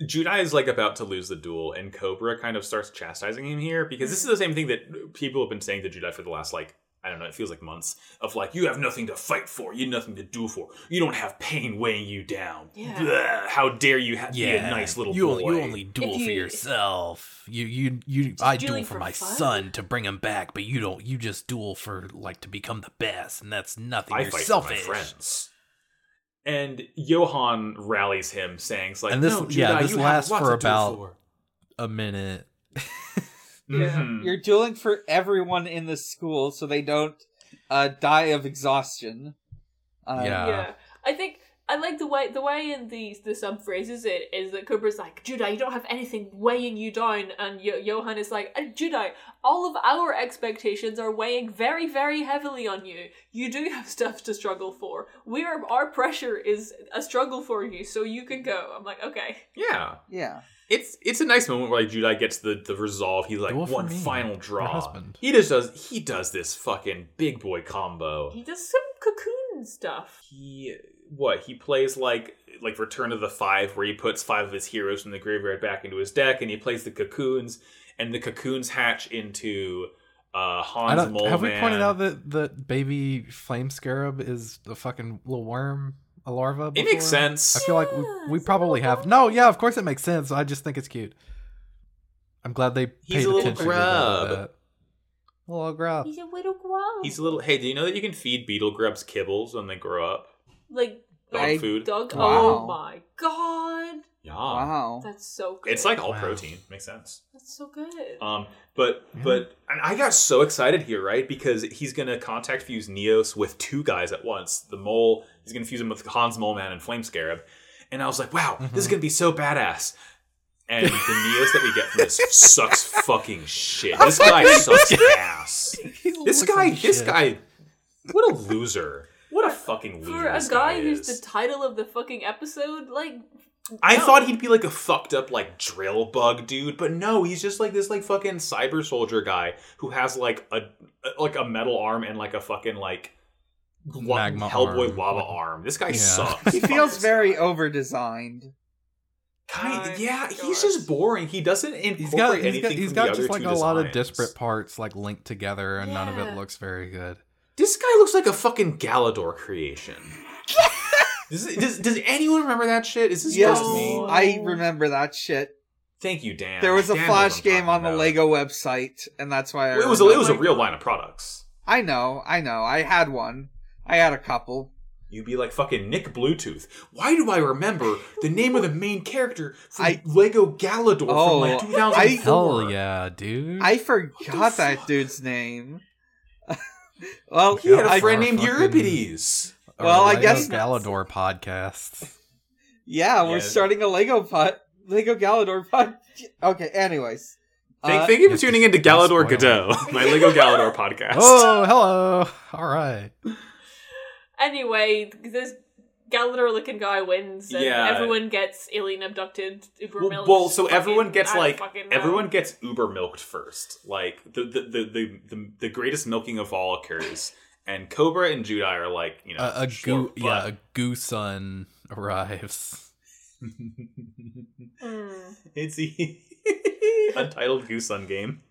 [SPEAKER 1] Judai is like about to lose the duel, and Cobra kind of starts chastising him here because this is the same thing that people have been saying to Judai for the last like I don't know, it feels like months of like you have nothing to fight for, you have nothing to do for, you don't have pain weighing you down.
[SPEAKER 4] Yeah.
[SPEAKER 1] Blah, how dare you ha- be a nice little
[SPEAKER 2] you,
[SPEAKER 1] boy?
[SPEAKER 2] You only duel for
[SPEAKER 4] you-
[SPEAKER 2] yourself. You you you. I
[SPEAKER 4] dueling
[SPEAKER 2] duel for
[SPEAKER 4] for
[SPEAKER 2] my
[SPEAKER 4] fun?
[SPEAKER 2] son to bring him back, but you don't. You just duel for like to become the best, and that's nothing.
[SPEAKER 1] I
[SPEAKER 2] You're
[SPEAKER 1] fight
[SPEAKER 2] selfish.
[SPEAKER 1] for my friends. And Johan rallies him, saying, it's "Like
[SPEAKER 2] And this-
[SPEAKER 1] no, Judai,
[SPEAKER 2] yeah, this
[SPEAKER 1] you have
[SPEAKER 2] lasts
[SPEAKER 1] lots
[SPEAKER 2] for
[SPEAKER 1] to do
[SPEAKER 2] about-
[SPEAKER 1] for."
[SPEAKER 2] A minute. <laughs>
[SPEAKER 4] Uh,
[SPEAKER 3] Yeah.
[SPEAKER 1] Mhm.
[SPEAKER 3] You're dueling for everyone in the school so they don't uh, die of exhaustion. Um,
[SPEAKER 2] Yeah. Uh,
[SPEAKER 4] yeah, I think I like the way the way in the the sub phrases it is that Cobra's like, Judai, you don't have anything weighing you down, and Yo- Johan is like, "Uh, Judai, all of our expectations are weighing very very heavily on you. You do have stuff to struggle for. We're our pressure is a struggle for you, so you can go. I'm like, okay,
[SPEAKER 1] yeah.
[SPEAKER 3] Yeah.
[SPEAKER 1] It's it's a nice moment where like Judai gets the the resolve. He's like
[SPEAKER 2] Do it for
[SPEAKER 1] one
[SPEAKER 2] me,
[SPEAKER 1] final draw.
[SPEAKER 2] your husband."
[SPEAKER 1] He just does he does this fucking big boy combo.
[SPEAKER 4] he does some cocoon stuff.
[SPEAKER 1] He what he plays like like Return of the Five, where he puts five of his heroes from the graveyard back into his deck, and he plays the cocoons, and the cocoons hatch into uh
[SPEAKER 2] I
[SPEAKER 1] Hans
[SPEAKER 2] don't,
[SPEAKER 1] Mole
[SPEAKER 2] have we
[SPEAKER 1] Man.
[SPEAKER 2] pointed out that that baby flame scarab is a fucking little worm, a larva?
[SPEAKER 1] it
[SPEAKER 2] Before?
[SPEAKER 1] makes sense.
[SPEAKER 2] I feel like we,
[SPEAKER 4] Yeah,
[SPEAKER 2] we
[SPEAKER 4] it's a
[SPEAKER 2] probably
[SPEAKER 4] little
[SPEAKER 2] have. No, yeah, of course it makes sense. I just think it's cute. I'm glad they
[SPEAKER 1] He's
[SPEAKER 2] paid
[SPEAKER 1] a little
[SPEAKER 2] attention to
[SPEAKER 1] grub.
[SPEAKER 2] that. A little grub.
[SPEAKER 4] He's a little guau.
[SPEAKER 1] He's a little. Hey, do you know that you can feed beetle grubs kibbles when they grow up?
[SPEAKER 4] like
[SPEAKER 1] Dog
[SPEAKER 3] I-
[SPEAKER 1] food.
[SPEAKER 4] Doug.
[SPEAKER 3] Wow.
[SPEAKER 4] Oh my god,
[SPEAKER 1] yeah,
[SPEAKER 3] Wow.
[SPEAKER 4] that's so good.
[SPEAKER 1] it's like all
[SPEAKER 2] Wow.
[SPEAKER 1] protein. Makes sense.
[SPEAKER 4] that's so good.
[SPEAKER 1] Um, but
[SPEAKER 2] Yeah.
[SPEAKER 1] but and I got so excited here, right? Because he's gonna contact fuse Neos with two guys at once. The mole, he's gonna fuse him with Hans Mole Man and Flame Scarab, and I was like, wow, this is
[SPEAKER 2] Mhm.
[SPEAKER 1] gonna be so badass. And the Neos that we get from this sucks fucking shit. This guy sucks ass. This guy, this guy, what a loser. What a fucking loser.
[SPEAKER 4] For a
[SPEAKER 1] this
[SPEAKER 4] guy
[SPEAKER 1] is.
[SPEAKER 4] who's the title of the fucking episode, like
[SPEAKER 1] I
[SPEAKER 4] No.
[SPEAKER 1] thought he'd be like a fucked up like drill bug dude, but no, he's just like this like fucking cyber soldier guy who has like a like a metal arm and like a fucking like wa-
[SPEAKER 2] Magma
[SPEAKER 1] Hellboy
[SPEAKER 2] arm.
[SPEAKER 1] lava arm. This guy
[SPEAKER 2] Yeah.
[SPEAKER 1] sucks.
[SPEAKER 3] He feels very overdesigned.
[SPEAKER 1] kind.
[SPEAKER 4] Oh my
[SPEAKER 1] yeah, he's
[SPEAKER 4] gosh.
[SPEAKER 1] just boring. He doesn't incorporate
[SPEAKER 2] He's got, he's
[SPEAKER 1] anything.
[SPEAKER 2] got,
[SPEAKER 1] from
[SPEAKER 2] he's
[SPEAKER 1] the
[SPEAKER 2] got
[SPEAKER 1] other
[SPEAKER 2] just like
[SPEAKER 1] two
[SPEAKER 2] a lot of
[SPEAKER 1] designs.
[SPEAKER 2] disparate parts like linked together, and none of
[SPEAKER 4] Yeah.
[SPEAKER 2] it looks very good.
[SPEAKER 1] This guy looks like a fucking Galador
[SPEAKER 3] <laughs>
[SPEAKER 1] creation. does, does, does anyone remember that shit? Is this
[SPEAKER 3] Yes,
[SPEAKER 1] just me?
[SPEAKER 3] I remember that shit.
[SPEAKER 1] Thank you, Dan.
[SPEAKER 3] There was a
[SPEAKER 1] Dan knows what
[SPEAKER 3] flash
[SPEAKER 1] I'm
[SPEAKER 3] game
[SPEAKER 1] talking
[SPEAKER 3] on the
[SPEAKER 1] about.
[SPEAKER 3] Lego website, and that's why I.
[SPEAKER 1] It was a,
[SPEAKER 3] remember.
[SPEAKER 1] it was a real line of products.
[SPEAKER 3] I know, I know. I had one. I had a couple.
[SPEAKER 1] You'd be like fucking Nick Bluetooth. Why do I remember the name of the main character from
[SPEAKER 3] I-
[SPEAKER 1] Lego Galador
[SPEAKER 3] Oh,
[SPEAKER 1] from like 2004?
[SPEAKER 3] I-
[SPEAKER 2] Hell yeah, dude.
[SPEAKER 3] I
[SPEAKER 1] What
[SPEAKER 3] forgot
[SPEAKER 1] the
[SPEAKER 3] that
[SPEAKER 1] fuck?
[SPEAKER 3] dude's name. <laughs> well,
[SPEAKER 1] He had a
[SPEAKER 3] I-
[SPEAKER 1] friend named
[SPEAKER 2] fucking-
[SPEAKER 1] Euripides.
[SPEAKER 2] A
[SPEAKER 3] well, I
[SPEAKER 2] Lego
[SPEAKER 3] guess-
[SPEAKER 1] <laughs>
[SPEAKER 2] Galador podcast.
[SPEAKER 3] yeah, we're
[SPEAKER 1] Yeah.
[SPEAKER 3] starting a Lego pot, Lego Galador pot. <laughs> Okay, anyways.
[SPEAKER 1] Thank,
[SPEAKER 3] Uh,
[SPEAKER 1] thank you for
[SPEAKER 2] Yes,
[SPEAKER 1] tuning in to
[SPEAKER 2] yes,
[SPEAKER 1] Galador
[SPEAKER 2] spoiler.
[SPEAKER 1] Godot, <laughs> my Lego Galador podcast.
[SPEAKER 2] Oh, hello. All right.
[SPEAKER 4] Anyway, this Galador looking guy wins, and
[SPEAKER 1] Yeah.
[SPEAKER 4] everyone gets alien abducted, uber
[SPEAKER 1] Well,
[SPEAKER 4] milked,
[SPEAKER 1] well, so
[SPEAKER 4] fucking-
[SPEAKER 1] everyone gets
[SPEAKER 4] I don't
[SPEAKER 1] like
[SPEAKER 4] fucking know.
[SPEAKER 1] everyone gets uber milked first. Like the the, the the the the greatest milking of all occurs, and Cobra and Judai are like you know
[SPEAKER 2] A, a
[SPEAKER 1] short,
[SPEAKER 2] goo,
[SPEAKER 1] but-
[SPEAKER 2] yeah, a goo son arrives. <laughs>
[SPEAKER 1] <laughs>
[SPEAKER 4] Mm.
[SPEAKER 1] it's a untitled Goose Sun game.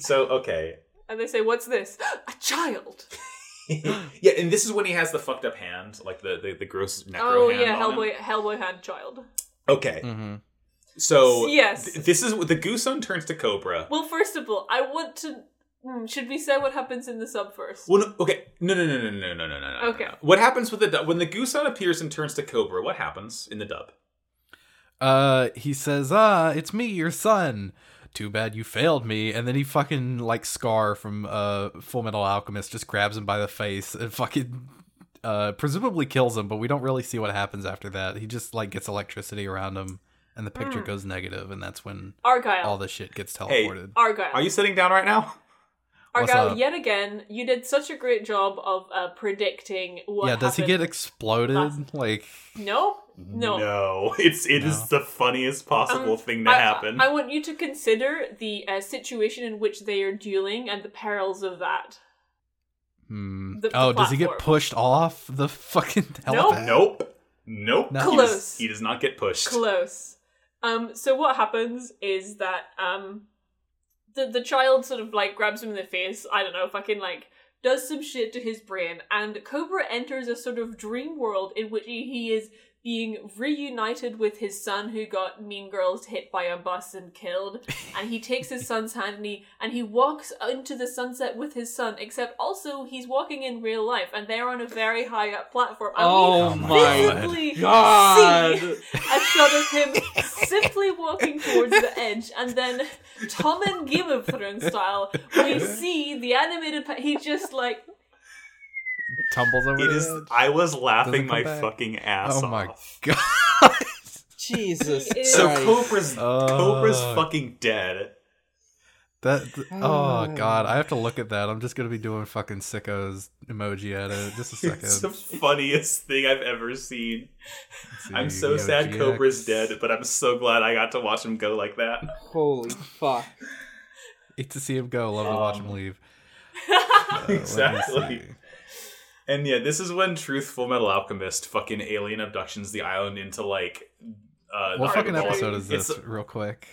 [SPEAKER 1] So okay,
[SPEAKER 4] And they say, "What's this? a child."
[SPEAKER 1] yeah, and this is when he has the fucked up hand, like the the, the gross necro
[SPEAKER 4] Oh
[SPEAKER 1] hand.
[SPEAKER 4] yeah,
[SPEAKER 1] on him.
[SPEAKER 4] Hellboy, Hellboy hand child.
[SPEAKER 1] Okay,
[SPEAKER 2] Mhm.
[SPEAKER 1] so
[SPEAKER 4] Yes.
[SPEAKER 1] th- this is the Goose Sun turns to Cobra.
[SPEAKER 4] Well, first of all, I want to. Hmm, should we say what happens in the sub first?
[SPEAKER 1] Well, no, okay, no, no, no, no, no, no, no, no. no,
[SPEAKER 4] Okay.
[SPEAKER 1] no. What happens with the dub when the goose out appears and turns to Cobra? What happens in the dub?
[SPEAKER 2] Uh, he says, "Ah, it's me, your son. Too bad you failed me." And then he fucking like Scar from uh Full Metal Alchemist just grabs him by the face and <laughs> fucking uh presumably kills him, but we don't really see what happens after that. He just like gets electricity around him, and the picture
[SPEAKER 4] Mm.
[SPEAKER 2] goes negative, and that's when
[SPEAKER 4] Argyle.
[SPEAKER 2] all the shit gets
[SPEAKER 1] Hey.
[SPEAKER 2] teleported.
[SPEAKER 4] Argyle.
[SPEAKER 1] Are you sitting down right now?
[SPEAKER 2] What's
[SPEAKER 4] Argyle,
[SPEAKER 2] up?
[SPEAKER 4] yet again, you did such a great job of uh, predicting what.
[SPEAKER 2] yeah, does he get
[SPEAKER 4] happened.
[SPEAKER 2] exploded?
[SPEAKER 4] last-
[SPEAKER 2] Like,
[SPEAKER 4] No, no.
[SPEAKER 1] no. It's it is
[SPEAKER 2] No.
[SPEAKER 1] the funniest possible
[SPEAKER 4] Um,
[SPEAKER 1] thing to
[SPEAKER 4] I-
[SPEAKER 1] happen.
[SPEAKER 4] I, I want you to consider the uh, situation in which they are dueling and the perils of that.
[SPEAKER 2] hmm.
[SPEAKER 4] The- the
[SPEAKER 2] oh, does he get
[SPEAKER 4] platform.
[SPEAKER 2] pushed off the <laughs> fucking
[SPEAKER 4] Nope.
[SPEAKER 2] telepath?
[SPEAKER 1] nope. Nope.
[SPEAKER 2] No.
[SPEAKER 1] He, does,
[SPEAKER 4] Close.
[SPEAKER 1] he does not get pushed.
[SPEAKER 4] Close. Um, so what happens is that um, the the child sort of like grabs him in the face. I don't know, fucking like does some shit to his brain, and Cobra enters a sort of dream world in which he, he is being reunited with his son who got mean girls hit by a bus and killed and he takes his son's hand and he, and he walks into the sunset with his son except also he's walking in real life and they're on a very high up platform and we
[SPEAKER 3] oh
[SPEAKER 2] Oh my
[SPEAKER 3] my <laughs>
[SPEAKER 4] visibly
[SPEAKER 3] god.
[SPEAKER 4] see a shot of him simply walking towards the edge, and then Tom and Game of Thrones style, we see the animated. Pa- he just like
[SPEAKER 2] Tumbles over.
[SPEAKER 1] It
[SPEAKER 2] the
[SPEAKER 1] is
[SPEAKER 2] edge.
[SPEAKER 1] I was
[SPEAKER 2] Doesn't
[SPEAKER 1] laughing
[SPEAKER 2] come
[SPEAKER 1] my
[SPEAKER 2] back.
[SPEAKER 1] fucking ass
[SPEAKER 2] Oh my
[SPEAKER 1] off.
[SPEAKER 2] god.
[SPEAKER 4] <laughs>
[SPEAKER 3] Jesus
[SPEAKER 4] He is-
[SPEAKER 1] So
[SPEAKER 3] Christ.
[SPEAKER 1] Cobra's
[SPEAKER 2] Uh.
[SPEAKER 1] Cobra's fucking dead.
[SPEAKER 2] That th- oh
[SPEAKER 3] Oh.
[SPEAKER 2] god, I have to look at that. I'm just gonna be doing fucking sickos emoji at it. Just
[SPEAKER 1] <laughs>
[SPEAKER 2] a second.
[SPEAKER 1] It's the funniest thing I've ever seen.
[SPEAKER 2] Let's
[SPEAKER 1] I'm
[SPEAKER 2] see,
[SPEAKER 1] so sad
[SPEAKER 2] EOGX.
[SPEAKER 1] Cobra's dead, but I'm so glad I got to watch him go like that.
[SPEAKER 3] Holy fuck.
[SPEAKER 2] Hate to see him go. Love to watch him
[SPEAKER 1] Um, <laughs>
[SPEAKER 2] leave. Uh, let me
[SPEAKER 1] exactly.
[SPEAKER 2] see.
[SPEAKER 1] And yeah, this is when Truthful Metal Alchemist fucking alien abductions the island into like uh
[SPEAKER 2] What
[SPEAKER 1] Dragon
[SPEAKER 2] fucking
[SPEAKER 1] Ball.
[SPEAKER 2] episode is this?
[SPEAKER 1] It's
[SPEAKER 2] Real quick.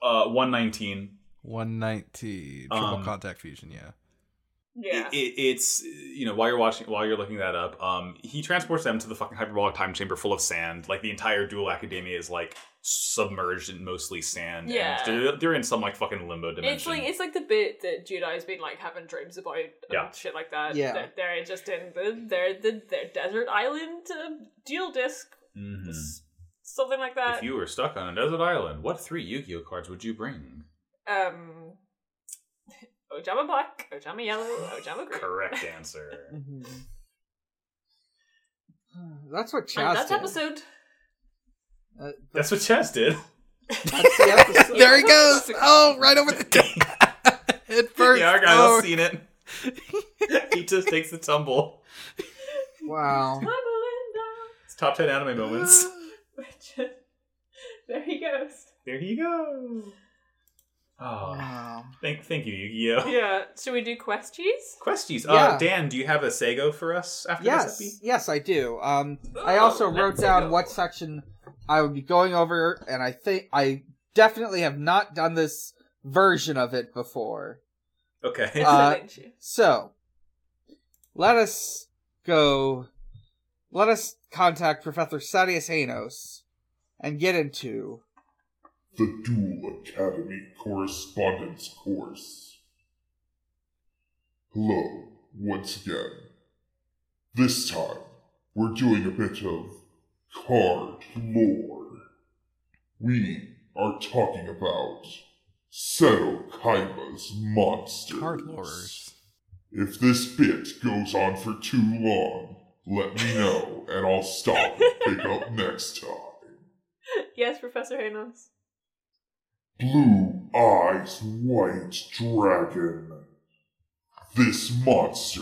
[SPEAKER 1] uh 119.
[SPEAKER 2] 190 triple
[SPEAKER 1] Um,
[SPEAKER 2] contact fusion. Yeah.
[SPEAKER 4] yeah.
[SPEAKER 1] It, it, it's you know, while you're watching while you're looking that up, um he transports them to the fucking hyperbolic time chamber full of sand. Like the entire dual academia is like submerged in mostly sand. and
[SPEAKER 4] Yeah.
[SPEAKER 1] they're, they're in some like fucking limbo dimension.
[SPEAKER 4] It's like it's like the bit that Judai's been like having dreams about and
[SPEAKER 1] Yeah.
[SPEAKER 4] shit like that.
[SPEAKER 3] Yeah.
[SPEAKER 4] They're, they're just in the their the their desert island uh, dual disc,
[SPEAKER 1] Mhm.
[SPEAKER 4] s- something like that.
[SPEAKER 1] If you were stuck on a desert island, what three Yu-Gi-Oh cards would you bring?
[SPEAKER 4] Um, Ojama black, Ojama yellow, Ojama green. <laughs>
[SPEAKER 1] Correct answer.
[SPEAKER 3] Mhm. That's what Chaz
[SPEAKER 4] And that's
[SPEAKER 3] did.
[SPEAKER 4] episode.
[SPEAKER 1] <laughs>
[SPEAKER 3] Uh,
[SPEAKER 1] That's what Chess did.
[SPEAKER 3] that's the episode.
[SPEAKER 2] There
[SPEAKER 1] <laughs>
[SPEAKER 2] he goes. Oh, right over the top. It first.
[SPEAKER 1] Yeah, Argyle's
[SPEAKER 2] Oh.
[SPEAKER 1] seen it. <laughs> he just takes the tumble. <laughs>
[SPEAKER 3] Wow.
[SPEAKER 4] Hi, <laughs> Belinda.
[SPEAKER 1] It's top 10 anime
[SPEAKER 2] <gasps>
[SPEAKER 1] moments.
[SPEAKER 4] <laughs> there he goes.
[SPEAKER 1] there you go. Oh,
[SPEAKER 3] Wow.
[SPEAKER 1] thank, thank you, Yu-Gi-Oh.
[SPEAKER 4] Yeah. Should we do questies?
[SPEAKER 1] Questies.
[SPEAKER 3] Yeah.
[SPEAKER 1] Uh, Dan, do you have a Sego for us after
[SPEAKER 3] Yes,
[SPEAKER 1] this
[SPEAKER 3] yes, I do. Um, I also
[SPEAKER 1] Ooh,
[SPEAKER 3] wrote
[SPEAKER 1] let's
[SPEAKER 3] down
[SPEAKER 1] go.
[SPEAKER 3] what section I would be going over, and I think I definitely have not done this version of it before.
[SPEAKER 1] Okay.
[SPEAKER 3] Uh,
[SPEAKER 4] Excellent.
[SPEAKER 3] So, let us go. Let us contact Professor Sadius Hanos and get into.
[SPEAKER 5] The Dual Academy Correspondence Course. Hello, once again. This time, we're doing a bit of card lore. We are talking about Seto Kaima's monsters.
[SPEAKER 1] <laughs>
[SPEAKER 2] Card lords.
[SPEAKER 5] If this bit goes on for too long, let me know and I'll stop and pick up next time.
[SPEAKER 4] yes, Professor Haynos.
[SPEAKER 5] Blue Eyes White Dragon. This monster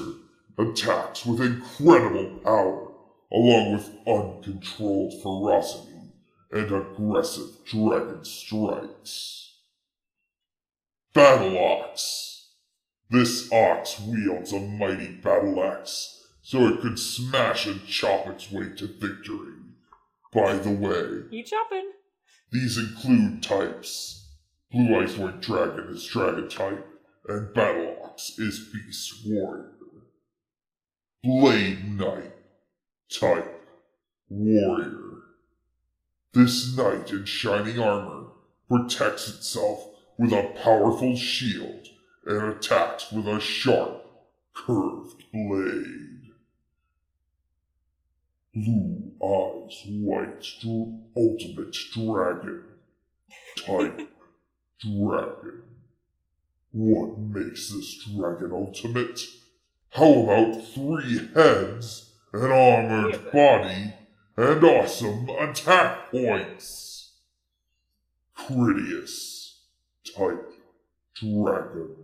[SPEAKER 5] attacks with incredible power, along with uncontrolled ferocity and aggressive dragon strikes. Battle Ox. This ox wields a mighty battle axe, so it could smash and chop its way to victory. By the way,
[SPEAKER 4] You chopping?
[SPEAKER 5] these include types. Blue Eyes White Dragon is Dragon type, and Battle Ox is Beast Warrior. Blade Knight type Warrior. This knight in shining armor protects itself with a powerful shield and attacks with a sharp, curved blade. Blue Eyes White dr- Ultimate Dragon. Type Dragon. What makes this dragon ultimate? How about three heads, an armored body, and awesome attack points? Critias. Type Dragon.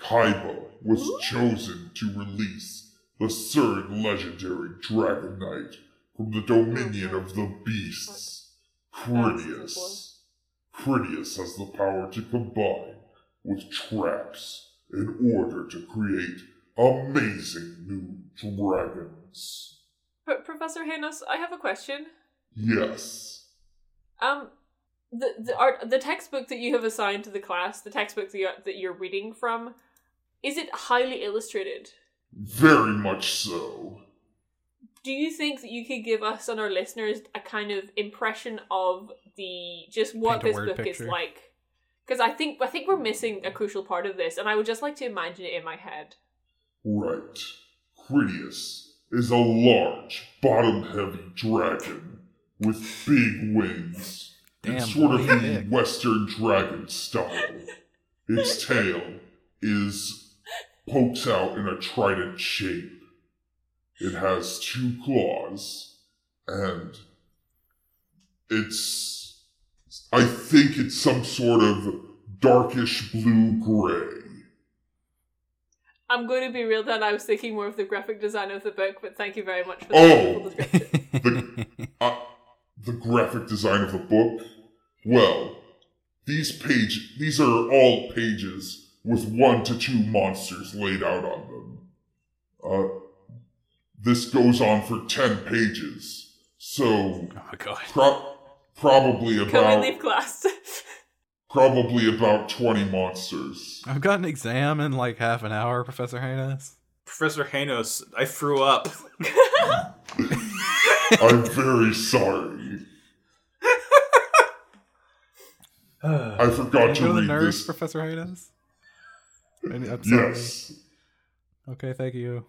[SPEAKER 5] Kaiba was chosen to release the third legendary Dragon Knight from the dominion of the beasts, Critias. Critias has the power to combine with traps in order to create amazing new dragons.
[SPEAKER 4] Pro- Professor Haynos, I have a question.
[SPEAKER 5] Yes.
[SPEAKER 4] Um, the the art the textbook that you have assigned to the class, the textbook that you, that you're reading from, is it highly illustrated?
[SPEAKER 5] Very much so.
[SPEAKER 4] Do you think that you could give us and our listeners a kind of impression of the just
[SPEAKER 2] Paint
[SPEAKER 4] what
[SPEAKER 2] a
[SPEAKER 4] this
[SPEAKER 2] word
[SPEAKER 4] book
[SPEAKER 2] picture.
[SPEAKER 4] is like? Because I think I think we're missing a crucial part of this, and I would just like to imagine it in my head.
[SPEAKER 5] Right. Critias is a large, bottom heavy dragon with big wings.
[SPEAKER 2] Damn,
[SPEAKER 5] it's sort of
[SPEAKER 2] boy,
[SPEAKER 5] the
[SPEAKER 2] big.
[SPEAKER 5] Western dragon style.
[SPEAKER 2] <laughs>
[SPEAKER 5] Its tail is pokes out in a trident shape. It has two claws, and it's. I think it's some sort of darkish blue gray.
[SPEAKER 4] I'm going to be real that I was thinking more of the graphic design of the book, but thank you very much for the
[SPEAKER 5] Oh.
[SPEAKER 4] wonderful description.
[SPEAKER 5] uh, the graphic design of the book. Well, these page these are all pages with one to two monsters laid out on them. Uh, this goes on for ten pages, so
[SPEAKER 2] Oh god.
[SPEAKER 5] pro- probably
[SPEAKER 4] Can we leave
[SPEAKER 5] about
[SPEAKER 4] class? <laughs>
[SPEAKER 5] probably about
[SPEAKER 2] <laughs>
[SPEAKER 5] twenty monsters.
[SPEAKER 2] I've got an exam in like half an hour, Professor Haynes.
[SPEAKER 1] Professor Hanos, I threw up. <sighs>
[SPEAKER 5] I'm very sorry. I
[SPEAKER 2] Can
[SPEAKER 5] forgot
[SPEAKER 2] you go
[SPEAKER 5] to
[SPEAKER 2] to the
[SPEAKER 5] read
[SPEAKER 2] nurse,
[SPEAKER 5] this.
[SPEAKER 2] Professor Haynes? Maybe- I'm sorry.
[SPEAKER 5] Yes,
[SPEAKER 2] Okay, thank you.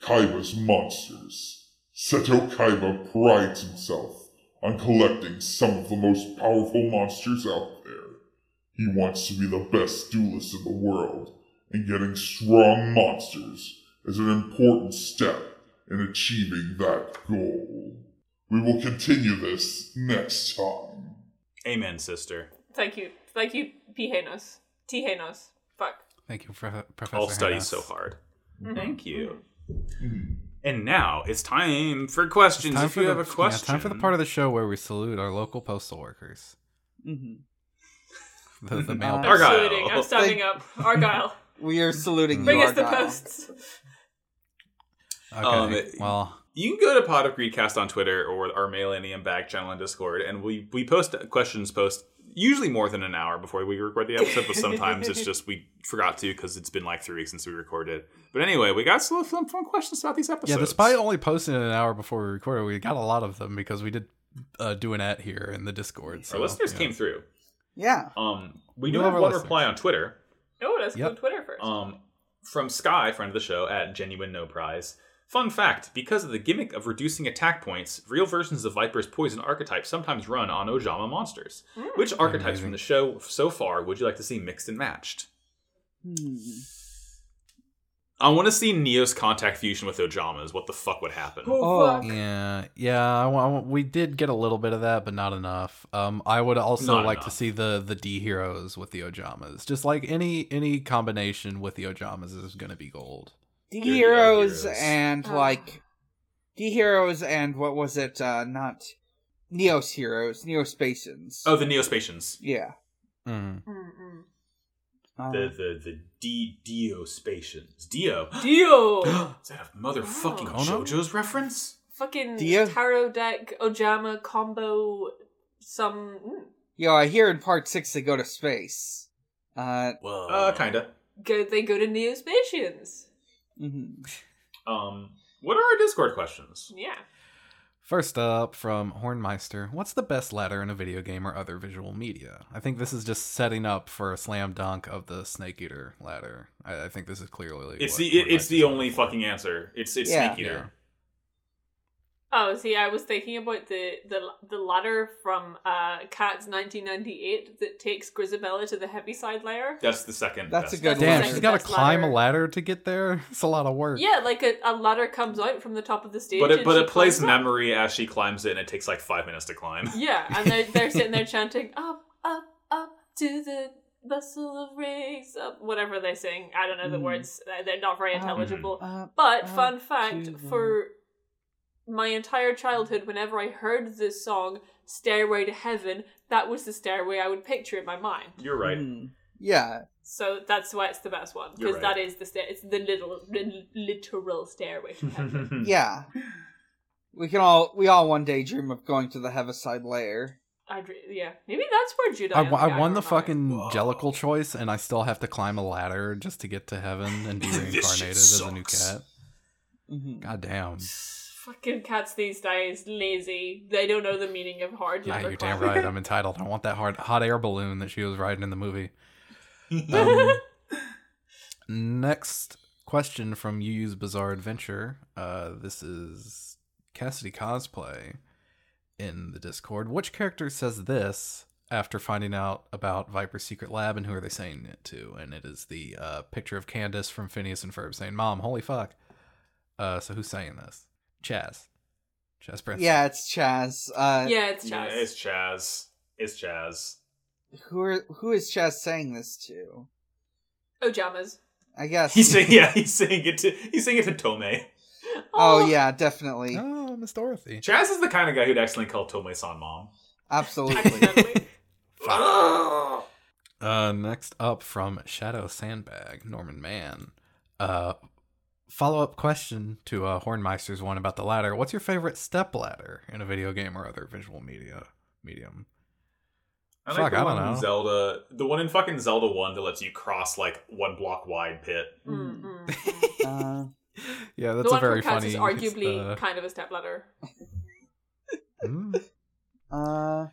[SPEAKER 5] Kaiba's monsters. Seto Kaiba prides himself on collecting some of the most powerful monsters out there. He wants to be the best duelist in the world, and getting strong monsters is an important step in achieving that goal. We will continue this next time.
[SPEAKER 1] Amen, sister.
[SPEAKER 4] thank you, thank you, P. Henos, T. Henos. Fuck.
[SPEAKER 2] Thank you, Prof- Professor
[SPEAKER 1] All studies
[SPEAKER 2] Haynes.
[SPEAKER 1] so hard. Thank you.
[SPEAKER 5] Hmm.
[SPEAKER 1] And now it's time for questions.
[SPEAKER 2] Time
[SPEAKER 1] if
[SPEAKER 2] for
[SPEAKER 1] you
[SPEAKER 2] the-
[SPEAKER 1] have a question,
[SPEAKER 2] yeah, time for the part of the show where we salute our local postal workers.
[SPEAKER 3] Mhm.
[SPEAKER 2] The, the <laughs> mail.
[SPEAKER 3] Uh,
[SPEAKER 4] I'm
[SPEAKER 1] Argyle.
[SPEAKER 4] saluting. I'm standing up. Argyle,
[SPEAKER 3] We are saluting
[SPEAKER 4] bring
[SPEAKER 3] you,
[SPEAKER 4] us the
[SPEAKER 3] Argyle.
[SPEAKER 4] posts.
[SPEAKER 2] Okay.
[SPEAKER 1] Um,
[SPEAKER 2] well,
[SPEAKER 1] You can go to Pod of Greedcast on Twitter or our Millennium Bag channel on Discord, and we we post questions post usually more than an hour before we record the episode. But sometimes it's just we forgot to because it's been like three weeks since we recorded. But anyway, we got some some fun questions about these episodes.
[SPEAKER 2] Yeah, despite only posting it an hour before we recorded, we got a lot of them because we did uh, do an at here in the Discord. So,
[SPEAKER 1] our listeners
[SPEAKER 2] yeah.
[SPEAKER 1] came through.
[SPEAKER 3] Yeah.
[SPEAKER 1] Um, we
[SPEAKER 2] We
[SPEAKER 1] do
[SPEAKER 2] love
[SPEAKER 1] have
[SPEAKER 2] our
[SPEAKER 1] one
[SPEAKER 2] listeners.
[SPEAKER 1] reply on Twitter.
[SPEAKER 4] Oh, let's go
[SPEAKER 2] Yep.
[SPEAKER 4] to Twitter first.
[SPEAKER 1] Um, from Sky, friend of the show, at Genuine No Prize. Fun fact because of the gimmick of reducing attack points, real versions of Viper's poison archetype sometimes run on Ojama monsters.
[SPEAKER 4] Mm.
[SPEAKER 1] Which archetypes
[SPEAKER 2] Amazing.
[SPEAKER 1] from the show so far would you like to see mixed and matched?
[SPEAKER 3] Hmm.
[SPEAKER 1] I want to see Neo's contact fusion with Ojamas. What the fuck would happen?
[SPEAKER 3] Oh.
[SPEAKER 4] fuck.
[SPEAKER 2] Yeah, yeah. I wa- I wa- we did get a little bit of that, but not enough. Um, I would also
[SPEAKER 1] Not
[SPEAKER 2] like to
[SPEAKER 1] enough.
[SPEAKER 2] see the the D heroes with the Ojamas. Just like any any combination with the Ojamas is going to be gold.
[SPEAKER 3] D
[SPEAKER 1] Dirty
[SPEAKER 3] heroes
[SPEAKER 1] Heroes.
[SPEAKER 3] and
[SPEAKER 4] Oh.
[SPEAKER 3] like D heroes and what was it? Uh, not Neos heroes, Neospatians.
[SPEAKER 1] Oh, the Neospatians.
[SPEAKER 3] yeah.
[SPEAKER 1] Mm-hmm.
[SPEAKER 2] Mm.
[SPEAKER 4] Mm-mm.
[SPEAKER 3] Um,
[SPEAKER 1] The the the D Dio Spatians. Dio. <gasps>
[SPEAKER 4] Dio!
[SPEAKER 1] Is that a motherfucking
[SPEAKER 2] Oh. Kono?
[SPEAKER 1] JoJo's reference?
[SPEAKER 4] Fucking
[SPEAKER 3] Dio?
[SPEAKER 4] tarot deck, Ojama combo, some. mm,
[SPEAKER 3] yo, I hear in part six they go to space. Uh,
[SPEAKER 2] Whoa.
[SPEAKER 1] Uh, kinda.
[SPEAKER 4] Go, they go to Neospatians.
[SPEAKER 3] mhm.
[SPEAKER 1] Um, what are our Discord questions?
[SPEAKER 4] Yeah.
[SPEAKER 2] First up from Hornmeister, what's the best ladder in a video game or other visual media? I think this is just setting up for a slam dunk of the Snake Eater ladder. I, I think this is clearly
[SPEAKER 1] It's
[SPEAKER 2] what
[SPEAKER 1] the it, it's
[SPEAKER 2] Hornmeister's
[SPEAKER 1] the
[SPEAKER 2] going
[SPEAKER 1] only
[SPEAKER 2] for.
[SPEAKER 1] fucking answer. It's it's
[SPEAKER 3] Yeah.
[SPEAKER 1] Snake Eater.
[SPEAKER 4] Oh, see, I was thinking about the the, the ladder from uh, Cats 1998 that takes Grisabella to the heaviside layer.
[SPEAKER 1] That's the second.
[SPEAKER 3] That's
[SPEAKER 1] best.
[SPEAKER 3] a good
[SPEAKER 2] Damn,
[SPEAKER 3] one.
[SPEAKER 2] she's
[SPEAKER 4] Second
[SPEAKER 2] got to
[SPEAKER 4] best
[SPEAKER 2] climb a
[SPEAKER 4] ladder.
[SPEAKER 2] ladder to get there. <laughs> It's a lot of work.
[SPEAKER 4] Yeah, like a, a ladder comes out from the top of the stage.
[SPEAKER 1] But it
[SPEAKER 4] and
[SPEAKER 1] but
[SPEAKER 4] she
[SPEAKER 1] it plays
[SPEAKER 4] climbs up.
[SPEAKER 1] memory as she climbs it, and it takes like five minutes to climb. <laughs>
[SPEAKER 4] Yeah, and they're, they're sitting there chanting up, up, up to the bustle of rays, up, whatever they sing. I don't know the
[SPEAKER 2] Hmm.
[SPEAKER 3] Mm.
[SPEAKER 4] words; They're- they're not
[SPEAKER 2] Ah.
[SPEAKER 4] very
[SPEAKER 1] Mm-hmm.
[SPEAKER 3] Um,
[SPEAKER 4] intelligible.
[SPEAKER 3] Uh,
[SPEAKER 4] But
[SPEAKER 2] Oh,
[SPEAKER 3] up
[SPEAKER 4] fun fact
[SPEAKER 3] to the-
[SPEAKER 4] for my entire childhood, whenever I heard this song, "Stairway to Heaven," that was the stairway I would picture in my mind.
[SPEAKER 1] You're right.
[SPEAKER 3] hmm. Yeah.
[SPEAKER 4] So that's why it's the best one
[SPEAKER 1] You're
[SPEAKER 4] because
[SPEAKER 1] right.
[SPEAKER 4] that is the stair. It's the little, the literal stairway to
[SPEAKER 2] <laughs>
[SPEAKER 4] heaven.
[SPEAKER 1] Hmm. <laughs>
[SPEAKER 3] Yeah. We can all we all one day dream of going to the Heaviside Layer.
[SPEAKER 4] I dr- yeah, maybe that's where Judah.
[SPEAKER 2] I,
[SPEAKER 4] and
[SPEAKER 2] w- I
[SPEAKER 4] guy
[SPEAKER 2] won the
[SPEAKER 4] were married.
[SPEAKER 2] fucking
[SPEAKER 1] Whoa.
[SPEAKER 2] Jellicle choice, and I still have to climb a ladder just to get to heaven and
[SPEAKER 1] <laughs>
[SPEAKER 2] be
[SPEAKER 1] This shit
[SPEAKER 2] reincarnated as a new
[SPEAKER 1] sucks.
[SPEAKER 2] cat.
[SPEAKER 3] hmm
[SPEAKER 2] God damn.
[SPEAKER 4] Fucking cats these days, lazy. They don't know the meaning of hard.
[SPEAKER 2] Yeah,
[SPEAKER 4] labor
[SPEAKER 2] you're damn
[SPEAKER 4] climb. <laughs>
[SPEAKER 2] right. I'm entitled. I want that hard, hot air balloon that she was riding in the movie.
[SPEAKER 4] <laughs>
[SPEAKER 2] Um, next question from Yu's Bizarre Adventure. Uh, this is Cassidy Cosplay in the Discord. Which character says this after finding out about Viper's secret lab and who are they saying it to? And it is the uh, picture of Candace from Phineas and Ferb saying, Mom, holy fuck. Uh, so who's saying this? Chaz. Chaz Prince.
[SPEAKER 3] Yeah, it's Chaz. Uh,
[SPEAKER 4] Yeah, it's Chaz.
[SPEAKER 1] Yeah, it's Chaz. It's Chaz.
[SPEAKER 3] Who are, who is Chaz saying this to?
[SPEAKER 4] Ojamas.
[SPEAKER 3] I guess.
[SPEAKER 1] He's saying yeah. He's saying it to he's saying it to Tomei.
[SPEAKER 3] oh yeah, definitely,
[SPEAKER 2] Oh, Miss Dorothy.
[SPEAKER 1] Chaz is the kind of guy who'd accidentally call Tomei san mom.
[SPEAKER 4] <laughs>
[SPEAKER 3] absolutely.
[SPEAKER 4] Accidentally.
[SPEAKER 1] Ugh.
[SPEAKER 2] Uh, next up from Shadow Sandbag, Norman Mann. Uh, follow up question to uh, Hornmeister's one about the ladder. What's your favorite step ladder in a video game or other visual media medium? <laughs>
[SPEAKER 1] I
[SPEAKER 2] Fuck,
[SPEAKER 1] like the
[SPEAKER 2] I
[SPEAKER 1] one
[SPEAKER 2] don't
[SPEAKER 1] in
[SPEAKER 2] know.
[SPEAKER 1] Zelda, the one in fucking Zelda One that lets you cross like one block wide pit. <laughs>
[SPEAKER 2] <laughs>
[SPEAKER 3] Mm.
[SPEAKER 4] Mm, mm, mm.
[SPEAKER 3] uh,
[SPEAKER 2] Yeah, that's
[SPEAKER 4] the
[SPEAKER 2] a
[SPEAKER 4] one
[SPEAKER 2] very
[SPEAKER 4] from Cats
[SPEAKER 2] funny. uh,
[SPEAKER 4] is arguably
[SPEAKER 2] it's,
[SPEAKER 4] kind of a stepladder.
[SPEAKER 2] uh, mm.
[SPEAKER 3] uh,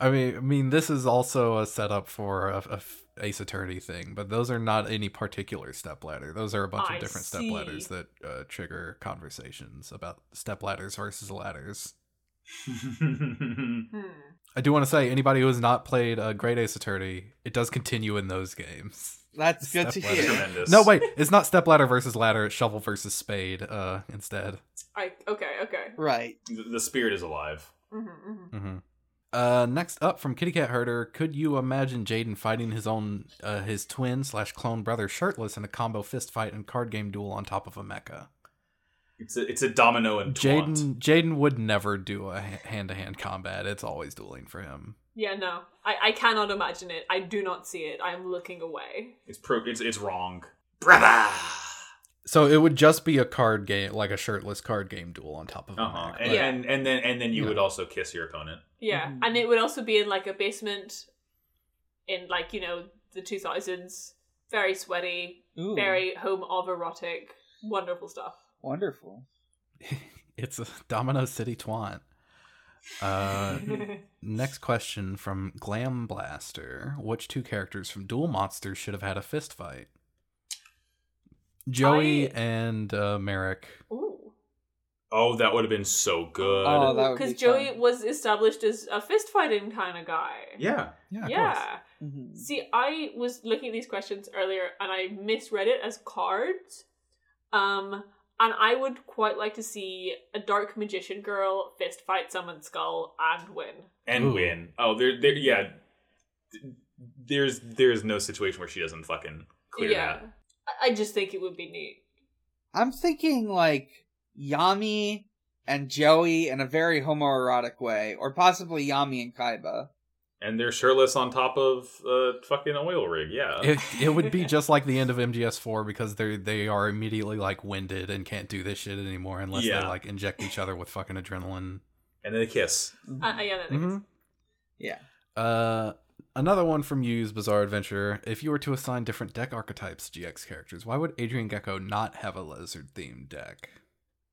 [SPEAKER 2] I mean, I mean, this is also a setup for a, a f- Ace Attorney thing, but those are not any particular step ladder. Those are a bunch
[SPEAKER 4] I
[SPEAKER 2] of different step
[SPEAKER 4] see.
[SPEAKER 2] ladders that uh, trigger conversations about step ladders versus ladders.
[SPEAKER 4] Hmm.
[SPEAKER 2] I do want to say anybody who has not played uh, Great Ace Attorney, it does continue in those games.
[SPEAKER 3] that's good to
[SPEAKER 2] Step
[SPEAKER 1] That's
[SPEAKER 2] ladder.
[SPEAKER 3] hear.
[SPEAKER 1] tremendous.
[SPEAKER 2] No, wait, it's not step ladder versus ladder. It's shovel versus spade. Uh, instead.
[SPEAKER 4] I okay, okay.
[SPEAKER 3] Right.
[SPEAKER 1] The, the spirit is alive.
[SPEAKER 4] hmm hmm
[SPEAKER 2] Mm-hmm. Uh, next up from Kitty Cat Herder, could you imagine Jaden fighting his own, uh, his twin slash clone brother shirtless in a combo fist fight and card game duel on top of a mecha?
[SPEAKER 1] It's a it's a domino and twant.
[SPEAKER 2] Jaden, Jaden would never do a hand to hand combat. It's always dueling for him.
[SPEAKER 4] Yeah, no, I, I cannot imagine it. I do not see it. I am looking away.
[SPEAKER 1] It's pro. It's it's wrong. Brother.
[SPEAKER 2] So it would just be a card game, like a shirtless card game duel on top of
[SPEAKER 1] Uh
[SPEAKER 2] a
[SPEAKER 1] huh.
[SPEAKER 2] Mac,
[SPEAKER 1] And,
[SPEAKER 2] but-
[SPEAKER 4] Yeah.
[SPEAKER 1] and and then and then you
[SPEAKER 2] Yeah.
[SPEAKER 1] would also kiss your opponent.
[SPEAKER 4] Yeah,
[SPEAKER 3] Mhm.
[SPEAKER 4] and it would also be in like a basement, in like you know the two thousands, very sweaty,
[SPEAKER 3] Ooh,
[SPEAKER 4] very home of erotic, wonderful stuff.
[SPEAKER 3] wonderful.
[SPEAKER 2] <laughs> it's a Domino City twant.
[SPEAKER 4] <laughs>
[SPEAKER 2] Uh, next question from Glam Blaster: Which two characters from Duel Monsters should have had a fist fight? Joey
[SPEAKER 4] I-
[SPEAKER 2] and uh, Merrick.
[SPEAKER 4] Ooh,
[SPEAKER 1] Oh, that would have been so good.
[SPEAKER 3] Oh,
[SPEAKER 2] Uh,
[SPEAKER 3] that would
[SPEAKER 4] because
[SPEAKER 3] be
[SPEAKER 4] Joey
[SPEAKER 3] fun.
[SPEAKER 4] was established as a fist fighting kind of guy.
[SPEAKER 1] yeah.
[SPEAKER 2] Yeah, of course.
[SPEAKER 4] yeah.
[SPEAKER 3] Mhm.
[SPEAKER 4] See, I was looking at these questions earlier and I misread it as cards. Um, and I would quite like to see a dark magician girl fist fight summon skull and win.
[SPEAKER 1] And
[SPEAKER 2] Ooh.
[SPEAKER 1] win. Oh, there, there. Yeah. There's there's no situation where she doesn't fucking clear
[SPEAKER 4] yeah,
[SPEAKER 1] that.
[SPEAKER 4] I I just think it would be neat.
[SPEAKER 3] I'm thinking like Yami and Joey in a very homoerotic way, or possibly Yami and Kaiba.
[SPEAKER 1] And they're shirtless on top of a fucking oil rig. Yeah.
[SPEAKER 2] It, it would
[SPEAKER 4] <laughs>
[SPEAKER 2] be just like the end of MGS4 because they they are immediately like winded and can't do this shit anymore unless they
[SPEAKER 1] Yeah.
[SPEAKER 2] like inject each other with fucking adrenaline.
[SPEAKER 1] and then a kiss.
[SPEAKER 4] Uh, yeah, that
[SPEAKER 2] Mhm.
[SPEAKER 3] Yeah.
[SPEAKER 2] Uh, another one from Yu's Bizarre Adventure. If you were to assign different deck archetypes to GX characters, why would Adrian Gecko not have a lizard themed deck?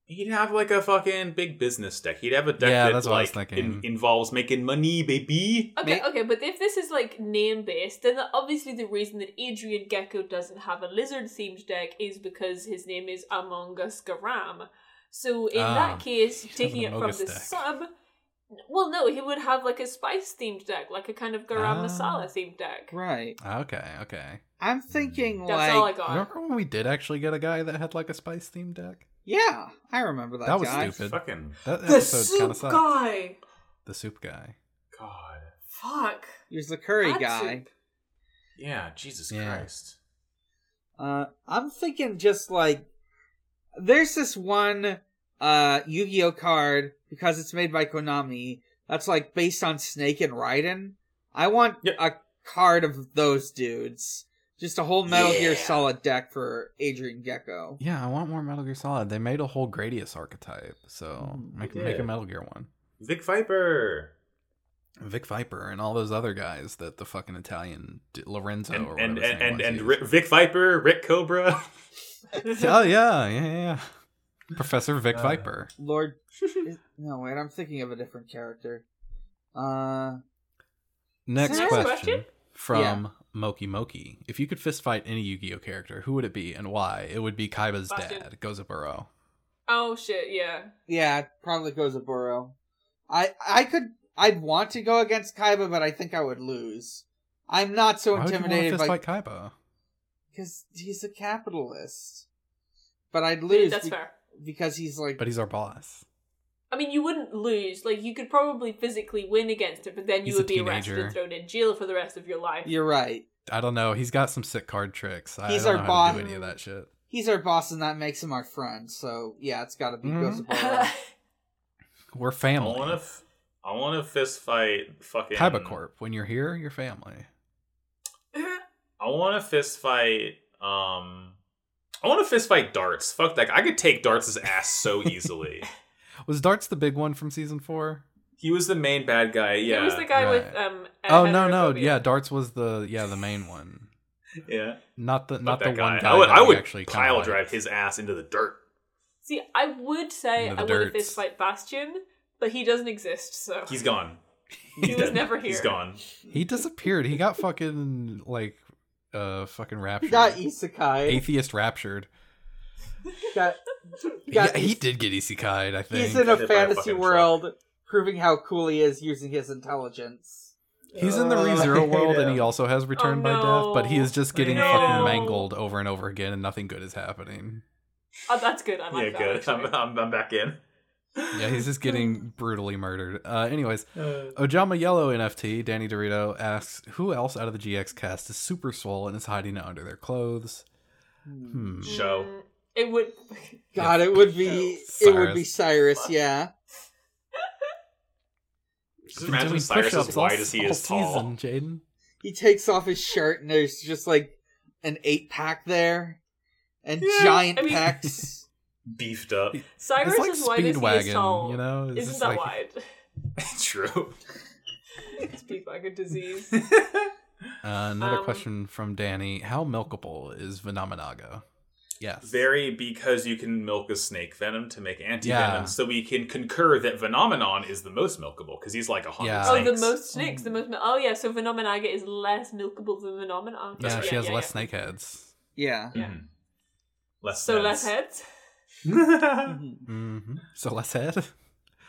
[SPEAKER 1] He'd have like a fucking big business deck. He'd have a deck
[SPEAKER 2] Yeah,
[SPEAKER 1] that
[SPEAKER 2] that's what I was
[SPEAKER 1] like
[SPEAKER 2] thinking.
[SPEAKER 1] in- involves making money, baby.
[SPEAKER 4] Okay,
[SPEAKER 3] Ma-
[SPEAKER 4] okay, but if this is like name based, then the- obviously the reason that Adrian Gecko doesn't have a lizard themed deck is because his name is Among Us Garam. So in
[SPEAKER 2] Ah,
[SPEAKER 4] that case,
[SPEAKER 2] have
[SPEAKER 4] taking it
[SPEAKER 2] an
[SPEAKER 4] from the
[SPEAKER 2] Amogus deck.
[SPEAKER 4] sub, well, no, he would have like a spice themed deck, like a kind of Garam
[SPEAKER 2] Ah.
[SPEAKER 4] Masala themed deck.
[SPEAKER 3] Right.
[SPEAKER 2] Okay, okay.
[SPEAKER 3] I'm thinking
[SPEAKER 4] That's
[SPEAKER 3] like
[SPEAKER 4] all I got.
[SPEAKER 2] Remember when we did actually get a guy that had like a spice themed deck?
[SPEAKER 3] yeah, I remember that.
[SPEAKER 2] That was
[SPEAKER 3] guy.
[SPEAKER 2] stupid.
[SPEAKER 1] Fucking
[SPEAKER 2] That
[SPEAKER 4] The
[SPEAKER 2] episode kind
[SPEAKER 4] soup
[SPEAKER 2] of sucked.
[SPEAKER 4] guy.
[SPEAKER 2] The soup guy.
[SPEAKER 1] god.
[SPEAKER 4] Fuck.
[SPEAKER 3] He was the curry
[SPEAKER 4] That
[SPEAKER 3] guy.
[SPEAKER 4] soup.
[SPEAKER 1] Yeah. Jesus
[SPEAKER 2] Yeah.
[SPEAKER 1] Christ.
[SPEAKER 3] Uh, I'm thinking just like there's this one uh Yu-Gi-Oh card because it's made by Konami that's like based on Snake and Raiden. I want
[SPEAKER 1] Yep.
[SPEAKER 3] a card of those dudes. Just a whole Metal Gear
[SPEAKER 1] Yeah.
[SPEAKER 3] Solid deck for Adrian Gecko.
[SPEAKER 2] Yeah, I want more Metal Gear Solid. They made a whole Gradius archetype, so
[SPEAKER 3] Mm,
[SPEAKER 2] make
[SPEAKER 1] they
[SPEAKER 2] make a
[SPEAKER 1] did.
[SPEAKER 2] Metal Gear one.
[SPEAKER 1] Vic Viper.
[SPEAKER 2] Vic Viper and all those other guys that the fucking Italian D- Lorenzo
[SPEAKER 1] and
[SPEAKER 2] or whatever
[SPEAKER 1] and
[SPEAKER 2] his
[SPEAKER 1] and
[SPEAKER 2] name
[SPEAKER 1] and,
[SPEAKER 2] was
[SPEAKER 1] and
[SPEAKER 2] he-
[SPEAKER 1] Rick, Vic Viper, Rick Cobra. <laughs>
[SPEAKER 2] <laughs> oh yeah, yeah, yeah. Professor Vic
[SPEAKER 1] Uh,
[SPEAKER 2] Viper.
[SPEAKER 3] Lord <laughs> is- No, wait, I'm thinking of a different character. Uh
[SPEAKER 2] Next
[SPEAKER 4] Next
[SPEAKER 2] question,
[SPEAKER 4] question?
[SPEAKER 2] from Moki Moki. If you could fist fight any Yu-Gi-Oh character, who would it be and why? It would be Kaiba's
[SPEAKER 4] Bastion.
[SPEAKER 2] dad, Gozaburo.
[SPEAKER 4] oh shit, yeah.
[SPEAKER 3] yeah, probably goes a Burrow. I I could I'd want to go against Kaiba, but I think I would lose. I'm not so
[SPEAKER 2] Why would you want to
[SPEAKER 3] intimidated
[SPEAKER 2] fist
[SPEAKER 3] by
[SPEAKER 2] fight Kaiba?
[SPEAKER 3] Because he's a capitalist. But I'd
[SPEAKER 4] Dude,
[SPEAKER 3] lose
[SPEAKER 4] that's
[SPEAKER 3] be-
[SPEAKER 4] fair.
[SPEAKER 3] because he's like,
[SPEAKER 2] But he's our boss.
[SPEAKER 4] I mean, you wouldn't lose. Like, you could probably physically win against it, but then you
[SPEAKER 2] He's a
[SPEAKER 4] would be arrested
[SPEAKER 2] teenager.
[SPEAKER 4] and thrown in jail for the rest of your life. <laughs>
[SPEAKER 3] you're right.
[SPEAKER 2] I don't know. He's got some sick card tricks. I- I
[SPEAKER 3] He's
[SPEAKER 2] don't
[SPEAKER 3] our
[SPEAKER 2] know how to
[SPEAKER 4] boss.
[SPEAKER 2] do any of that shit.
[SPEAKER 3] He's our boss and that makes him our friend. So yeah, it's gotta be
[SPEAKER 2] Mhm.
[SPEAKER 4] <laughs>
[SPEAKER 3] Gozaburo.
[SPEAKER 2] We're
[SPEAKER 1] I
[SPEAKER 2] family.
[SPEAKER 1] want to. F- I want to fist fight fucking
[SPEAKER 2] Kaiba Corp. When you're here, you're family.
[SPEAKER 1] I want to fist fight. Um, I want to fist fight darts. Fuck that. guy. I could take darts' ass
[SPEAKER 2] <laughs>
[SPEAKER 1] so easily.
[SPEAKER 2] Was Darts the big one from season four?
[SPEAKER 1] he was the main bad guy.
[SPEAKER 4] He
[SPEAKER 1] Yeah.
[SPEAKER 4] was the guy with
[SPEAKER 2] Right.
[SPEAKER 4] um.
[SPEAKER 2] Oh no, no,
[SPEAKER 4] heterophobia.
[SPEAKER 2] yeah, Darts was the yeah the main one.
[SPEAKER 1] Yeah.
[SPEAKER 2] Not the not
[SPEAKER 1] Fuck
[SPEAKER 2] the
[SPEAKER 1] that guy.
[SPEAKER 2] one guy.
[SPEAKER 1] I would.
[SPEAKER 2] that
[SPEAKER 1] I
[SPEAKER 2] we
[SPEAKER 1] would
[SPEAKER 2] actually kinda
[SPEAKER 1] pile
[SPEAKER 2] liked.
[SPEAKER 1] drive his ass into the dirt.
[SPEAKER 4] See, I would say
[SPEAKER 2] Into the
[SPEAKER 4] I would have
[SPEAKER 2] dirts.
[SPEAKER 4] fist fight Bastion, but he doesn't exist. So
[SPEAKER 1] He's gone.
[SPEAKER 4] <laughs> he
[SPEAKER 1] He's
[SPEAKER 4] was
[SPEAKER 1] dead.
[SPEAKER 4] never here.
[SPEAKER 1] He's gone.
[SPEAKER 2] He disappeared. He got fucking like uh fucking
[SPEAKER 3] He
[SPEAKER 2] raptured.
[SPEAKER 3] got Isekai.
[SPEAKER 2] Atheist raptured.
[SPEAKER 3] He got,
[SPEAKER 2] <laughs>
[SPEAKER 3] he
[SPEAKER 2] Yeah,
[SPEAKER 3] got
[SPEAKER 2] he did get isekai'd, I think.
[SPEAKER 3] He's
[SPEAKER 2] He's,
[SPEAKER 3] in a
[SPEAKER 1] Hit by a
[SPEAKER 3] fantasy
[SPEAKER 1] fucking
[SPEAKER 3] world, proving how cool he is using his intelligence.
[SPEAKER 2] in the
[SPEAKER 3] Oh, I
[SPEAKER 2] ReZero
[SPEAKER 3] hate
[SPEAKER 2] world and
[SPEAKER 3] him.
[SPEAKER 2] he also has returned by
[SPEAKER 4] no.
[SPEAKER 2] death, but he is just getting
[SPEAKER 1] No.
[SPEAKER 2] fucking mangled over and over again and nothing good is happening.
[SPEAKER 4] Oh, that's good. I
[SPEAKER 1] yeah.
[SPEAKER 4] like that.
[SPEAKER 1] Good.
[SPEAKER 4] actually. <laughs>
[SPEAKER 1] I'm, I'm. I'm back in.
[SPEAKER 2] Yeah, he's just
[SPEAKER 3] <laughs>
[SPEAKER 2] getting brutally murdered. Uh anyways,
[SPEAKER 1] Uh,
[SPEAKER 2] Ojama Yellow NFT, Danny Dorito asks, who else out of the GX cast is super swole and is hiding it under their clothes? Hmm.
[SPEAKER 1] Show.
[SPEAKER 4] Mm, it would. <laughs>
[SPEAKER 3] God, it would be it would be Cyrus, yeah.
[SPEAKER 1] just imagine Cyrus as wide as he is tall.
[SPEAKER 2] Jaden.
[SPEAKER 3] He takes off his shirt and there's just like an eight pack there. and
[SPEAKER 1] Yeah,
[SPEAKER 3] giant
[SPEAKER 4] I mean- <laughs>
[SPEAKER 3] pecs.
[SPEAKER 1] Beefed
[SPEAKER 2] <laughs>
[SPEAKER 1] up.
[SPEAKER 4] Cyrus
[SPEAKER 2] it's like
[SPEAKER 4] is wide as he is
[SPEAKER 2] Speedwagon,
[SPEAKER 4] tall.
[SPEAKER 2] you know? It's
[SPEAKER 4] Isn't
[SPEAKER 2] just
[SPEAKER 4] that
[SPEAKER 2] like-
[SPEAKER 4] wide? <laughs>
[SPEAKER 1] True.
[SPEAKER 4] It's
[SPEAKER 2] <laughs>
[SPEAKER 4] Speedwagon disease.
[SPEAKER 2] Uh, another
[SPEAKER 4] Um,
[SPEAKER 2] question from Danny: How milkable is Venomenaga? Yes.
[SPEAKER 1] Very because you can milk a snake venom to make anti venom,
[SPEAKER 2] Yeah.
[SPEAKER 1] so we can concur that Phenomenon is the most milkable because he's like a hundred
[SPEAKER 2] Yeah.
[SPEAKER 4] oh,
[SPEAKER 1] snakes.
[SPEAKER 4] the most snakes, the most. mil- Oh yeah, so Phenomenaga is less milkable than Phenomenaga.
[SPEAKER 2] yeah, she has
[SPEAKER 4] yeah,
[SPEAKER 2] less
[SPEAKER 4] yeah.
[SPEAKER 2] snake heads.
[SPEAKER 3] yeah.
[SPEAKER 4] Yeah.
[SPEAKER 1] Mhm. Less
[SPEAKER 4] So less
[SPEAKER 1] heads.
[SPEAKER 4] heads.
[SPEAKER 2] <laughs>
[SPEAKER 3] Mhm.
[SPEAKER 2] hmm So less head. <laughs>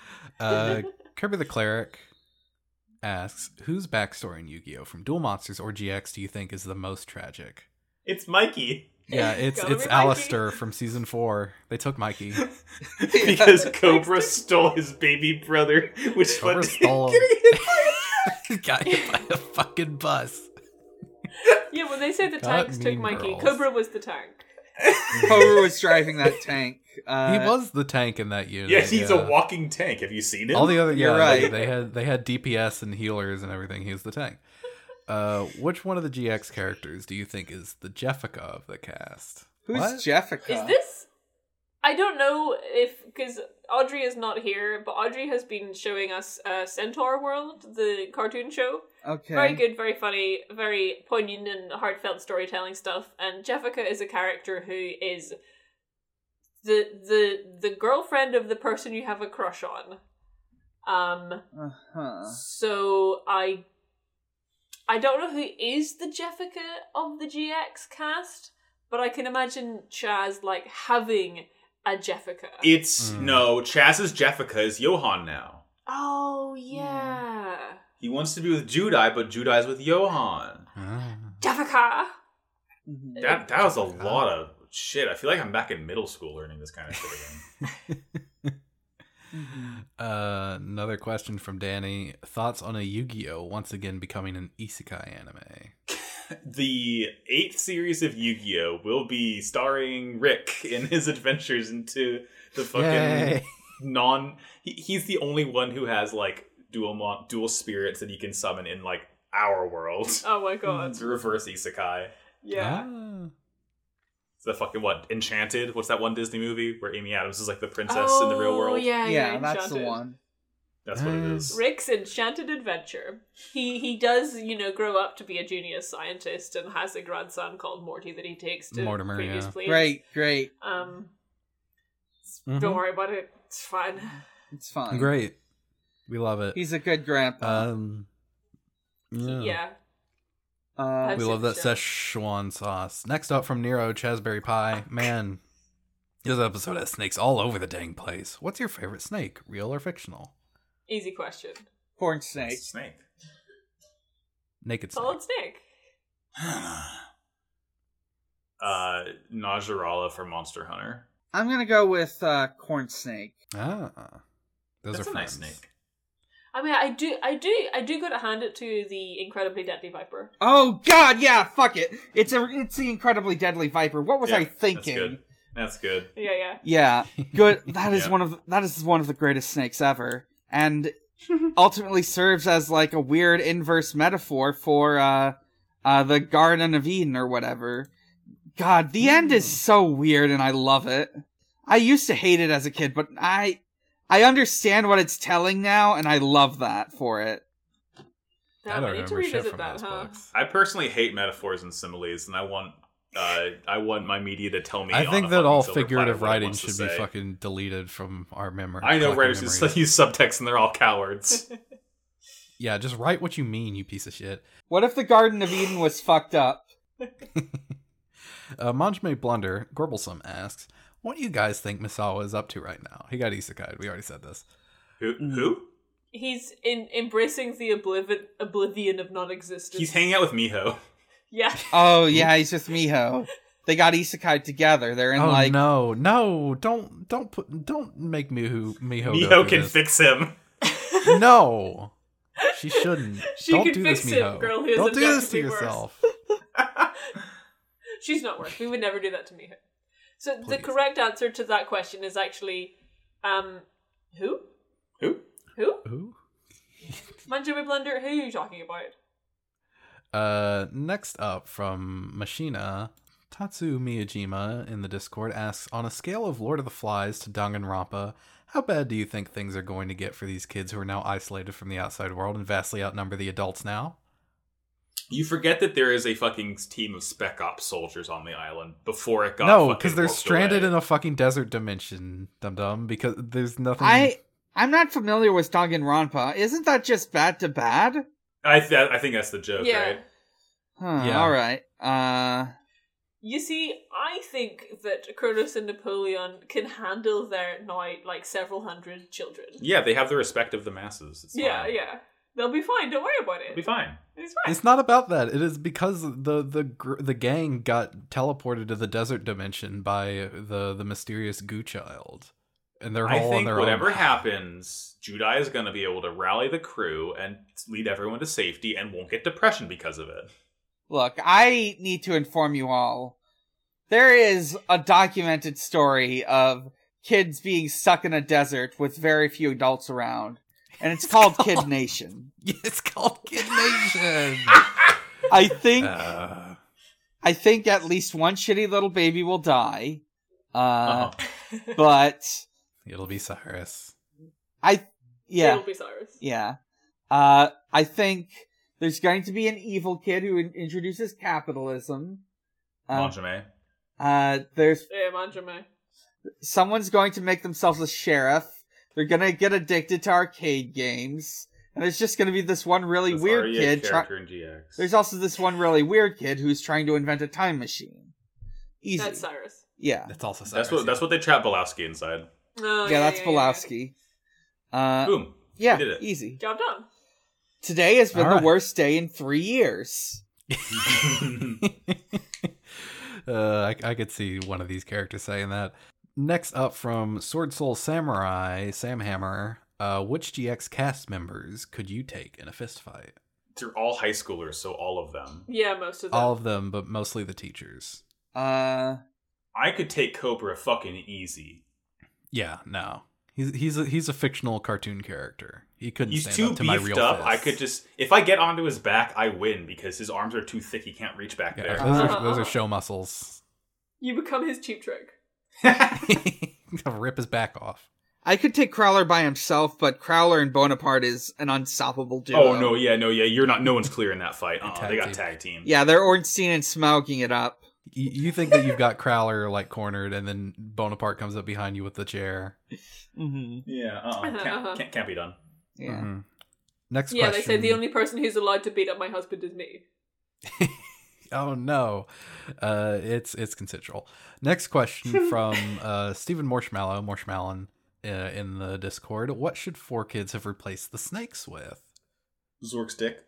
[SPEAKER 4] <laughs>
[SPEAKER 2] Uh, Kirby the cleric asks, "Whose backstory in Yu-Gi-Oh from Duel Monsters or GX do you think is the most
[SPEAKER 4] <laughs>
[SPEAKER 2] tragic?"
[SPEAKER 1] it's
[SPEAKER 2] <laughs>
[SPEAKER 1] Mikey <laughs>
[SPEAKER 2] Yeah, it's
[SPEAKER 4] Gotta
[SPEAKER 2] it's
[SPEAKER 4] be Mikey.
[SPEAKER 2] Alistair from season four. They
[SPEAKER 1] <laughs>
[SPEAKER 2] took Mikey.
[SPEAKER 4] <laughs>
[SPEAKER 1] because Cobra stole his baby brother, <laughs> which
[SPEAKER 2] Cobra
[SPEAKER 1] led
[SPEAKER 2] stole
[SPEAKER 1] to him
[SPEAKER 2] him.
[SPEAKER 1] getting hit by
[SPEAKER 2] <laughs> Got hit by a fucking bus.
[SPEAKER 4] Yeah, when they say the
[SPEAKER 2] Got
[SPEAKER 4] tanks took
[SPEAKER 2] mean
[SPEAKER 4] Mikey,
[SPEAKER 2] girls.
[SPEAKER 4] Cobra was the tank.
[SPEAKER 3] Cobra was driving that tank.
[SPEAKER 2] <laughs>
[SPEAKER 3] Uh,
[SPEAKER 2] he was the tank in that unit.
[SPEAKER 1] Yeah, he's
[SPEAKER 2] yeah.
[SPEAKER 1] a walking tank. Have you seen him?
[SPEAKER 2] All the other,
[SPEAKER 3] You're
[SPEAKER 2] yeah, they-
[SPEAKER 3] right.
[SPEAKER 2] They had they had DPS and healers and everything. He was the tank. Uh, which one of the GX characters do you think is the Jeffica of the cast?
[SPEAKER 3] Who's
[SPEAKER 2] What?
[SPEAKER 3] Jeffica?
[SPEAKER 4] Is this? I don't know if because Audrey is not here, but Audrey has been showing us uh, Centaur World, the cartoon show.
[SPEAKER 3] okay?
[SPEAKER 4] Very good, very funny, very poignant and heartfelt storytelling stuff. And Jeffica is a character who is the the the girlfriend of the person you have a crush on. Um,
[SPEAKER 3] Uh-huh.
[SPEAKER 4] so I I don't know who is the Jeffica of the GX cast, but I can imagine Chaz like having a Jeffica.
[SPEAKER 1] It's
[SPEAKER 2] Mm.
[SPEAKER 1] no Chaz's Jeffica is Johan now.
[SPEAKER 4] oh yeah.
[SPEAKER 1] He wants to be with Judai, but Judai's with Johan.
[SPEAKER 2] Ah.
[SPEAKER 4] Jeffica.
[SPEAKER 3] Mhm.
[SPEAKER 1] That that was a lot of shit. I feel like I'm back in middle school learning this kind of
[SPEAKER 2] <laughs>
[SPEAKER 1] shit again.
[SPEAKER 3] Mhm.
[SPEAKER 2] Uh, another question from Danny: Thoughts on a Yu-Gi-Oh once again becoming an isekai anime?
[SPEAKER 1] the eighth series of Yu-Gi-Oh will be starring Rick in his <laughs> adventures into the fucking
[SPEAKER 2] Yay.
[SPEAKER 1] non. He, he's the only one who has like dual mon- dual spirits that he can summon in like our world.
[SPEAKER 4] Oh my god.
[SPEAKER 1] It's a reverse isekai.
[SPEAKER 4] Yeah.
[SPEAKER 2] Ah.
[SPEAKER 1] It's the fucking what Enchanted? What's that one Disney movie where Amy Adams is like the princess in the real
[SPEAKER 4] Oh,
[SPEAKER 1] world?
[SPEAKER 4] Yeah,
[SPEAKER 3] yeah,
[SPEAKER 4] yeah,
[SPEAKER 3] that's the
[SPEAKER 4] Enchanted.
[SPEAKER 3] one.
[SPEAKER 1] That's what it is.
[SPEAKER 4] Rick's enchanted adventure. He he does you know grow up to be a genius scientist and has a grandson called Morty that he takes to
[SPEAKER 2] Mortimer,
[SPEAKER 4] previous
[SPEAKER 2] yeah.
[SPEAKER 4] places.
[SPEAKER 3] Great, great.
[SPEAKER 4] Um, don't
[SPEAKER 2] Mhm.
[SPEAKER 4] worry about it. It's fine.
[SPEAKER 3] It's fine.
[SPEAKER 2] Mm-hmm. Great, we love it.
[SPEAKER 3] He's uh, a good grandpa.
[SPEAKER 2] um,
[SPEAKER 4] Yeah.
[SPEAKER 2] yeah.
[SPEAKER 3] Uh,
[SPEAKER 4] I-
[SPEAKER 2] We love that
[SPEAKER 4] Sure.
[SPEAKER 2] Szechuan sauce. Next up from Nero, Chasberry Pie. Man, this episode has snakes all over the dang place. What's your favorite snake, real or fictional?
[SPEAKER 4] Easy question.
[SPEAKER 3] corn
[SPEAKER 1] It's
[SPEAKER 3] snake.
[SPEAKER 1] a Snake.
[SPEAKER 2] Naked snake. Ah, <sighs>
[SPEAKER 4] Solid snake.
[SPEAKER 1] uh, Najarala from Monster Hunter.
[SPEAKER 3] I'm gonna go with uh, corn snake.
[SPEAKER 2] Ah, those
[SPEAKER 1] That's
[SPEAKER 2] are
[SPEAKER 1] a nice
[SPEAKER 2] friends.
[SPEAKER 1] snake.
[SPEAKER 4] I mean, I do, I do, I do got to hand it to the incredibly deadly viper.
[SPEAKER 3] Oh God, yeah, fuck it. It's a it's the incredibly deadly viper. What was
[SPEAKER 1] Yeah,
[SPEAKER 3] I
[SPEAKER 1] that's
[SPEAKER 3] thinking?
[SPEAKER 1] good. That's good.
[SPEAKER 4] Yeah, yeah.
[SPEAKER 3] Yeah, good. That is
[SPEAKER 1] Yeah.
[SPEAKER 3] one of that is one of the greatest snakes ever, and ultimately serves as like a weird inverse metaphor for uh, uh, the Garden of Eden or whatever. God, the end is so weird, and I love it. I used to hate it as a kid, but I I understand what it's telling now, and I love that for it.
[SPEAKER 2] I
[SPEAKER 4] Damn, I,
[SPEAKER 2] don't
[SPEAKER 4] need to
[SPEAKER 2] remember shit
[SPEAKER 4] revisit
[SPEAKER 2] from
[SPEAKER 4] that,
[SPEAKER 2] those
[SPEAKER 4] huh?
[SPEAKER 2] books.
[SPEAKER 1] I personally hate metaphors and similes, and I want uh, I want my media to tell me.
[SPEAKER 2] I
[SPEAKER 1] on a
[SPEAKER 2] think that
[SPEAKER 1] fucking
[SPEAKER 2] all
[SPEAKER 1] silver platter
[SPEAKER 2] figurative
[SPEAKER 1] what it
[SPEAKER 2] writing
[SPEAKER 1] wants to
[SPEAKER 2] should be
[SPEAKER 1] say.
[SPEAKER 2] fucking deleted from our memory.
[SPEAKER 1] I know
[SPEAKER 2] collective
[SPEAKER 1] writers who <laughs>
[SPEAKER 2] memory.
[SPEAKER 1] use subtext and they're all cowards.
[SPEAKER 2] <laughs> Yeah, just write what you mean, you piece of shit.
[SPEAKER 3] What if the Garden of Eden was fucked up?
[SPEAKER 2] Uh, Manjme Blunder, Gorblesome asks, what do you guys think Misawa is up to right now? He got isekai. We already said this.
[SPEAKER 1] who?
[SPEAKER 3] Mm.
[SPEAKER 1] Who?
[SPEAKER 4] He's in embracing the oblivion, oblivion of non-existence.
[SPEAKER 1] He's hanging out with Miho.
[SPEAKER 4] Yeah,
[SPEAKER 3] Oh yeah, he's with Miho. They got isekai together. They're in
[SPEAKER 2] oh
[SPEAKER 3] like
[SPEAKER 2] no, no! Don't don't put don't make Miho Miho. go
[SPEAKER 1] Miho
[SPEAKER 2] through
[SPEAKER 1] can
[SPEAKER 2] this.
[SPEAKER 1] fix him.
[SPEAKER 2] No, she shouldn't.
[SPEAKER 4] <laughs> She
[SPEAKER 2] don't
[SPEAKER 4] can
[SPEAKER 2] do
[SPEAKER 4] fix
[SPEAKER 2] this,
[SPEAKER 4] him,
[SPEAKER 2] Miho.
[SPEAKER 4] girl. He has
[SPEAKER 2] don't
[SPEAKER 4] a
[SPEAKER 2] do
[SPEAKER 4] job
[SPEAKER 2] this
[SPEAKER 4] to
[SPEAKER 2] to
[SPEAKER 4] be worse.
[SPEAKER 2] yourself.
[SPEAKER 4] <laughs> she's not worth. We would never do that to Miho. So the
[SPEAKER 2] Please.
[SPEAKER 4] correct answer to that question is actually, um, who?
[SPEAKER 1] Who?
[SPEAKER 4] Who?
[SPEAKER 2] Ooh.
[SPEAKER 4] Manjumi Blunder. Who are you talking about?
[SPEAKER 2] Uh, next up from Machina, Tatsu Miyajima in the Discord asks On a scale of Lord of the Flies to Danganronpa, how bad do you think things are going to get for these kids who are now isolated from the outside world and vastly outnumber the adults now?
[SPEAKER 1] You forget that there is a fucking team of spec ops soldiers on the island before it got
[SPEAKER 2] no,
[SPEAKER 1] because
[SPEAKER 2] because they're stranded in a fucking desert dimension, dum dum, because there's nothing.
[SPEAKER 3] I I'm not familiar with Danganronpa. Isn't that just bad to bad?
[SPEAKER 1] I th- I think that's the joke,
[SPEAKER 4] yeah.
[SPEAKER 1] right?
[SPEAKER 3] Huh,
[SPEAKER 2] Yeah.
[SPEAKER 3] All right. Uh,
[SPEAKER 4] You see, I think that Cronus and Napoleon can handle their now like several hundred children.
[SPEAKER 1] Yeah, they have the respect of the masses. It's
[SPEAKER 4] yeah,
[SPEAKER 1] fine.
[SPEAKER 4] yeah. They'll be fine. Don't worry about it.
[SPEAKER 1] It'll be fine.
[SPEAKER 4] It's fine.
[SPEAKER 2] It's not about that. It is because the the gr- the gang got teleported to the desert dimension by the the mysterious goo child, and they're all
[SPEAKER 1] I
[SPEAKER 2] on
[SPEAKER 1] think
[SPEAKER 2] their
[SPEAKER 1] whatever <laughs>
[SPEAKER 2] own.
[SPEAKER 1] happens, Judai is going to be able to rally the crew and lead everyone to safety and won't get depression because of it.
[SPEAKER 3] look, I need to inform you all. There is a documented story of kids being stuck in a desert with very few adults around, and
[SPEAKER 2] <laughs>
[SPEAKER 3] it's called Kid Nation.
[SPEAKER 2] It's called Kid <laughs> Nation.
[SPEAKER 3] I think
[SPEAKER 2] Uh,
[SPEAKER 3] I think at least one shitty little baby will die. Uh,
[SPEAKER 1] Uh-huh.
[SPEAKER 3] but
[SPEAKER 2] it'll be Cyrus.
[SPEAKER 3] I yeah.
[SPEAKER 4] It'll be Cyrus.
[SPEAKER 3] Yeah. Uh, I think there's going to be an evil kid who in- introduces capitalism. Uh,
[SPEAKER 1] Manjime.
[SPEAKER 3] uh, there's
[SPEAKER 4] Yeah, Manjame.
[SPEAKER 3] someone's going to make themselves a sheriff. They're gonna get addicted to arcade games, and there's just gonna be this one really
[SPEAKER 1] That's
[SPEAKER 3] weird
[SPEAKER 1] already E a
[SPEAKER 3] kid. try-
[SPEAKER 1] character in GX.
[SPEAKER 3] there's also this one really weird kid who's trying to invent a time machine. Easy,
[SPEAKER 4] That's Cyrus.
[SPEAKER 3] yeah,
[SPEAKER 2] That's also Cyrus.
[SPEAKER 1] that's what that's what they trapped Belowski inside.
[SPEAKER 4] Oh,
[SPEAKER 3] yeah, that's Belowski. Uh, <laughs>
[SPEAKER 1] Boom.
[SPEAKER 3] yeah,
[SPEAKER 1] did it.
[SPEAKER 3] easy.
[SPEAKER 4] Job done.
[SPEAKER 3] Today has been
[SPEAKER 2] All
[SPEAKER 3] the
[SPEAKER 2] right.
[SPEAKER 3] worst day in three years.
[SPEAKER 2] <laughs> uh, I, I could see one of these characters saying that. Next up from Sword Soul Samurai, Sam Hammer. Uh, which GX cast members could you take in a fist fight?
[SPEAKER 1] <laughs> They're all high schoolers, so all of them.
[SPEAKER 4] Yeah, most of them.
[SPEAKER 2] All of them, but mostly the teachers.
[SPEAKER 3] Uh,
[SPEAKER 1] I could take Cobra fucking easy.
[SPEAKER 2] Yeah, no, he's he's a, he's a fictional cartoon character. He couldn't
[SPEAKER 1] He's
[SPEAKER 2] stand
[SPEAKER 1] too
[SPEAKER 2] up to my
[SPEAKER 1] beefed
[SPEAKER 2] real
[SPEAKER 1] up. I
[SPEAKER 2] fists.
[SPEAKER 1] could just if I get onto his back, I win because his arms are too thick. He can't reach back
[SPEAKER 2] <laughs> Yeah,
[SPEAKER 1] there.
[SPEAKER 2] those,
[SPEAKER 4] Uh-huh.
[SPEAKER 2] are,
[SPEAKER 4] <laughs>
[SPEAKER 2] those are show muscles. <laughs>
[SPEAKER 4] You become his cheap trick.
[SPEAKER 3] Uh-huh.
[SPEAKER 2] Rip his back off.
[SPEAKER 3] I could take Crowler by himself, but Crowler and Bonaparte is an unstoppable
[SPEAKER 1] <laughs>
[SPEAKER 3] duo.
[SPEAKER 1] oh no, yeah, no, yeah. You're not. No one's clearing that fight. Uh-uh,
[SPEAKER 2] Tag
[SPEAKER 1] they got
[SPEAKER 2] team.
[SPEAKER 1] tag team.
[SPEAKER 3] Yeah, they're Ornstein and Smauging it up.
[SPEAKER 2] You, you think that you've got Crowler like cornered, and then Bonaparte comes up behind you with the chair.
[SPEAKER 3] Mm-hmm.
[SPEAKER 1] Yeah,
[SPEAKER 4] <laughs>
[SPEAKER 1] uh-uh.
[SPEAKER 4] Uh-huh.
[SPEAKER 1] Can't, can't, can't be done.
[SPEAKER 3] Yeah.
[SPEAKER 2] Mhm. Next
[SPEAKER 4] yeah,
[SPEAKER 2] question.
[SPEAKER 4] they say the only person who's allowed to beat up my husband is me.
[SPEAKER 2] Oh no, uh, it's it's consensual. Next
[SPEAKER 4] <laughs>
[SPEAKER 2] question from uh, Stephen Marshmallow Marshmallow uh, in the Discord. What should four kids have replaced the snakes with?
[SPEAKER 1] Zork's dick.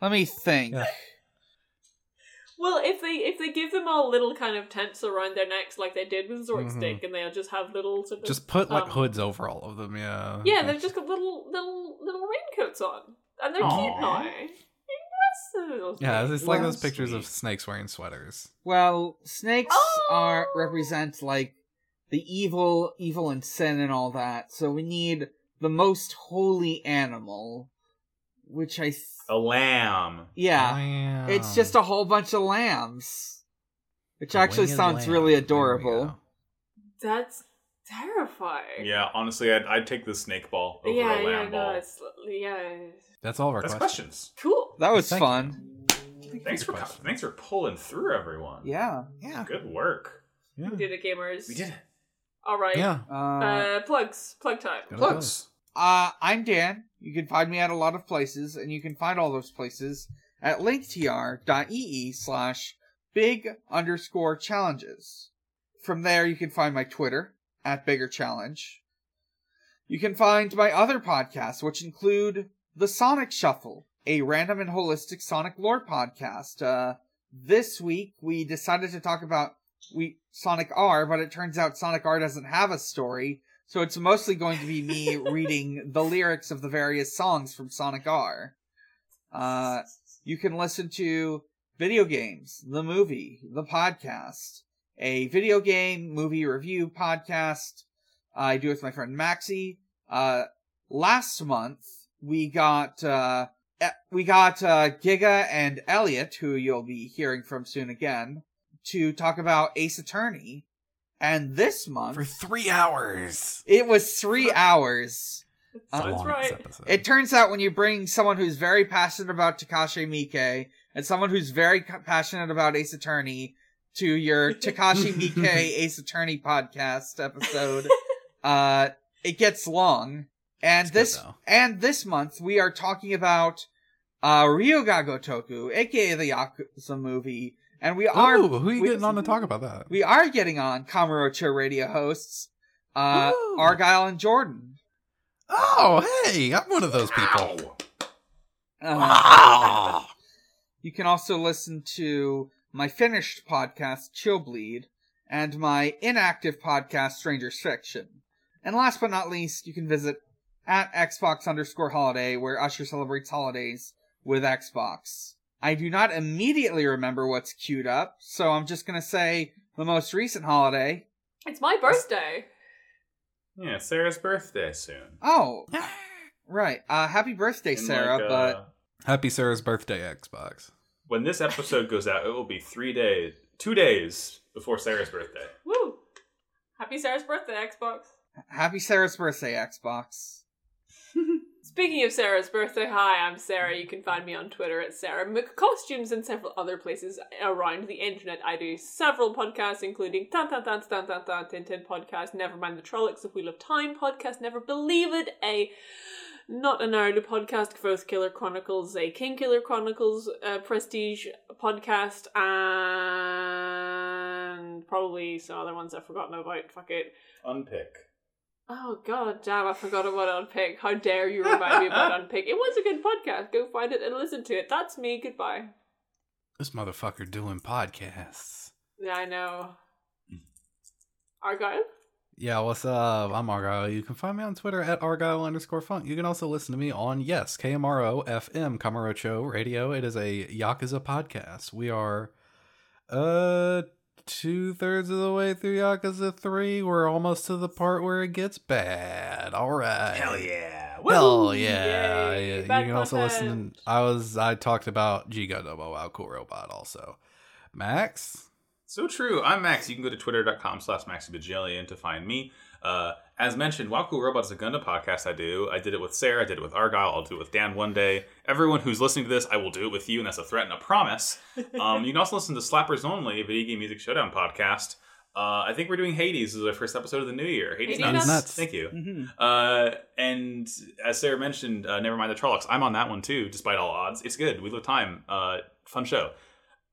[SPEAKER 3] Let me think.
[SPEAKER 2] Yeah.
[SPEAKER 4] Well, if they if they give them all little kind of tents around their necks like they did with Zork's
[SPEAKER 2] Mhm.
[SPEAKER 4] dick, and they'll just have little sort of
[SPEAKER 2] Just put like
[SPEAKER 4] um,
[SPEAKER 2] hoods over all of them. Yeah.
[SPEAKER 4] Yeah, they've just got little little little raincoats on, and they're
[SPEAKER 1] Aw.
[SPEAKER 4] cute now. That's a little
[SPEAKER 2] yeah.
[SPEAKER 4] thing.
[SPEAKER 2] It's like
[SPEAKER 3] Well,
[SPEAKER 2] those pictures of
[SPEAKER 1] sweet.
[SPEAKER 2] snakes wearing sweaters.
[SPEAKER 3] Well, snakes
[SPEAKER 4] Oh!
[SPEAKER 3] are represent like the evil, evil and sin and all that. So we need the most holy animal, which I th-
[SPEAKER 1] A lamb.
[SPEAKER 3] yeah, it's just a whole bunch of lambs, which actually
[SPEAKER 2] Winged
[SPEAKER 3] sounds
[SPEAKER 2] lamb.
[SPEAKER 3] really
[SPEAKER 2] There we
[SPEAKER 3] adorable.
[SPEAKER 2] go.
[SPEAKER 4] That's terrifying.
[SPEAKER 1] Yeah, honestly, I'd, I'd take the snake ball over
[SPEAKER 4] yeah,
[SPEAKER 1] a
[SPEAKER 4] yeah,
[SPEAKER 1] lamb
[SPEAKER 4] no,
[SPEAKER 1] ball.
[SPEAKER 4] it's, yeah.
[SPEAKER 2] That's all of our
[SPEAKER 1] That's
[SPEAKER 2] questions.
[SPEAKER 1] questions.
[SPEAKER 4] Cool.
[SPEAKER 3] That was
[SPEAKER 2] Thank you.
[SPEAKER 3] fun.
[SPEAKER 1] Thanks for
[SPEAKER 2] Good
[SPEAKER 1] co-
[SPEAKER 2] question.
[SPEAKER 1] thanks for pulling through everyone.
[SPEAKER 3] Yeah.
[SPEAKER 2] Yeah.
[SPEAKER 1] Good work.
[SPEAKER 4] We did it, gamers.
[SPEAKER 1] We did it.
[SPEAKER 4] All right.
[SPEAKER 2] Yeah.
[SPEAKER 3] Uh,
[SPEAKER 4] Uh, plugs. Plug time.
[SPEAKER 2] Good.
[SPEAKER 1] Plugs.
[SPEAKER 3] Uh, I'm Dan. You can find me at a lot of places, and you can find all those places at linktr.ee slash big underscore challenges. From there, you can find my Twitter at bigger challenge. You can find my other podcasts, which include The Sonic Shuffle, a random and holistic Sonic lore podcast. Uh, this week, we decided to talk about we Sonic R, but it turns out Sonic R doesn't have a story, so it's mostly going to be me reading the lyrics of the various songs from Sonic R. Uh, you can listen to video games, the movie, the podcast, a video game movie review podcast I do with my friend Maxie. Uh, last month we got uh, uh, we got uh, Giga and Elliot, who you'll be hearing from soon again, to talk about Ace Attorney. And this month,
[SPEAKER 2] for three hours.
[SPEAKER 3] it was three hours.
[SPEAKER 2] It's a
[SPEAKER 4] That's
[SPEAKER 2] long
[SPEAKER 4] right.
[SPEAKER 2] episode.
[SPEAKER 3] It turns out when you bring someone who's very passionate about Takashi Miike and someone who's very ca- passionate about Ace Attorney to your Takashi Miike Ace Attorney podcast episode, uh, it gets long. And
[SPEAKER 2] It's good,
[SPEAKER 3] this
[SPEAKER 2] though.
[SPEAKER 3] and this month we are talking about uh, Ryuga Gotoku, aka the Yakuza movie, and we are
[SPEAKER 2] Ooh, who are you
[SPEAKER 3] we-
[SPEAKER 2] getting on to talk about that?
[SPEAKER 3] we are getting on Kamurocho radio hosts uh,
[SPEAKER 2] Ooh.
[SPEAKER 3] Argyle and Jordan.
[SPEAKER 2] oh, hey, I'm one of those people.
[SPEAKER 3] Uh,
[SPEAKER 2] Ah.
[SPEAKER 3] You can also listen to my finished podcast, Chillbleed, and my inactive podcast, Stranger's Fiction. And last but not least, you can visit at Xbox underscore holiday, where Usher celebrates holidays with Xbox. I do not immediately remember what's queued up, so I'm just going to say the most recent holiday.
[SPEAKER 4] It's my birthday.
[SPEAKER 1] Yeah, Sarah's birthday soon.
[SPEAKER 3] Oh, right. Uh, happy birthday,
[SPEAKER 1] In,
[SPEAKER 3] Sarah,
[SPEAKER 1] like,
[SPEAKER 3] but
[SPEAKER 1] uh,
[SPEAKER 2] Happy Sarah's birthday, Xbox.
[SPEAKER 1] when this episode goes out, it will be three days, two days before Sarah's birthday.
[SPEAKER 4] Woo! Happy Sarah's birthday, Xbox.
[SPEAKER 3] happy Sarah's birthday, Xbox.
[SPEAKER 1] <laughs>
[SPEAKER 4] Speaking of Sarah's birthday, hi, I'm Sarah. You can find me on Twitter at Sarah McCostumes and several other places around the internet. I do several podcasts, including Tan Tan Tan Tan Tan Tan Tin Tin Podcast, Never Mind the Trollocs, The Wheel of Time Podcast, Never Believe It, a Not an Hourly Podcast, Growth Killer Chronicles, a King Killer Chronicles uh, Prestige Podcast, and probably some other ones I've forgotten about. Fuck it.
[SPEAKER 1] Unpick.
[SPEAKER 4] Oh god damn, I forgot about Unpick. How dare you remind me
[SPEAKER 2] <laughs>
[SPEAKER 4] about Unpick. It was a good podcast. Go find it and listen to it. That's me. Goodbye.
[SPEAKER 2] This motherfucker doing podcasts.
[SPEAKER 4] Yeah, I know.
[SPEAKER 2] Mm.
[SPEAKER 4] Argyle?
[SPEAKER 2] Yeah, what's up? I'm Argyle. You can find me on Twitter at Argyle underscore funk. You can also listen to me on Yes, KMRO FM Camarocho Radio. It is a Yakuza podcast. We are uh two thirds of the way through Yakuza 3. We're almost to the part where it gets bad. All right.
[SPEAKER 1] yeah!
[SPEAKER 2] Hell
[SPEAKER 4] Woo!
[SPEAKER 2] yeah.
[SPEAKER 4] Yay,
[SPEAKER 2] yeah. You
[SPEAKER 4] bad
[SPEAKER 2] can also listen
[SPEAKER 4] content.
[SPEAKER 2] I was I talked about Giga Dobo Wow Cool Robot also. Max?
[SPEAKER 1] So true. I'm Max. You can go to twitter.com slash maxibajillion to find me. Uh, as mentioned, Wow Cool Robot is a Gundam podcast I do. I did it with Sarah. I did it with Argyle. I'll do it with Dan one day. Everyone who's listening to this, I will do it with you, and that's a threat and a promise. Um, you can also listen to Slappers Only, a video game music showdown podcast. Uh, I think we're doing Hades. This is our first episode of the new year. Hades,
[SPEAKER 4] Hades
[SPEAKER 1] nuts.
[SPEAKER 2] Nuts.
[SPEAKER 1] Thank you.
[SPEAKER 3] Mhm.
[SPEAKER 1] Uh, and as Sarah mentioned, uh, never mind the Trollocs. I'm on that one too, despite all odds. It's good. We love time. Uh, fun show.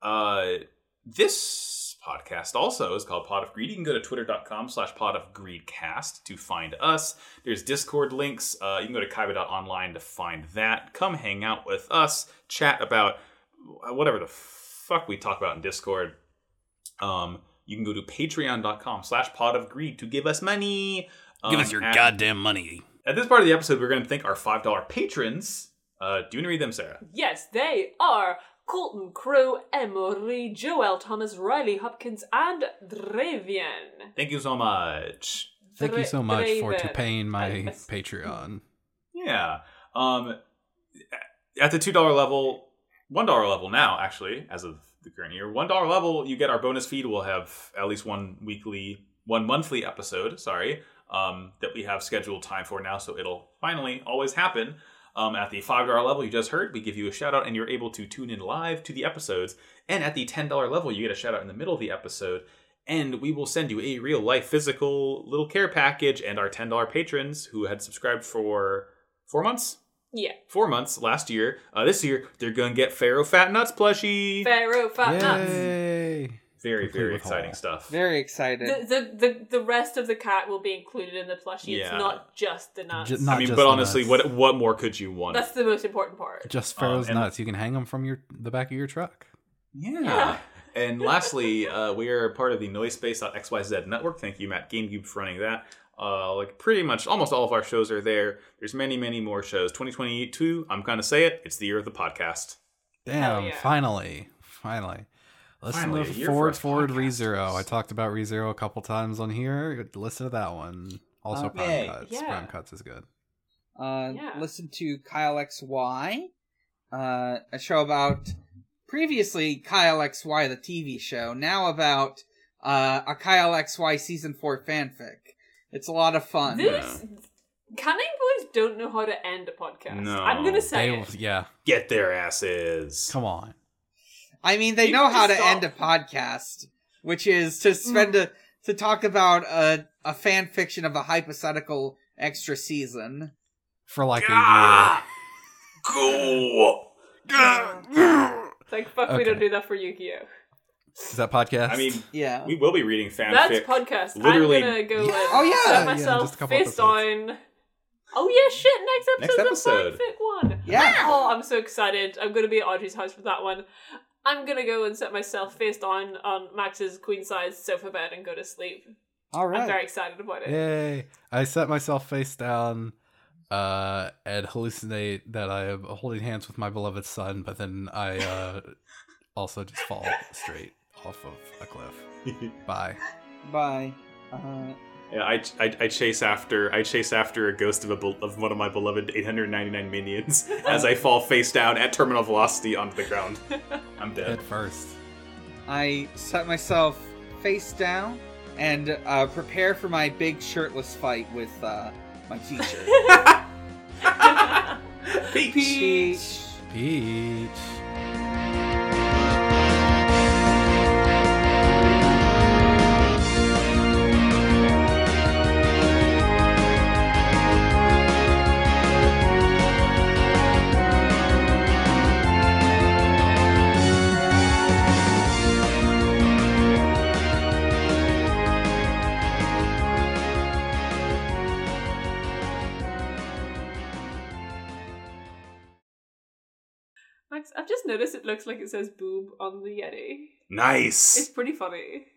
[SPEAKER 1] Uh, this podcast also is called Pod of Greed. You can go to twitter.com slash pod of greedcast to find us. There's Discord links. Uh, you can go to kaiba.online to find that. Come hang out with us, chat about whatever the fuck we talk about in Discord. Um, you can go to patreon.com slash pod of greed to give us money. Um, at-
[SPEAKER 2] money.
[SPEAKER 1] At this part of the episode, we're going to thank our $5 patrons. Uh, do you want to read them, Sarah?
[SPEAKER 4] Yes, they are Colton Crew, Emory, Joel Thomas, Riley Hopkins, and Dravian.
[SPEAKER 1] Thank you so much.
[SPEAKER 2] Thank you so much for to
[SPEAKER 4] Draven.
[SPEAKER 2] paying my
[SPEAKER 4] I- I-
[SPEAKER 2] Patreon.
[SPEAKER 1] Yeah. Um, at the two dollar level, one dollar level now, actually, as of the current year, one dollar level, you get our bonus feed. We'll have at least one weekly, one monthly episode. Sorry, um, that we have scheduled time for now, so it'll finally always happen. Um, at the five dollar level, you just heard, we give you a shout out, and you're able to tune in live to the episodes. And at the ten dollar level, you get a shout out in the middle of the episode. And we will send you a real life physical little care package and our $10 patrons who had subscribed for four months
[SPEAKER 4] Yeah.
[SPEAKER 1] four months last year uh, this year they're gonna get pharaoh fat nuts plushie
[SPEAKER 4] Pharaoh Fat Nuts.
[SPEAKER 2] Yay.
[SPEAKER 1] very
[SPEAKER 2] Complete
[SPEAKER 1] very
[SPEAKER 2] with
[SPEAKER 1] exciting
[SPEAKER 2] all.
[SPEAKER 1] stuff
[SPEAKER 3] Very excited.
[SPEAKER 4] The, the the the rest of the cat will be included in the plushie. It's
[SPEAKER 1] Yeah.
[SPEAKER 4] not just the nuts.
[SPEAKER 2] Ju-
[SPEAKER 1] i
[SPEAKER 2] not
[SPEAKER 1] mean
[SPEAKER 2] just
[SPEAKER 1] but
[SPEAKER 2] the
[SPEAKER 1] honestly
[SPEAKER 2] nuts.
[SPEAKER 1] what what more could you want
[SPEAKER 4] That's the most important part.
[SPEAKER 2] Just Pharaoh's
[SPEAKER 1] Oh, and-
[SPEAKER 2] nuts. You can hang them from your the back of your truck.
[SPEAKER 1] yeah,
[SPEAKER 4] Yeah.
[SPEAKER 1] and lastly uh, we are part of the noisepace.xyz network thank you matt gamecube for running that uh, like pretty much almost all of our shows are there there's many many more shows 2022 i'm gonna say it it's the year of the podcast
[SPEAKER 2] Damn,
[SPEAKER 4] yeah.
[SPEAKER 2] finally. Finally. Listen
[SPEAKER 1] Finally, a
[SPEAKER 2] to
[SPEAKER 1] year
[SPEAKER 2] Forward
[SPEAKER 1] for
[SPEAKER 2] Forward
[SPEAKER 1] us
[SPEAKER 2] ReZero.
[SPEAKER 1] podcasters.
[SPEAKER 2] I talked about ReZero a couple times on here. Listen to that one. Also
[SPEAKER 3] Uh,
[SPEAKER 2] Prime
[SPEAKER 1] yay.
[SPEAKER 2] Cuts.
[SPEAKER 4] Yeah.
[SPEAKER 2] Prime Cuts is good.
[SPEAKER 3] Uh,
[SPEAKER 4] Yeah.
[SPEAKER 3] Listen to Kyle XY. uh, a show about previously Kyle XY, the TV show, now about uh, a Kyle XY season four fanfic. It's a lot of fun.
[SPEAKER 4] This Canning Boys don't know how to end a podcast.
[SPEAKER 1] No.
[SPEAKER 4] I'm gonna
[SPEAKER 2] They,
[SPEAKER 4] say it.
[SPEAKER 2] yeah,
[SPEAKER 1] Get their asses.
[SPEAKER 2] come on.
[SPEAKER 3] I mean, they
[SPEAKER 4] You
[SPEAKER 3] know
[SPEAKER 4] can
[SPEAKER 3] how to
[SPEAKER 4] just
[SPEAKER 3] end a podcast, which is to spend a to talk about a a fan fiction of a hypothetical extra season.
[SPEAKER 2] For like
[SPEAKER 1] Ah! Cool.
[SPEAKER 4] It's like fuck, we
[SPEAKER 2] Okay.
[SPEAKER 4] don't do that for
[SPEAKER 2] a
[SPEAKER 4] Yu-Gi-Oh.
[SPEAKER 2] year. Is that podcast?
[SPEAKER 1] I mean,
[SPEAKER 3] Yeah.
[SPEAKER 1] we will be reading fanfic.
[SPEAKER 4] That's podcast.
[SPEAKER 1] Literally-
[SPEAKER 4] I'm gonna go
[SPEAKER 2] Yeah.
[SPEAKER 4] and
[SPEAKER 3] Oh, yeah,
[SPEAKER 4] set
[SPEAKER 3] yeah,
[SPEAKER 2] just a
[SPEAKER 4] myself
[SPEAKER 2] couple
[SPEAKER 4] fist
[SPEAKER 2] episodes.
[SPEAKER 4] on. Oh yeah, shit! Next
[SPEAKER 1] Next
[SPEAKER 4] episode's a
[SPEAKER 1] episode.
[SPEAKER 4] fanfic one.
[SPEAKER 3] Yeah.
[SPEAKER 4] Oh, I'm so excited! I'm gonna be at Audrey's house for that one. I'm gonna go and set myself fist on on Max's queen size sofa bed and go to sleep.
[SPEAKER 3] All
[SPEAKER 4] I'm
[SPEAKER 3] right.
[SPEAKER 4] very excited about <laughs> it.
[SPEAKER 2] Yay! I set myself face down uh, and hallucinate that I am holding hands with my beloved son, but then I uh, also just fall straight off of a cliff. Bye.
[SPEAKER 3] Bye. Uh,
[SPEAKER 1] Yeah, I, I, I chase after I chase after a ghost of a bel- of one of my beloved 899 minions as I fall face down at terminal velocity onto the ground. I'm dead.
[SPEAKER 2] Head first.
[SPEAKER 3] I set myself face down and uh, prepare for my big shirtless fight with uh, my teacher.
[SPEAKER 1] Peach.
[SPEAKER 3] Peach.
[SPEAKER 2] Peach.
[SPEAKER 4] Max, I've just noticed it looks like it says boob on the Yeti. It's
[SPEAKER 1] Nice.
[SPEAKER 4] pretty funny.